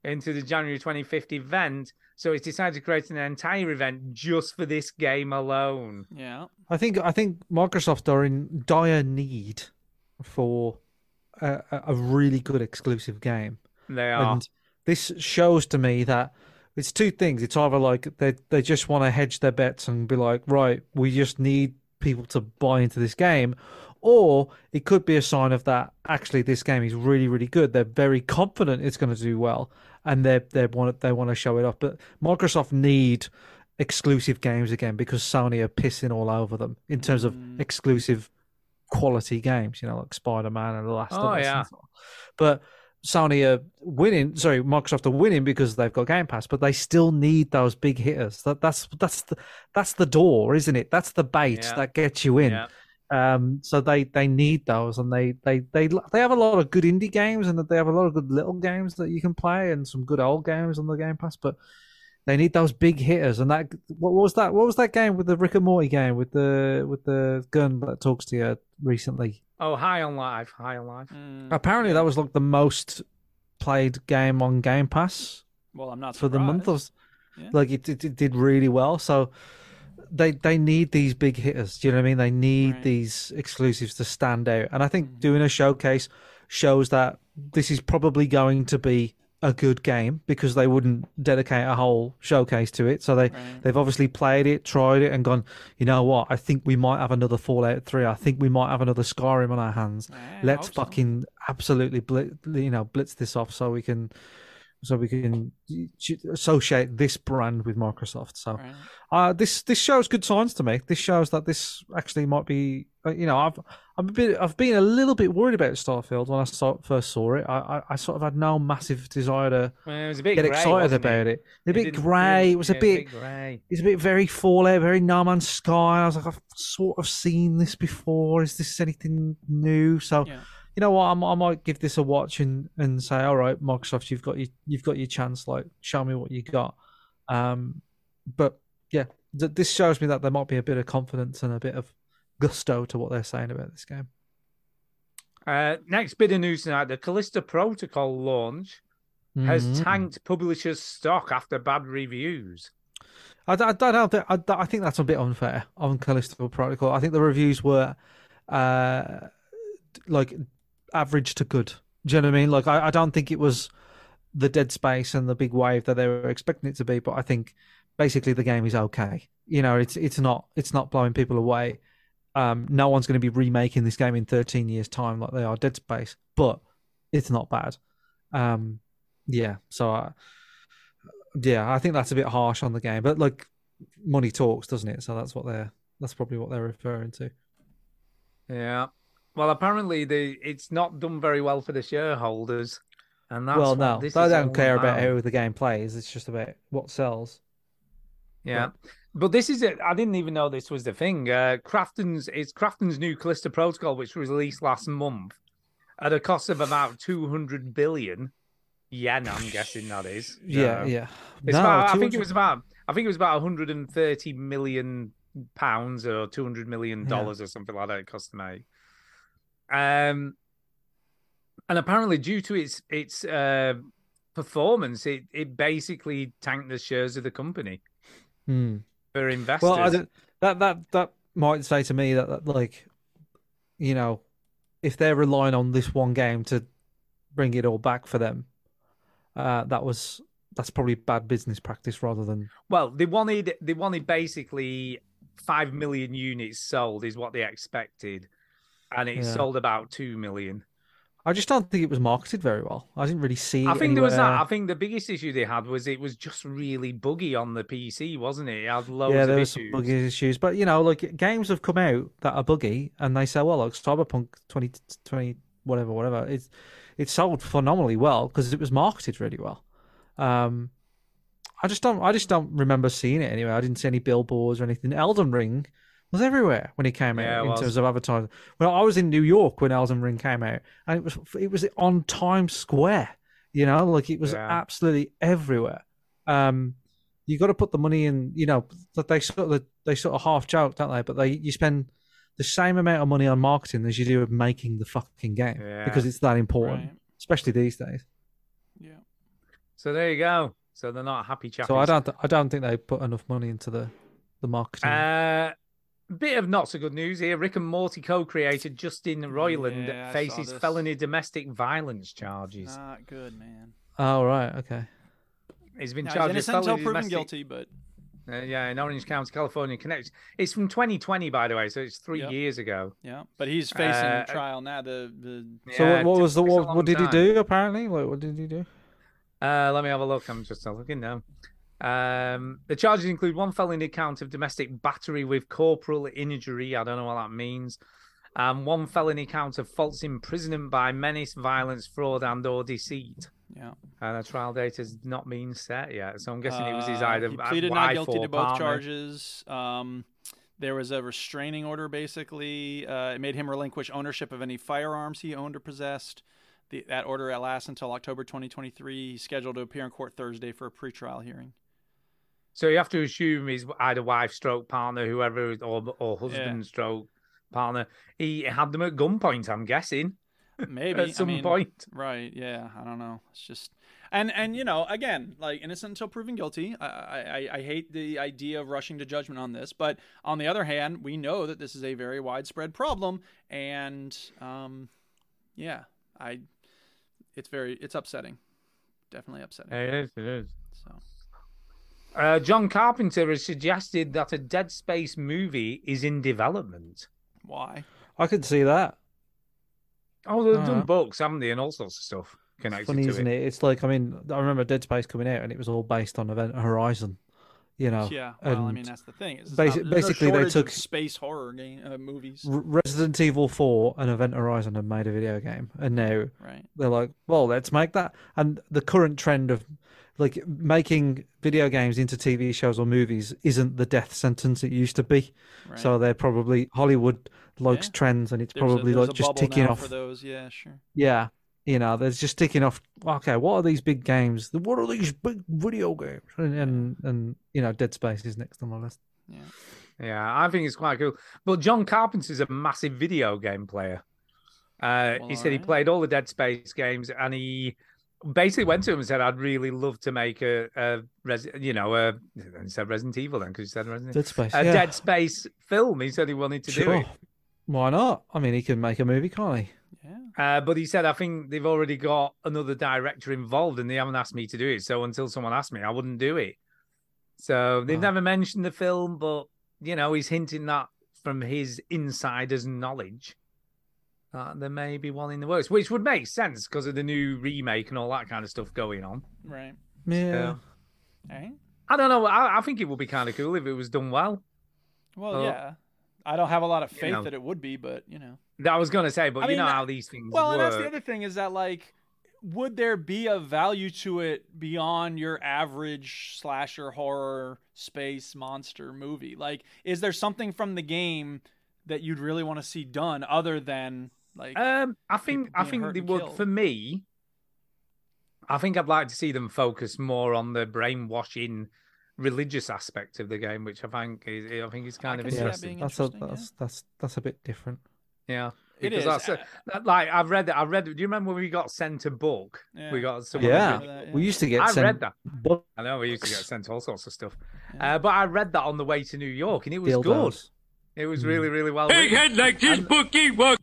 into the January 25th event, so it's decided to create an entire event just for this game alone. Yeah. I think I think Microsoft are in dire need for a, a- a really good exclusive game. They are. And this shows to me that it's two things. It's either like they they just want to hedge their bets and be like, right, we just need people to buy into this game, or it could be a sign of that actually this game is really really good. They're very confident it's going to do well, and they they want they want to show it off. But Microsoft need exclusive games again because Sony are pissing all over them in terms of Mm. exclusive quality games. You know, like Spider Man and The Last Oh, of Us. and yeah. so on. But Sony are winning. Sorry, Microsoft are winning because they've got Game Pass, but they still need those big hitters. That that's that's the that's the door, isn't it? That's the bait Yeah. that gets you in. Yeah. Um, so they they need those, and they they they they have a lot of good indie games, and they have a lot of good little games that you can play, and some good old games on the Game Pass. But they need those big hitters, and that what was that? What was that game with the Rick and Morty game with the with the gun that talks to you recently? Oh, high on life, high on life. Mm. Apparently, that was like the most played game on Game Pass Well, I'm not for the month. Or, s- Yeah. Like it, it, it did really well. So they they need these big hitters. Do you know what I mean? They need these exclusives to stand out. And I think Mm-hmm. doing a showcase shows that this is probably going to be a good game because they wouldn't dedicate a whole showcase to it. So they they've obviously played it, tried it, and gone. You know what? I think we might have another Fallout Three. I think we might have another Skyrim on our hands. Let's fucking absolutely blitz, you know blitz this off so we can so we can associate this brand with Microsoft. So uh, this this shows good signs to me. This shows that this actually might be uh, you know I've I'm a bit I've been a little bit worried about Starfield when I saw, first saw it. I, I I sort of had no massive desire to Well, it was a bit get grey, excited wasn't it? about it. A It bit didn't- grey. yeah, It was a yeah, bit. grey. It's a bit very Fallout, very No Man's Sky. I was like, I've sort of seen this before. Is this anything new? So, you know what? I'm, I might give this a watch and, and say, all right, Microsoft, you've got your you've got your chance. Like, show me what you got. Um, but yeah, th- this shows me that there might be a bit of confidence and a bit of gusto to what they're saying about this game. Uh, next bit of news tonight: the Callista Protocol launch has Mhm. tanked publishers' stock after bad reviews. I, d- I don't know. that- I, d- I think that's a bit unfair on Callisto Protocol. I think the reviews were uh, like average to good. Do you know what I mean? Like, I, I don't think it was the Dead Space and the big wave that they were expecting it to be. But I think basically the game is okay. You know, it's it's not it's not blowing people away. Um, no one's going to be remaking this game in 13 years' time like they are Dead Space, but it's not bad. Um, yeah, so I, yeah, I think that's a bit harsh on the game, but like money talks, doesn't it? So that's what they're that's probably what they're referring to. Yeah. Well, apparently the it's not done very well for the shareholders, and that's well, what no, this I is don't all care about about. how the game plays. It's just about what sells. Yeah. But this is it. I didn't even know this was the thing. Uh, Crafton's it's Crafton's new Callisto Protocol, which was released last month at a cost of about two hundred billion yen. I'm guessing that is. Yeah, Uh, yeah. It's No, about, I think it 200 was about. I think it was about one hundred and thirty million pounds or two hundred million Yeah. dollars or something like that. It cost to make. Um, and apparently, due to its its uh, performance, it it basically tanked the shares of the company Hmm. for investors. Well, I don't- that that that might say to me that, that like, you know, if they're relying on this one game to bring it all back for them, uh, that was that's probably bad business practice rather than Well, they wanted they wanted basically five million units sold is what they expected, and it Yeah. sold about two million. I just don't think it was marketed very well. I didn't really see. I it think there was that. anywhere. I think the biggest issue they had was it was just really buggy on the PC, wasn't it? It had loads yeah, of there were some issues. buggy issues, but you know, like games have come out that are buggy, and they say, well, look, Cyberpunk 2020, whatever, whatever, it's it sold phenomenally well because it was marketed really well. Um, I just don't, I just don't remember seeing it anyway. I didn't see any billboards or anything. Elden Ring was everywhere when it came Yeah, it out in was. terms of advertising. Well, I was in New York when Elden Ring came out, and it was it was on Times Square. You know, like it was Yeah. absolutely everywhere. Um, you got to put the money in. You know that they sort of they sort of half joke, don't they? But they you spend the same amount of money on marketing as you do of making the fucking game because Yeah. it's that important, especially these days. So there you go. So they're not happy chappies. So I don't I don't think they put enough money into the the marketing. Uh, bit of not so good news here. Rick and Morty co-creator Justin Roiland Yeah, I saw faces this. felony domestic violence charges. Not good, man. oh right, okay. He's been Now, he's charged with innocent felony until proven domestic- guilty, but Uh, yeah, in Orange County, California, connects. It's from 2020, by the way, so it's three Yep. years ago. yeah, but he's facing Uh, trial now. The, the So Yeah, what, what it was the takes a what, long what did he time. do apparently? What, what did he do? Uh, let me have a look. I'm just not looking now. Um, the charges include one felony count of domestic battery with corporal injury. I don't know what that means. And one felony count of false imprisonment by menace, violence, fraud, and/or deceit. Yeah. And the trial date has not been set yet, so I'm guessing it was his Uh, either he pleaded wife not guilty or to both partner. charges. Um, there was a restraining order. Basically, uh, it made him relinquish ownership of any firearms he owned or possessed. The, that order lasts until October 2023. He's scheduled to appear in court Thursday for a pretrial hearing. So you have to assume he's either wife, stroke partner, whoever, or or husband, stroke partner. He had them at gunpoint. I'm guessing. Maybe at I some mean, point. Right? Yeah. I don't know. It's just and and you know again like innocent until proven guilty. I I, I- I hate the idea of rushing to judgment on this, but on the other hand, we know that this is a very widespread problem, and um, yeah, I it's very it's upsetting, definitely upsetting. It is. It is. So Uh, John Carpenter has suggested that a Dead Space movie is in development. why? I could see that. Oh, they've done Alright. books, haven't they, and all sorts of stuff connected Funny, to isn't it. it? It's like I mean, I remember Dead Space coming out, and it was all based on Event Horizon. You know. yeah. Well, I Oh, and mean that's the thing. Is basi- basically, they took- space horror game uh, movies. R- Resident Evil 4 and Event Horizon have made a video game, and now Right. they're like, well, let's make that. And the current trend of like making video games into TV shows or movies isn't the death sentence it used to be. So they're probably Hollywood likes Yeah. trends, and it's There's a- probably there's like a just bubble ticking now off. for those. Yeah, sure. Yeah. You know, they're just ticking off. Okay, what are these big games? What are these big video games? And and, and you know, Dead Space is next on my list. Yeah, I think it's quite cool. But John Carpenter's a massive video game player. Uh, he Well, said he alright. played all the Dead Space games, and he basically went to him and said, "I'd really love to make a, a Res- you know, a he said Resident Evil then because he said Resident Dead Space, a yeah. Dead Uh, Space film." He said he wanted to do Sure. it. Why not? I mean, he could make a movie, can't he? Uh, but he said, I think they've already got another director involved and they haven't asked me to do it. So until someone asked me, I wouldn't do it. So they've never mentioned the film, but, you know, he's hinting that from his insider's knowledge that there may be one in the works, which would make sense because of the new remake and all that kind of stuff going on. Right. eh? Yeah. uh, Right. I don't know. I, I think it would be kind of cool if it was done well. Well, Oh. yeah. I don't have a lot of faith know. that it would be, but you know. That I was going to say, but I you mean, know that- how these things Well, work. and that's the other thing is that like, would there be a value to it beyond your average slasher horror space monster movie? Like, is there something from the game that you'd really want to see done other than like? Um, I think I being hurt think they and would killed. for me. I think I'd like to see them focus more on the brainwashing religious aspect of the game, which I think is I think is kind of can see that interesting. being that's a that's that's that's a bit different. Yeah, It because is, Uh, That's a- that- like I've read that. I read. Do you remember when we got sent a book? Yeah. We got someone. who Yeah. did- we used to get. I sent read that. book I know we used to get sent all sorts of stuff, uh, but I read that on the way to New York, and it was good. dildos. Mm. It was really, really well. Big head like this bookie work.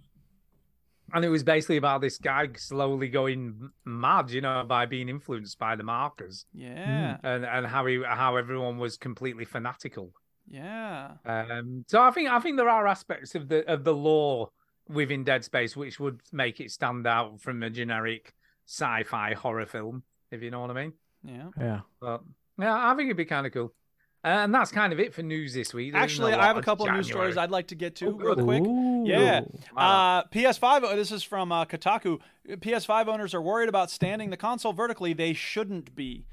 And it was basically about this guy slowly going mad, you know, by being influenced by the markers, yeah, and and how he, how everyone was completely fanatical. yeah. Um, so I think I think there are aspects of the of the lore within Dead Space which would make it stand out from a generic sci-fi horror film, if you know what I mean. Yeah. Yeah. But yeah, I think it'd be kind of cool. Uh, and that's kind of it for news this week. There isn't Actually, lot I have a of couple of news January. stories I'd like to get to real good. quick. Yeah. Ooh. Uh, PS5, oh, this is from uh, Kotaku. PS5 owners are worried about standing the console vertically. They shouldn't be.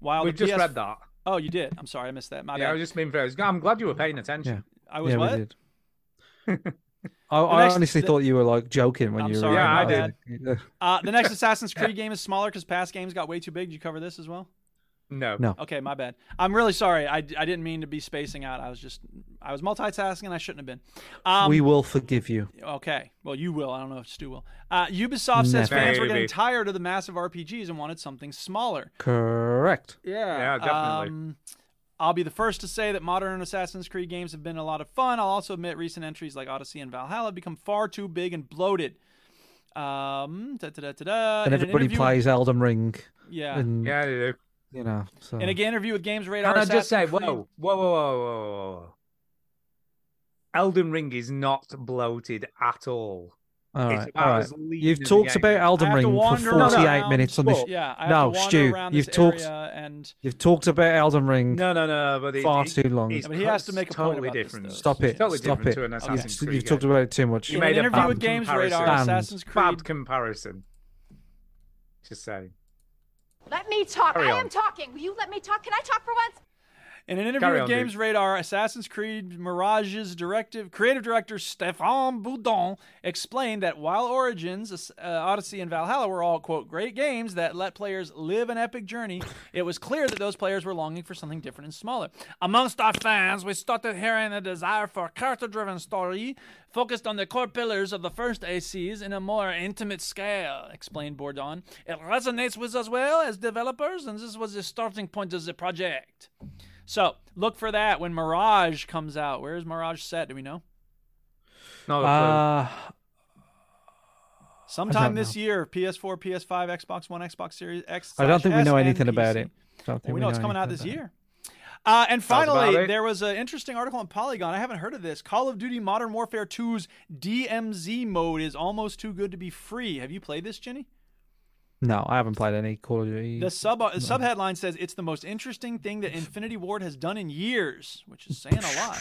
While We've the just PS... read that. Oh, you did? I'm sorry. I missed that. My Yeah, I bad. was just being very. I'm glad you were paying attention. I was yeah, what? We did. I, The I next- honestly the- thought you were like joking when I'm you were. sorry, reading my that. Yeah. Uh, the next Assassin's Creed game is smaller because past games got way too big. Did you cover this as well? No. No. Okay, my bad. I'm really sorry. I, I didn't mean to be spacing out. I was just I was multitasking. I shouldn't have been. Um, we will forgive you. Okay. Well, you will. I don't know if Stu will. Uh, Ubisoft says Never. fans were getting Maybe. tired of the massive RPGs and wanted something smaller. Correct. Yeah. Yeah, Oh, definitely. Um, I'll be the first to say that modern Assassin's Creed games have been a lot of fun. I'll also admit recent entries like Odyssey and Valhalla have become far too big and bloated. Um, da, da, da, da, da. In an and everybody interview- plays Elden Ring. Yeah. And, Yeah, they do. You know. So. In an interview with Games Radar, Can I just say, Assassin's whoa, Creed- whoa, whoa, whoa, whoa, whoa. Elden Ring is not bloated at all. All It's right, about all right. as lean as You've it talked gets. about Elden I have to Ring for wander 48 around- minutes on this. Yeah, I have no, to wander Stu, around you've this talked. area and You've talked about Elden Ring. No, no, no. But it, Far it- too long. It's I mean, he has to it's make a point totally about this, different. though. Stop it. Totally Stop different it. to an You've- Assassin's you've Creed talked game. about it too much. You in made an a interview bad with Games comparison. Radar, Banned. Assassin's Creed. Bad comparison. Just saying. Let me talk. Carry I on. am talking. Will you let me talk? Can I talk for once? In an interview Carry with on, dude. Games Radar, Assassin's Creed Mirage's directive, creative director Stéphane Boudon explained that while Origins, Ass- uh, Odyssey, and Valhalla were all, quote, great games that let players live an epic journey, it was clear that those players were longing for something different and smaller. Amongst our fans, we started hearing a desire for a character driven story focused on the core pillars of the first ACs in a more intimate scale, explained Bourdon. It resonates with us well as developers, and this was the starting point of the project. So look for that when Mirage comes out. Where is Mirage set? Do we know? No, Uh, Sometime don't this year, PS4, PS5, Xbox One, Xbox Series X. I don't slash think we know S, and anything about PC. it. Don't Well, think we know it's coming out anything this about it. year. Uh, and finally, it. there was an interesting article on Polygon. I haven't heard of this. Call of Duty Modern Warfare 2's DMZ mode is almost too good to be free. Have you played this, Jenny? No, I haven't played any Call of Duty. The sub uh, sub headline says it's the most interesting thing that Infinity Ward has done in years, which is saying a lot.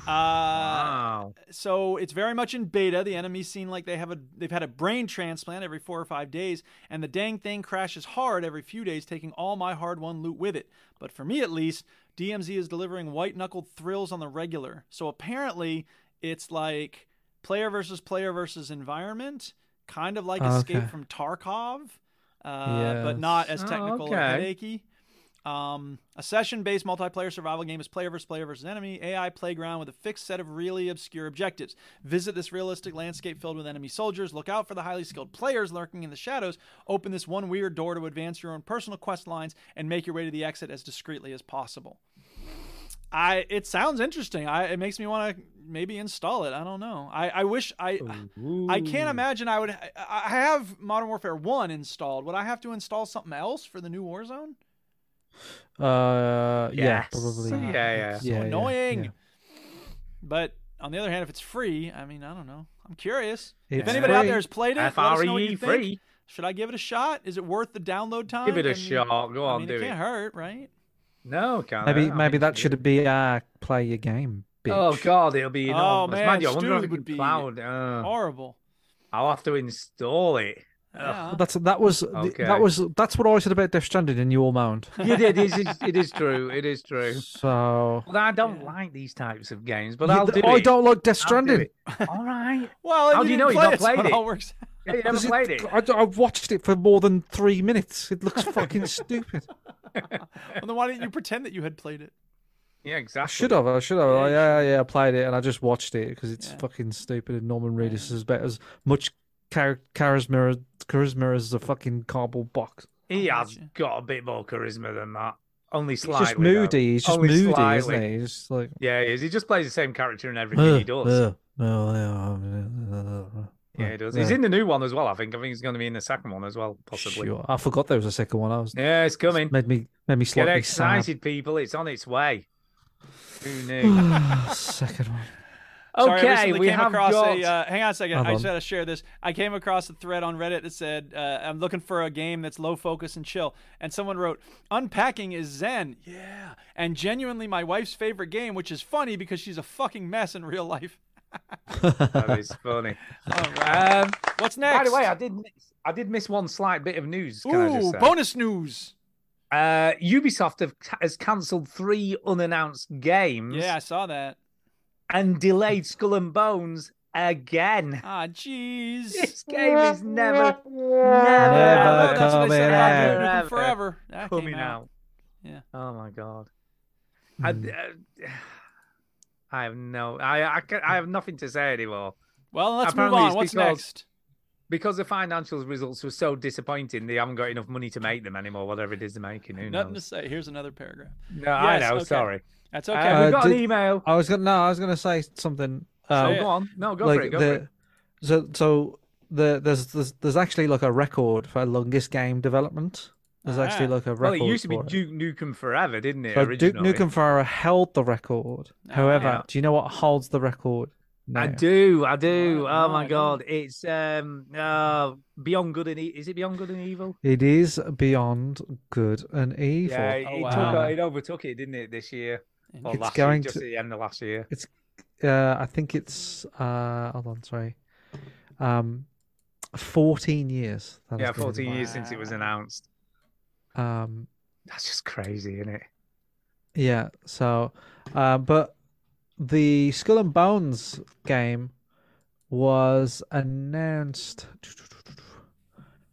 Uh, wow. so it's very much in beta. The enemies seem like they have a they've had a brain transplant every four or five days, and the dang thing crashes hard every few days, taking all my hard won loot with it. But for me at least, DMZ is delivering white knuckled thrills on the regular. So apparently it's like player versus player versus environment, kind of like Oh, Escape okay. from Tarkov, uh, but not as Yes. Oh, technical or okay. headachy. Um, a session-based multiplayer survival game is player versus player versus enemy AI playground with a fixed set of really obscure objectives. Visit this realistic landscape filled with enemy soldiers. Look out for the highly skilled players lurking in the shadows. Open this one weird door to advance your own personal quest lines and make your way to the exit as discreetly as possible. I it sounds interesting. I it makes me want to maybe install it. I don't know. I, I wish I I Hmm. can't imagine I would I I have Modern Warfare 1 installed. Would I have to install something else for the new Warzone? Uh, yeah, Yes. probably. Yeah, yeah. So annoying. But on the other hand, if it's free, I mean, I don't know. I'm curious. if It's anybody out free. there has played it, let us know what you FRE think. E free. Should I give it a shot? Is it worth the download time? Give it a I mean, shot. Go I on, mean, do it it. can't hurt, right? No, can't. Maybe I mean, maybe that should be uh play your game. Bitch. Oh god, it'll be Oh enormous. man, you, I wonder Stu if it would be can cloud. Uh, horrible. I'll have to install it. Ugh. But that's that was the- Okay. that was that's what I said about Death Stranded, and you all moaned. You did. It is, it is true. It is true. So Well, I don't like these types of games, but You- I'll do I it. don't like Death I'll do Stranded. it. All right. Well, How if do you didn't know you've play not it, so played it all it? works. Yeah, you haven't Because played it. I, d- I watched it for more than three minutes. It looks fucking stupid. Well, then why didn't you pretend that you had played it? Yeah, exactly. Should have. I should have. Yeah, yeah, yeah. I played it and I just watched it because it's fucking stupid. And Norman Reedus is about as much char- charisma charisma as a fucking cardboard box. He has got a bit more charisma than that. Only He's slightly. just though. moody. He's just Only moody, Oh, slightly. isn't he? He's just like. Yeah, he is. He just plays the same character in everything he does. yeah, he does. He's in the new one as well. I think. I think he's going to be in the second one as well, possibly. Sure. I forgot there was a second one. I was Yeah, it's coming. made me made me Get slightly sad. excited, people! It's on its way. Who knew? second one. Sorry, I Okay, recently we came have across got- a. Uh, hang on a second. Hold I on. just had to share this. I came across a thread on Reddit that said, uh, "I'm looking for a game that's low focus and chill." And someone wrote, "Unpacking is zen." Yeah, and genuinely my wife's favorite game, which is funny because she's a fucking mess in real life. that is funny. All right. Um, What's next? by the way, I did miss, I did miss one slight bit of news. Can I Ooh, just say? bonus news. Uh, Ubisoft have, has cancelled three unannounced games Yeah, I saw that. and delayed Skull and Bones again. Ah, jeez. This game is never, never, I know, that's what they said about coming out. Duke Nukem Never Forever. That came coming out. out. Yeah. Hmm. Oh my god. I, Hmm. uh, I have no. I I, can, I have nothing to say anymore. Well, let's Apparently move on. it's What's because- next? Because the financial results were so disappointing, they haven't got enough money to make them anymore. Whatever it is they're making, who Nothing to knows? say. Here's another paragraph. No, I Yes, know. okay. Sorry. That's Uh, okay. we Uh, got an did- email. I was gonna no, I was gonna say something. Oh, Um, go on. No, go like for it. Go the, for it. So so the there's, there's there's actually like a record for longest game development. There's actually Ah. like a Well, record. it used to be for it. Duke Nukem Forever, didn't it? So Duke originally? Ah, Nukem Forever held the record. However, Yeah. do you know what holds the record? I now? do, I do. Wow, oh my wow, god, it's um uh Beyond Good and Evil. Is it Beyond Good and Evil? It is beyond good and evil. Yeah, it, Oh, it wow. took it overtook it, didn't it, this year or It's last going year? Just to- at the end of last year. It's uh I think it's uh hold on, sorry. Um 14 years. that Yeah, has been- 14 years since it was announced. Um That's just crazy, isn't it? Yeah, so uh, but the Skull and Bones game was announced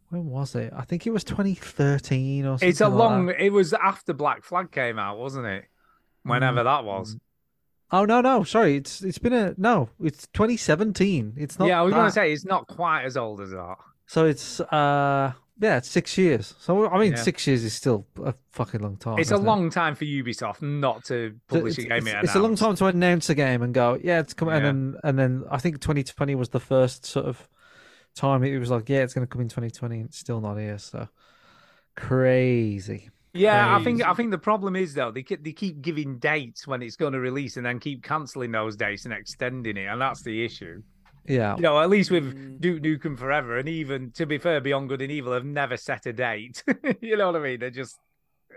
when was it? I think it was 2013 or something. It's a like long. that. It was after Black Flag came out, wasn't it? Mm. Whenever that was. Oh no, no, sorry. It's it's been a no, it's 2017. It's not Yeah, I was going that. to say it's not quite as old as that. So it's uh yeah, it's 6 years. So I mean Yeah. 6 years is still a fucking long time. It's a isn't it? long time for Ubisoft not to So publish a it's, game. it's- it it's a long announced. time to announce a game and go, yeah, it's coming, Yeah. and then and then I think 2020 was the first sort of time it was like, yeah, it's going to come in 2020, and it's still not here. So crazy. Yeah, I think I think the problem is though they keep, they keep giving dates when it's going to release and then keep cancelling those dates and extending it, and that's the issue. Yeah, You know, at least with Mm. Duke Nukem Forever, and even to be fair, Beyond Good and Evil have never set a date. you know what I mean? They're just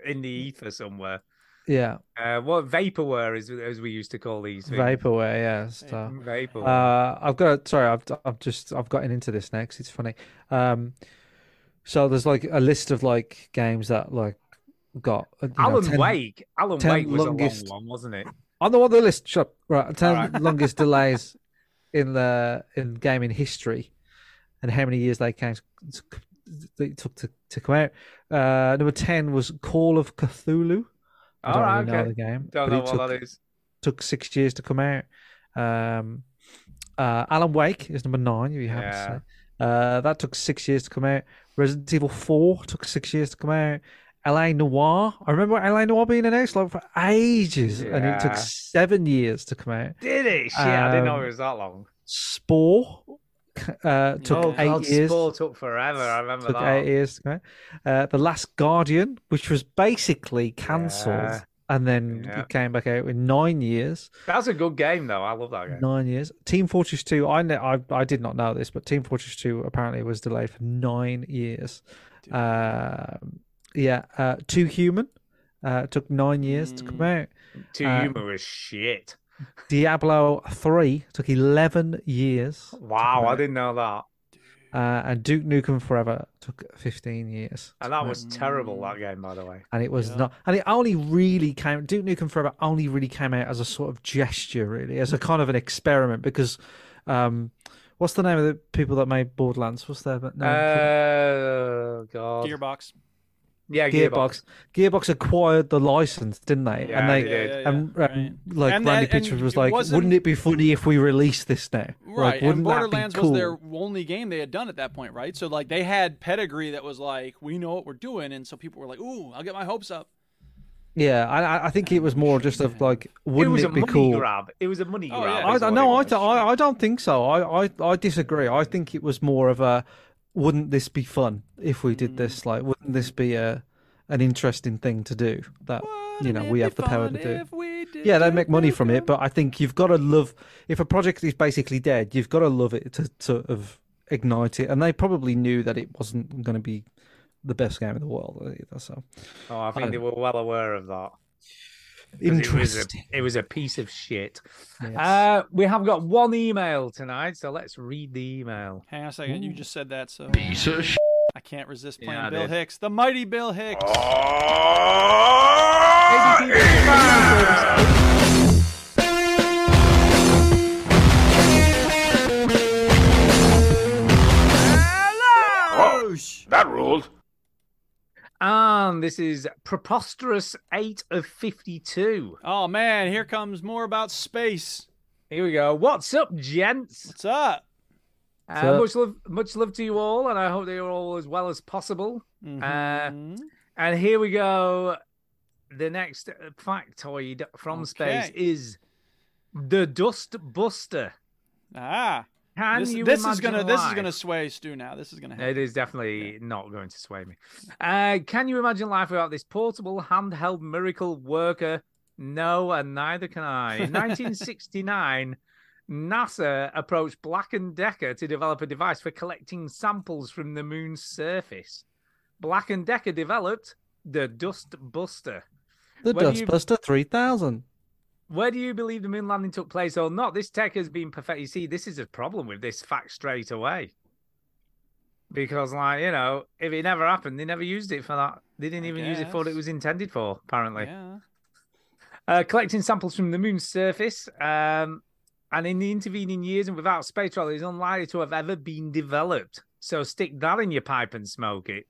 in the Mm. ether somewhere. yeah, Uh, what vaporware is as we used to call these things. Mm, vaporware. Yeah, stuff. Vaporware. Uh, I've got sorry, I've I've just I've gotten into this next. It's funny. Um, so there's like a list of like games that like got uh, you know, Alan 10 Wake. Alan 10 Wake was longest- a long one, wasn't it? On the one the list, shut up. right. Ten right. longest delays in the in gaming history, and how many years they came they took to, to come out. Uh, number ten was Call of Cthulhu. I All don't right, really know okay. the game, Don't but know it what took, that is. took six years to come out. Um, uh, Alan Wake is number nine. You have to Yeah. say uh, that took six years to come out. Resident Evil Four took six years to come out. LA Noir. I remember LA Noir being announced like for ages, and it Yeah. took seven years to come out. Did it? Shit, I didn't know Um, it was that long. Spore uh, took oh, eight God, years. Spore took forever. I remember took that. eight years to come out. Uh, the Last Guardian, which was basically cancelled, Yeah. and then Yeah. it came back out in nine years. That's a good game, though. I love that game. Nine years. Team Fortress Two. I, kn- I I did not know this, but Team Fortress Two apparently was delayed for nine years. Uh, yeah. Uh, Too Human uh, took nine years to come Mm. out. Too Uh, humorous shit. Diablo Three took eleven years, Wow, I didn't know that. Oh. uh, and Duke Nukem Forever took fifteen years. And that was terrible, that game, by the way. and it was not and it only really came duke nukem forever only really came out as a sort of gesture really Mm. as a kind of an experiment because um what's the name of the people that made borderlands what's their name Uh, Oh, God. Gearbox. Yeah, gearbox. Gearbox. gearbox acquired the license didn't they Yeah, and they, they did. and um, like And- randy and- and pitchford was it like wasn't- wouldn't it be funny if we released this now Right, like, wouldn't and Borderlands that be cool? was their only game they had done at that point, right? So like they had pedigree that was like, we know what we're doing, and so people were like, ooh, I'll get my hopes up. yeah I- I, I think it was more just of like it wouldn't was a be money cool grab. It was a money grab. I is what don't know. it I, was. don't- I, I don't think so. I, I, I disagree. I think it was more of a wouldn't this be fun if we did Mm. this? Like, wouldn't this be a an interesting thing to do that you know we have the power to do? Yeah, they make money from it, but I think you've got to love if a project is basically dead, you've got to love it to sort of ignite it. And they probably knew that it wasn't going to be the best game in the world either. So Oh, I I think they were well aware of that. 'Cause Interesting. It was a, it was a piece of shit. Yes. Uh, we have got one email tonight, so let's read the email. Hang on a second, you just said that, so Piece of sh- I can't resist Yeah, playing I Bill did. Hicks, the mighty Bill Hicks. Ah! Whoa, that ruled. And Um, this is preposterous eight of fifty-two. Oh man, here comes more about space. Here we go. What's up, gents? What's up? Uh, much love, much love to you all, and I hope that you're all as well as possible. Mm-hmm. Uh, and here we go. The next factoid from space Okay. is the Dust Buster. Ah, Can this, you this is gonna imagine this is life? gonna sway Stu now. This is gonna happen. It is definitely not going to sway me. Uh, can you imagine life without this portable handheld miracle worker? No, and neither can I. In 1969, NASA approached Black and Decker to develop a device for collecting samples from the moon's surface. Black and Decker developed the Dust Buster. the Whether you- Dustbuster three thousand. whether you believe the moon landing took place or not, this tech has been perfect. You see, this is a problem with this fact straight away. Because, like, you know, if it never happened, they never used it for that. They didn't even use it for what it was intended for, apparently. Yeah. Uh, collecting samples from the moon's surface. Um, and in the intervening years and without space travel, is unlikely to have ever been developed. So stick that in your pipe and smoke it.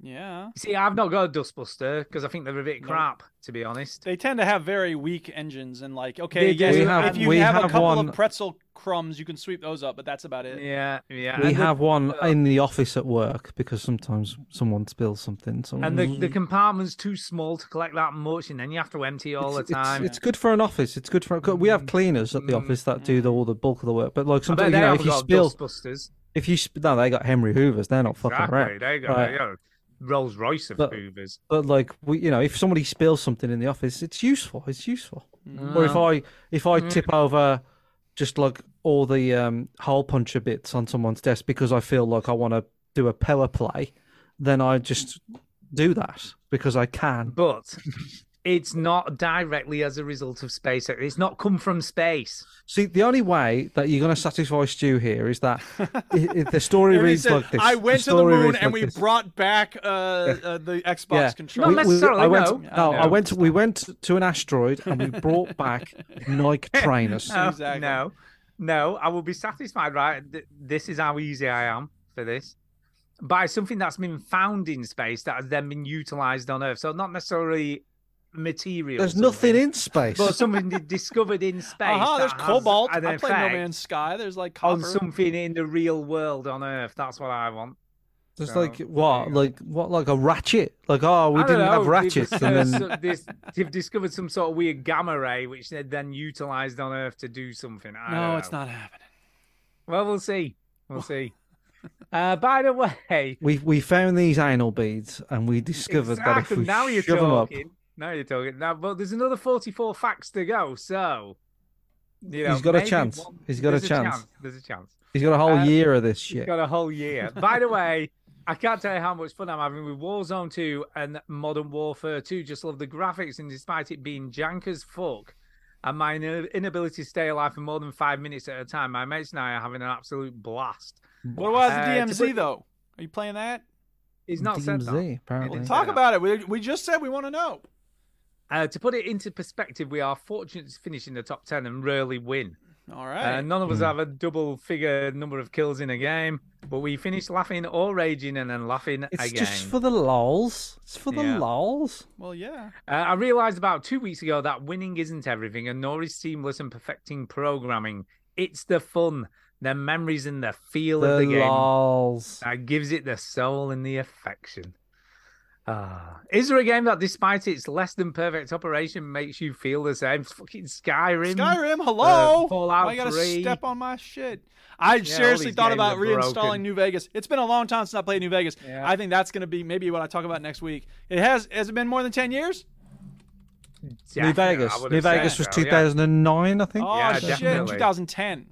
Yeah. See, I've not got a dustbuster because I think they're a bit crap, to be honest. They tend to have very weak engines and like okay, They yes, do. We if have- you we have, a have couple one- of pretzel crumbs, you can sweep those up, but that's about it. Yeah, yeah. And We the- have one in the office at work because sometimes someone spills something. So And the, the compartment's too small to collect that much, and then you have to empty it all it's, the time. Mm, It's, it's good for an office. It's good for 'cause we have cleaners at the office that do the, all the bulk of the work. But like I bet sometimes you they know, have if you got spill, dustbusters. if you sp- no, they got Henry Hoovers. They're not fucking Exactly. around. They got, right? they got Rolls Royce of But- Hoovers. But like we, you know, if somebody spills something in the office, it's useful. It's useful. Or if I if I Mm-hmm. Mm. tip over just like all the um, hole puncher bits on someone's desk because I feel like I want to do a power play, then I just do that because I can. But it's not directly as a result of space. It's not come from space. See, the only way that you're going to satisfy Stu here is that i i- the story Everybody reads said, like this. I went to the story moon reads and like we this." brought back uh, uh, the Xbox controller. We- we- I went, Yeah, no, Oh, I know. went. We went to an asteroid and we brought back Nike trainers. No, No, no, I will be satisfied, right? Th- This is how easy I am for this. By something that's been found in space that has then been utilized on Earth. So, not necessarily material. There's something, nothing in space. But something they discovered in space. Uh-huh, there's that has cobalt. I an played No effect Man's Sky. There's like on copper. something in the real world on Earth. That's what I want. Just like what, like what, like a ratchet? Like oh, we I don't didn't know, have they've ratchets, and discovered then some- this- they've discovered some sort of weird gamma ray, which they then utilized on Earth to do something. I No, don't it's know. not happening. Well, we'll see. We'll see. Uh, by the way, we we found these anal beads, and we discovered that exactly, if we now you're shove them up, talking. Now you're talking. Now, but there's another 44 facts to go, so you know, he's got a maybe chance. one- He's got a there's chance. There's a chance. He's got a whole Uh, year of this He's shit. got a whole year. By the way, I can't tell you how much fun I'm having with Warzone 2 and Modern Warfare 2. Just love the graphics, and despite it being jank as fuck, and my in- inability to stay alive for more than five minutes at a time, my mates and I are having an absolute blast. What about Uh, the DMZ to put- though? Are you playing that? He's not said that. DMZ, apparently. Well, talk about it. We, we just said we want to know. Uh, to put it into perspective, we are fortunate to finish in the top 10 and rarely win. All right. Uh, none Hmm. of us have a double figure number of kills in a game, but we finish laughing or raging and then laughing It's again. just for the lols. It's for the Yeah. lols. Well, yeah. Uh, I realized about two weeks ago that winning isn't everything, and nor is seamless and perfecting programming. It's the fun, the memories, and the feel of The the game lols. that gives it the soul and the affection. Ah, is there a game that, despite its less than perfect operation, makes you feel the same? Fucking Skyrim. Skyrim, hello. Uh, Fallout Why you gotta 3. step on my shit? I all seriously these thought games about are reinstalling broken. New Vegas. It's been a long time since I played New Vegas. I think that's gonna be maybe what I talk about next week. It has has it been more than ten years? Yeah, New I Vegas. would've New said Vegas was so, yeah. 2009, I think. Oh Yeah, shit, definitely. 2010.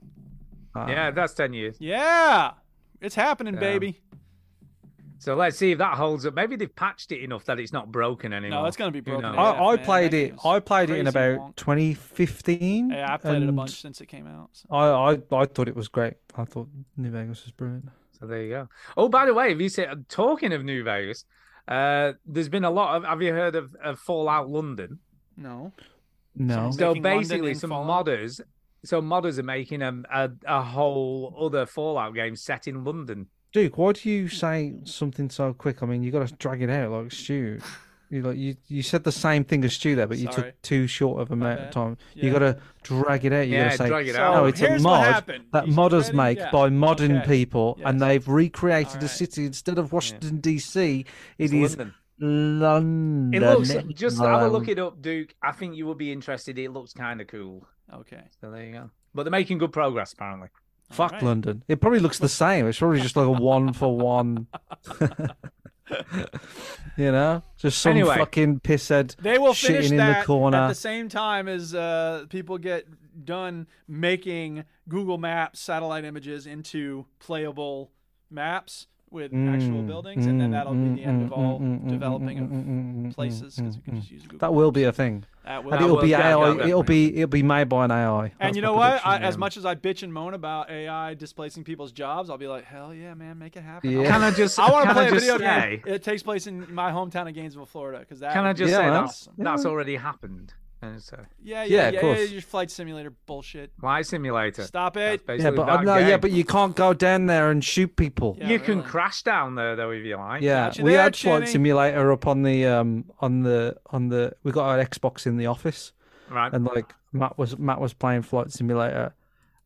Ah. Yeah, that's 10 years. Yeah, it's happening, Yeah. baby. So let's see if that holds up. Maybe they've patched it enough that it's not broken anymore. it's gonna be Who broken. knows? Oh, I, I man, played that it. game's I played it in crazy about long. 2015. Yeah, I played it a and bunch since it came out. so. I, I I thought it was great. I thought New Vegas was brilliant. So there you go. Oh, by the way, if you say talking of New Vegas, uh, there's been a lot of. Have you heard of, of Fallout London? No. No, So Making London basically, in some Fallout? modders, so modders are making a, a a whole other Fallout game set in London. Duke, why do you say something so quick? I mean, you got to drag it out like Stu. You like you, you said the same thing as Stu there, but you Sorry. took too short of amount of bad. time. Yeah. You got to drag it out. You got Yeah, to say, drag it no, out. it's Here's a what mod happened. that He's modders ready? make Yeah. by modern Okay. people, and Yes. they've recreated All the right. city instead of Washington D.C. It's London. London. London. It looks just Um, have a look it up, Duke. I think you would be interested. It looks kind of cool. Okay. So there you go. But they're making good progress apparently. Fuck Alright. London. It probably looks the same. It's probably just like a one for one. you know, just some Anyway. fucking pisshead They will shitting finish in that the corner. at the same time as uh, people get done making Google Maps satellite images into playable maps with actual Mm, buildings, and then mm, that'll mm, be the end of mm, all mm, mm, developing mm, mm, mm, of mm, places mm, because we can mm, just use Google. That will be a thing. That will- and it'll will, be yeah, AI. yeah, it'll definitely. be it'll be made by an AI. and That's you my know what? prediction, I, as yeah. much as I bitch and moan about AI displacing people's jobs, I'll be like, hell yeah, man, make it happen. Yeah. Can I just? I want to can play a just video say- game. It takes place in my hometown of Gainesville, Florida. Because that Can I would be just Yeah, say man. that's Yeah. that's already happened? And so, Yeah, yeah, Yeah, of yeah, yeah, course. Your flight simulator bullshit. Flight Simulator. Stop That's it. Yeah, basically but that I know. Yeah, game. but you can't go down there and shoot people. Yeah, you can really. crash down there though if you like. Yeah, Gotcha we there, had Flight Jimmy. Simulator up on the um on the on the we got our Xbox in the office. Right. and like Matt was Matt was playing Flight Simulator,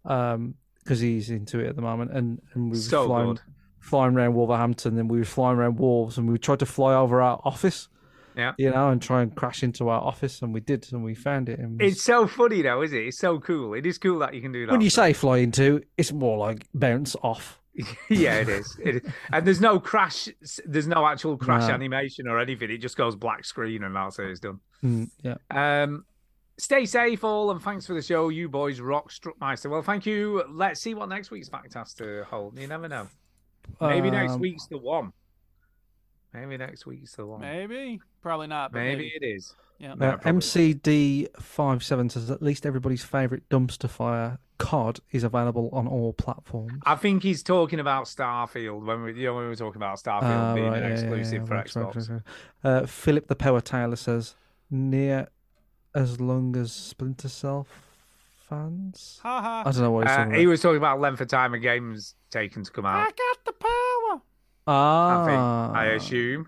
um, because he's into it at the moment, and and we were So flying good. flying around Wolverhampton, and we were flying around Wolves, and we tried to fly over our office, Yeah. you know, and try and crash into our office, and we did, and we found it. And It's so funny though, is it? It's so cool. It is cool that you can do that. when you say fly into, it's more like bounce off. yeah, it is. It is. And there's no crash. There's no actual crash No. animation or anything. It just goes black screen and that's it. It's done. Mm, yeah, Um, stay safe, all, and thanks for the show. You boys rock, Struckmeister. Well, thank you. Let's see what next week's fact has to hold. You never know. Maybe next Um, week's the one. Maybe next week's the one. Maybe, Maybe. Probably not. But maybe. it is. Yeah. No, Uh, probably not. MCD57 says at least everybody's favourite dumpster fire COD is available on all platforms. I think he's talking about Starfield when we, you know, when we were talking about Starfield Ah, being right, an yeah, yeah, exclusive yeah, for right, right, Xbox. right, right. Uh, Philip the Power Taylor says, near as long as Splinter Cell f- fans. Ha ha. I don't know what he's Uh, talking he about. was talking about length of time of games taken to come I out. got the power. I think. Ah, I assume.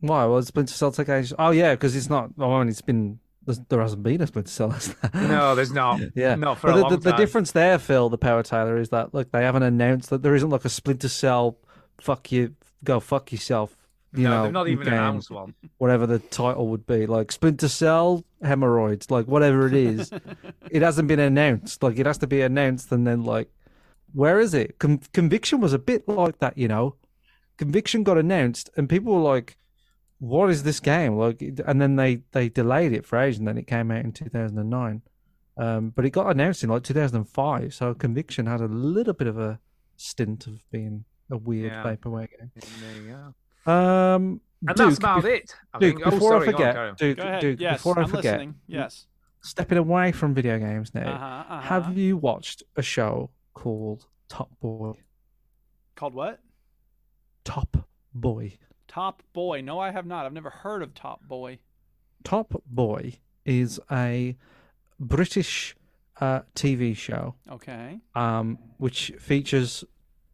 Why? Well, Splinter Cell take ages. Oh yeah, because it's not. oh, I mean, it's been there's- there hasn't been a Splinter Cell. has there? No, there's not. Yeah, not for but a the, long the, the time. difference there, Phil, the Power Taylor, is that look, they haven't announced that there isn't like a Splinter Cell fuck you, go fuck yourself. You No, know, they've not even game, announced one. Whatever the title would be, like Splinter Cell Hemorrhoids, like whatever it is, it hasn't been announced. Like it has to be announced, and then like, where is it? Con- Conviction was a bit like that, you know. Conviction got announced, and people were like, "What is this game?" Like, it- and then they they delayed it for ages, and then it came out in two thousand and nine. Um, but it got announced in like 2005, so Conviction had a little bit of a stint of being a weird Yeah. vaporware game. There you go. Um, And Duke, that's about bef- it, I Duke, think. Oh, before sorry, I go on, carry on. forget, Duke, Go ahead. Duke, Yes, before I I'm forget, listening. Yes. stepping away from video games now, Uh-huh, uh-huh. have you watched a show called Top Boy? Called what? Top Boy. Top Boy. No, I have not. I've never heard of Top Boy. Top Boy is a British uh, TV show. Okay. um, which features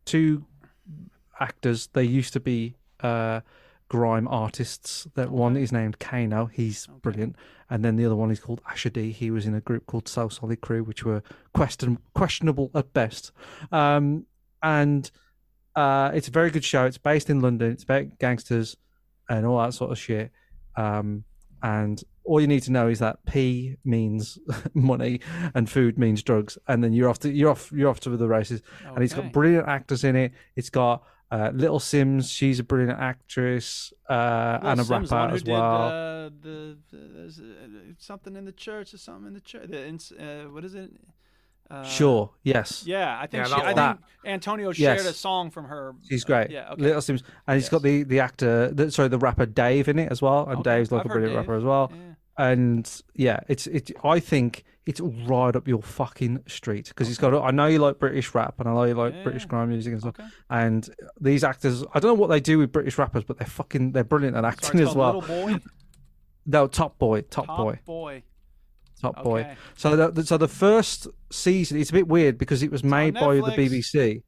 two actors. They used to be uh, grime artists. That one is named Kano. He's brilliant, and then the other one is called Asher D. He was in a group called Soul Solid Crew, which were question questionable at best. Um, and uh, it's a very good show. It's based in London. It's about gangsters and all that sort of shit. Um, and all you need to know is that P means money and food means drugs, and then you're off to you're off you're off to the races. And it's Okay. got brilliant actors in it. It's got uh, Little Sims. She's a brilliant actress uh, Lil and a Sims, the one rapper who as did, well. uh, the, the- there's uh, something in the church or something in the church. The, ins- uh, what is it? Uh, Sure, yes. Yeah, I think Yeah, she, that I one. think Antonio Yes. shared a song from her. She's uh, great. yeah. Okay. Little Sims, and he's got the the actor, the, sorry, the rapper Dave in it as well, and Dave's like I've a heard brilliant Dave. rapper as well. And yeah, it's it. I think it's right up your fucking street because it's got. I know you like British rap, and I know you like British grime music and stuff. And these actors, I don't know what they do with British rappers, but they're fucking they're brilliant at Sorry, acting it's as called well. Little boy. No, top boy, top, Top boy. boy. Top Boy. Okay. So the, the- so the first season, it's a bit weird because it was made by the Netflix. BBC.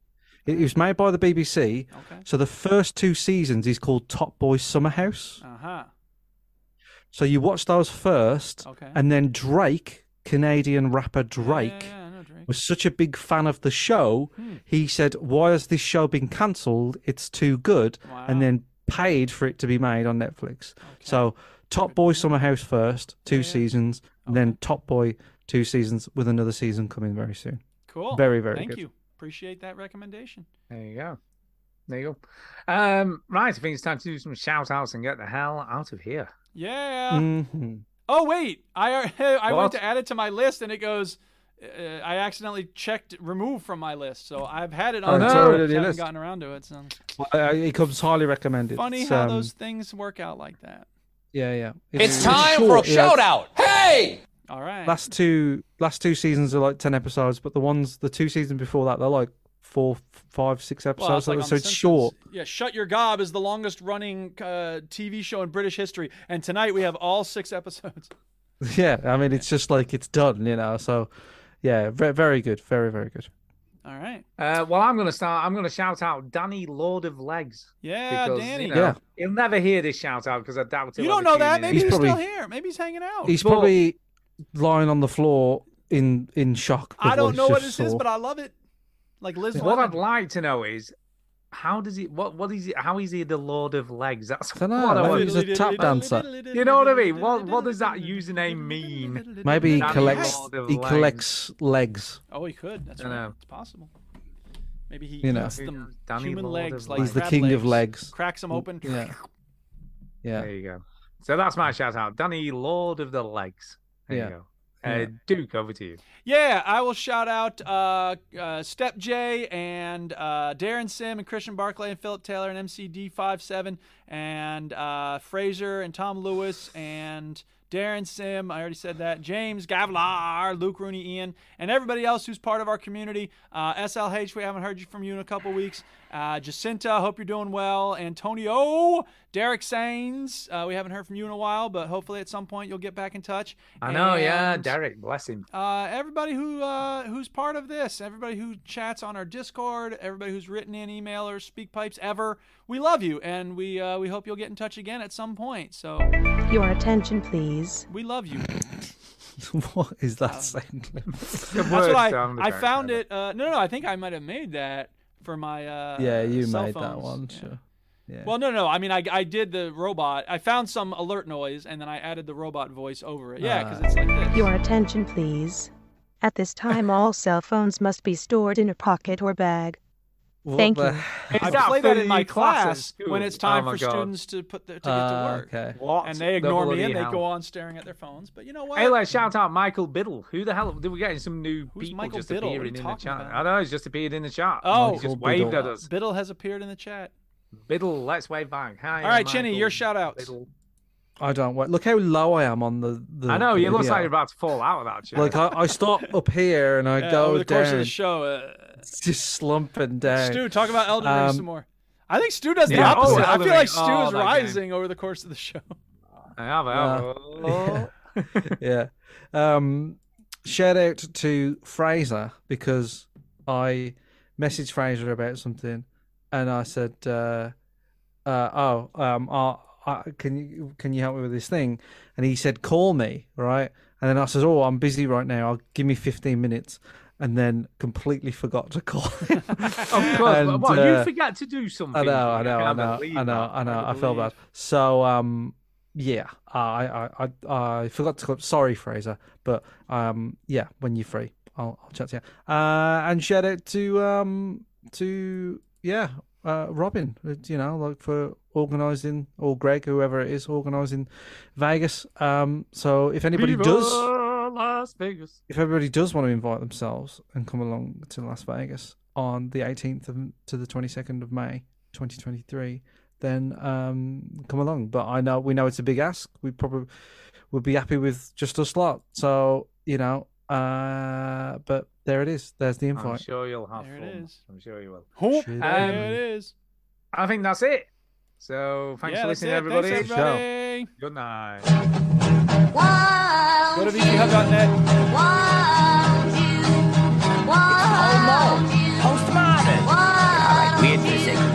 It, it was made by the BBC. So the first two seasons is called Top Boy Summer House. Uh huh. So you watch those first, Okay. and then Drake, Canadian rapper Drake, was such a big fan of the show, Hmm. he said, "Why has this show been cancelled? It's too good," and then paid for it to be made on Netflix. So Top Boy Summer House first, two seasons, and then Top Boy two seasons with another season coming very soon. Cool. Very very Thank good. you. Appreciate that recommendation. There you go. There you go. Um, right, I think it's time to do some shout outs and get the hell out of here. Yeah. Mhm. Oh wait, I I What? went to add it to my list and it goes. Uh, I accidentally checked remove from my list, so I've had it Oh, on. it's there, already but on your haven't list. gotten around to it. So Well, uh, it comes highly recommended. funny It's, how um, those things work out like that. Yeah, yeah. short, for yeah, it's- Hey! All right. Last two last two seasons are like ten episodes, but the ones the two seasons before that they're like four, f- five, six Well, that's episodes. like on so The it's Simpsons. short. Yeah, Shut Your Gob is the longest running uh, TV show in British history, and tonight we have all six episodes. Yeah, I mean it's just like it's done, you know. So yeah, very, very good, very very good. All right. Uh, well, I'm going to start. I'm going to shout out Danny Lord of Legs. Yeah, because, Danny. You Yeah. He'll never hear this shout out because I doubt he'll You don't ever know tune that. in. Maybe he's, still here. Maybe he's hanging out. He's probably lying on the floor in in shock. with I don't he's know what just this is, saw. but I love it. Like Liz. What Lemon. I'd like to know is how does he? What? What is he? How is he the Lord of Legs? That's dunno, what I maybe want he's to a tap know. dancer. You know what I mean? What? What does that username mean? Maybe he Danny collects Lord of he Legs. collects legs. Oh, he could. That's I right. know. It's possible. Maybe he You know. eats them Danny human Lord legs of like He's the crab king of legs. Cracks them open. Yeah. Yeah. There you go. So that's my shout out, Danny Lord of the Legs. There Yeah. you go. Uh, Yeah. Duke, over to you. Yeah, I will shout out uh, uh, Step J and uh, Darren Sim and Christian Barclay and Philip Taylor and MCD57 and uh, Fraser and Tom Lewis and Darren Sim. I already said that. James Gavlar, Luke Rooney, Ian, and everybody else who's part of our community. Uh, SLH, we haven't heard you from you in a couple weeks. Uh, Jacinta, hope you're doing well. Antonio, Derek Sains, uh, we haven't heard from you in a while, but hopefully at some point you'll get back in touch. I know, yeah, And- Derek, bless him. uh, everybody who uh, who's part of this, everybody who chats on our Discord, everybody who's written in emailers, speak pipes, ever, we love you, and we uh, we hope you'll get in touch again at some point. So Your attention, please. we love you. what Um, is that sentence? That's what I I found it. Uh, no, no, I think I might have made that for my uh yeah, you cell made that phones. one. Sure. Yeah. Well, no, no. I mean, I, I did the robot. I found some alert noise, and then I added the robot voice over it. Yeah, Ah. because it's like this. Your attention, please. At this time, all cell phones must be stored in a pocket or bag. Thank you. I that play that in my thirty classes, class too? when it's time Oh my for God. students to put their, to get uh, Ah, to work. okay. What And they ignore the me, and bloody they go hell? on staring at their phones. But you know what? Hey, like shout out Michael Biddle. Who the hell? Did we getting some new people Michael just Biddle? What are appearing you in the talking chat? about? I don't know. He's just appeared in the chat. Oh. he just Michael waved at Biddle. us. Biddle has appeared in the chat. Biddle, let's wave back. Hi. All right, Chinny, your Michael shout outs. Biddle. I don't wait. Look how low I am on the. the I know you look video. like you're about to fall out of that chair. Like I, I start up here and I Yeah, go uh, over the down. course of the show, uh, It's just slumping down. Stu, talk about Elden Ring Um, some more. I think Stu does the yeah, opposite. oh, I Elden feel like Ring. Stu Oh, is that game. rising over the course of the show. I have, I have. Oh. yeah. Um, shout out to Fraser because I messaged Fraser about something, and I said, uh, uh, "Oh, um, I, I, can you can you help me with this thing?" And he said, "Call me," right? And then I says, "Oh, I'm busy right now. I'll give me 15 minutes." And then completely forgot to call him. Of course, And, but what, uh, you forget to do something. I know, I know, I can't know, believe I know, that. I know. I, can't feel believe- bad. So, um, yeah, I, I, I, I forgot to. Sorry, Fraser, but um, yeah, when you're free, I'll, I'll chat to you. Uh, and shout out to um to yeah, uh, Robin, uh, you know, like for organising or Greg, whoever it is, organising Vegas. Um, so if anybody Viva does, Las Vegas. if everybody does want to invite themselves and come along to Las Vegas on the 18th of, to the 22nd of May 2023, then um, come along. But I know we know it's a big ask. We probably would be happy with just a slot. So you know, uh, but there it is. There's the I'm invite. sure you'll have There it fun. is. I'm sure you will. Hope Should I? there it is. I think that's it. So thanks Yeah, for that's listening, it. everybody. Thanks, Good show. everybody. Good night. Go to VGHub.net. Alright, weird for the sake of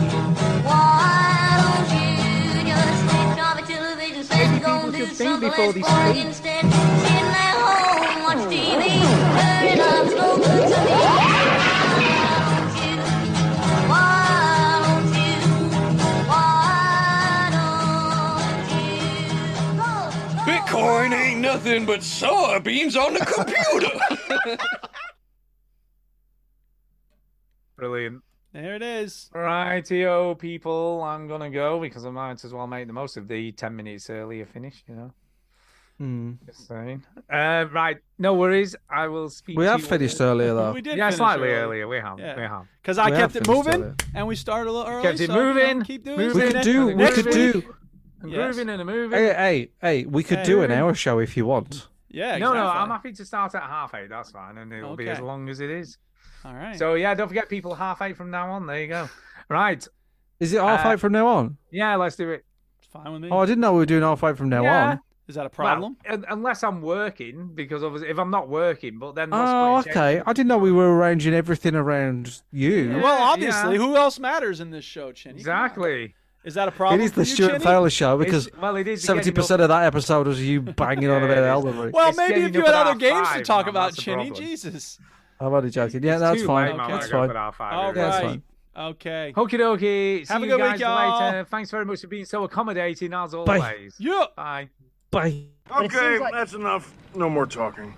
weird. People should think before they speak. Bitcoin ain't nothing but soybeans on the computer. Brilliant. There it is. Rightio, people. I'm gonna go because I might as well make the most of the ten minutes earlier finish. You know, Hmm. just saying. Uh, right, no worries. I will speak. We to have you all- finished earlier though. We did Yeah, finish slightly early. earlier. We have. Yeah. We have. Because I We kept have it finished moving, earlier. and we started a little early. Kept it so, you know, moving. keep doing We we it. could do. We could do. I'm Yes. grooving in a movie. Hey, hey, hey! We could do an Hey. hour show if you want. Yeah, No, no, I'm exactly. happy to start at half eight. That's fine, and it'll be as Okay. long as it is. All right. So yeah, don't forget, people, half eight from now on. There you go. Right. Is it half Uh, eight from now on? Yeah, let's do it. It's fine with me. Oh, I didn't know we were doing half eight from now Yeah. on. Is that a Well, problem? un- unless I'm working, because obviously, if I'm not working, but then we'll Oh, split it okay. I didn't know we were arranging everything around you. Well, yeah, obviously, yeah. who else matters in this show, Chinny? Come on. Exactly. Is that a problem? it is for the you, Stuart Chinny? Fowler show because well, it is seventy percent of that episode was you banging on Yeah, about it is. Elden Ring. Well, It's maybe getting if you up had at other half games to five, talk man, about, that's the Chinny. problem. Jesus. I'm only joking. Yeah, It's that's too fine. late, man, That's I gotta fine. put our five All over it. That's right. fine. Okay. Okie dokie. See Have a you good guys week, y'all. later. Thanks very much for being so accommodating as Bye. always. Yeah. Bye. Bye. Okay, that's enough. No more talking.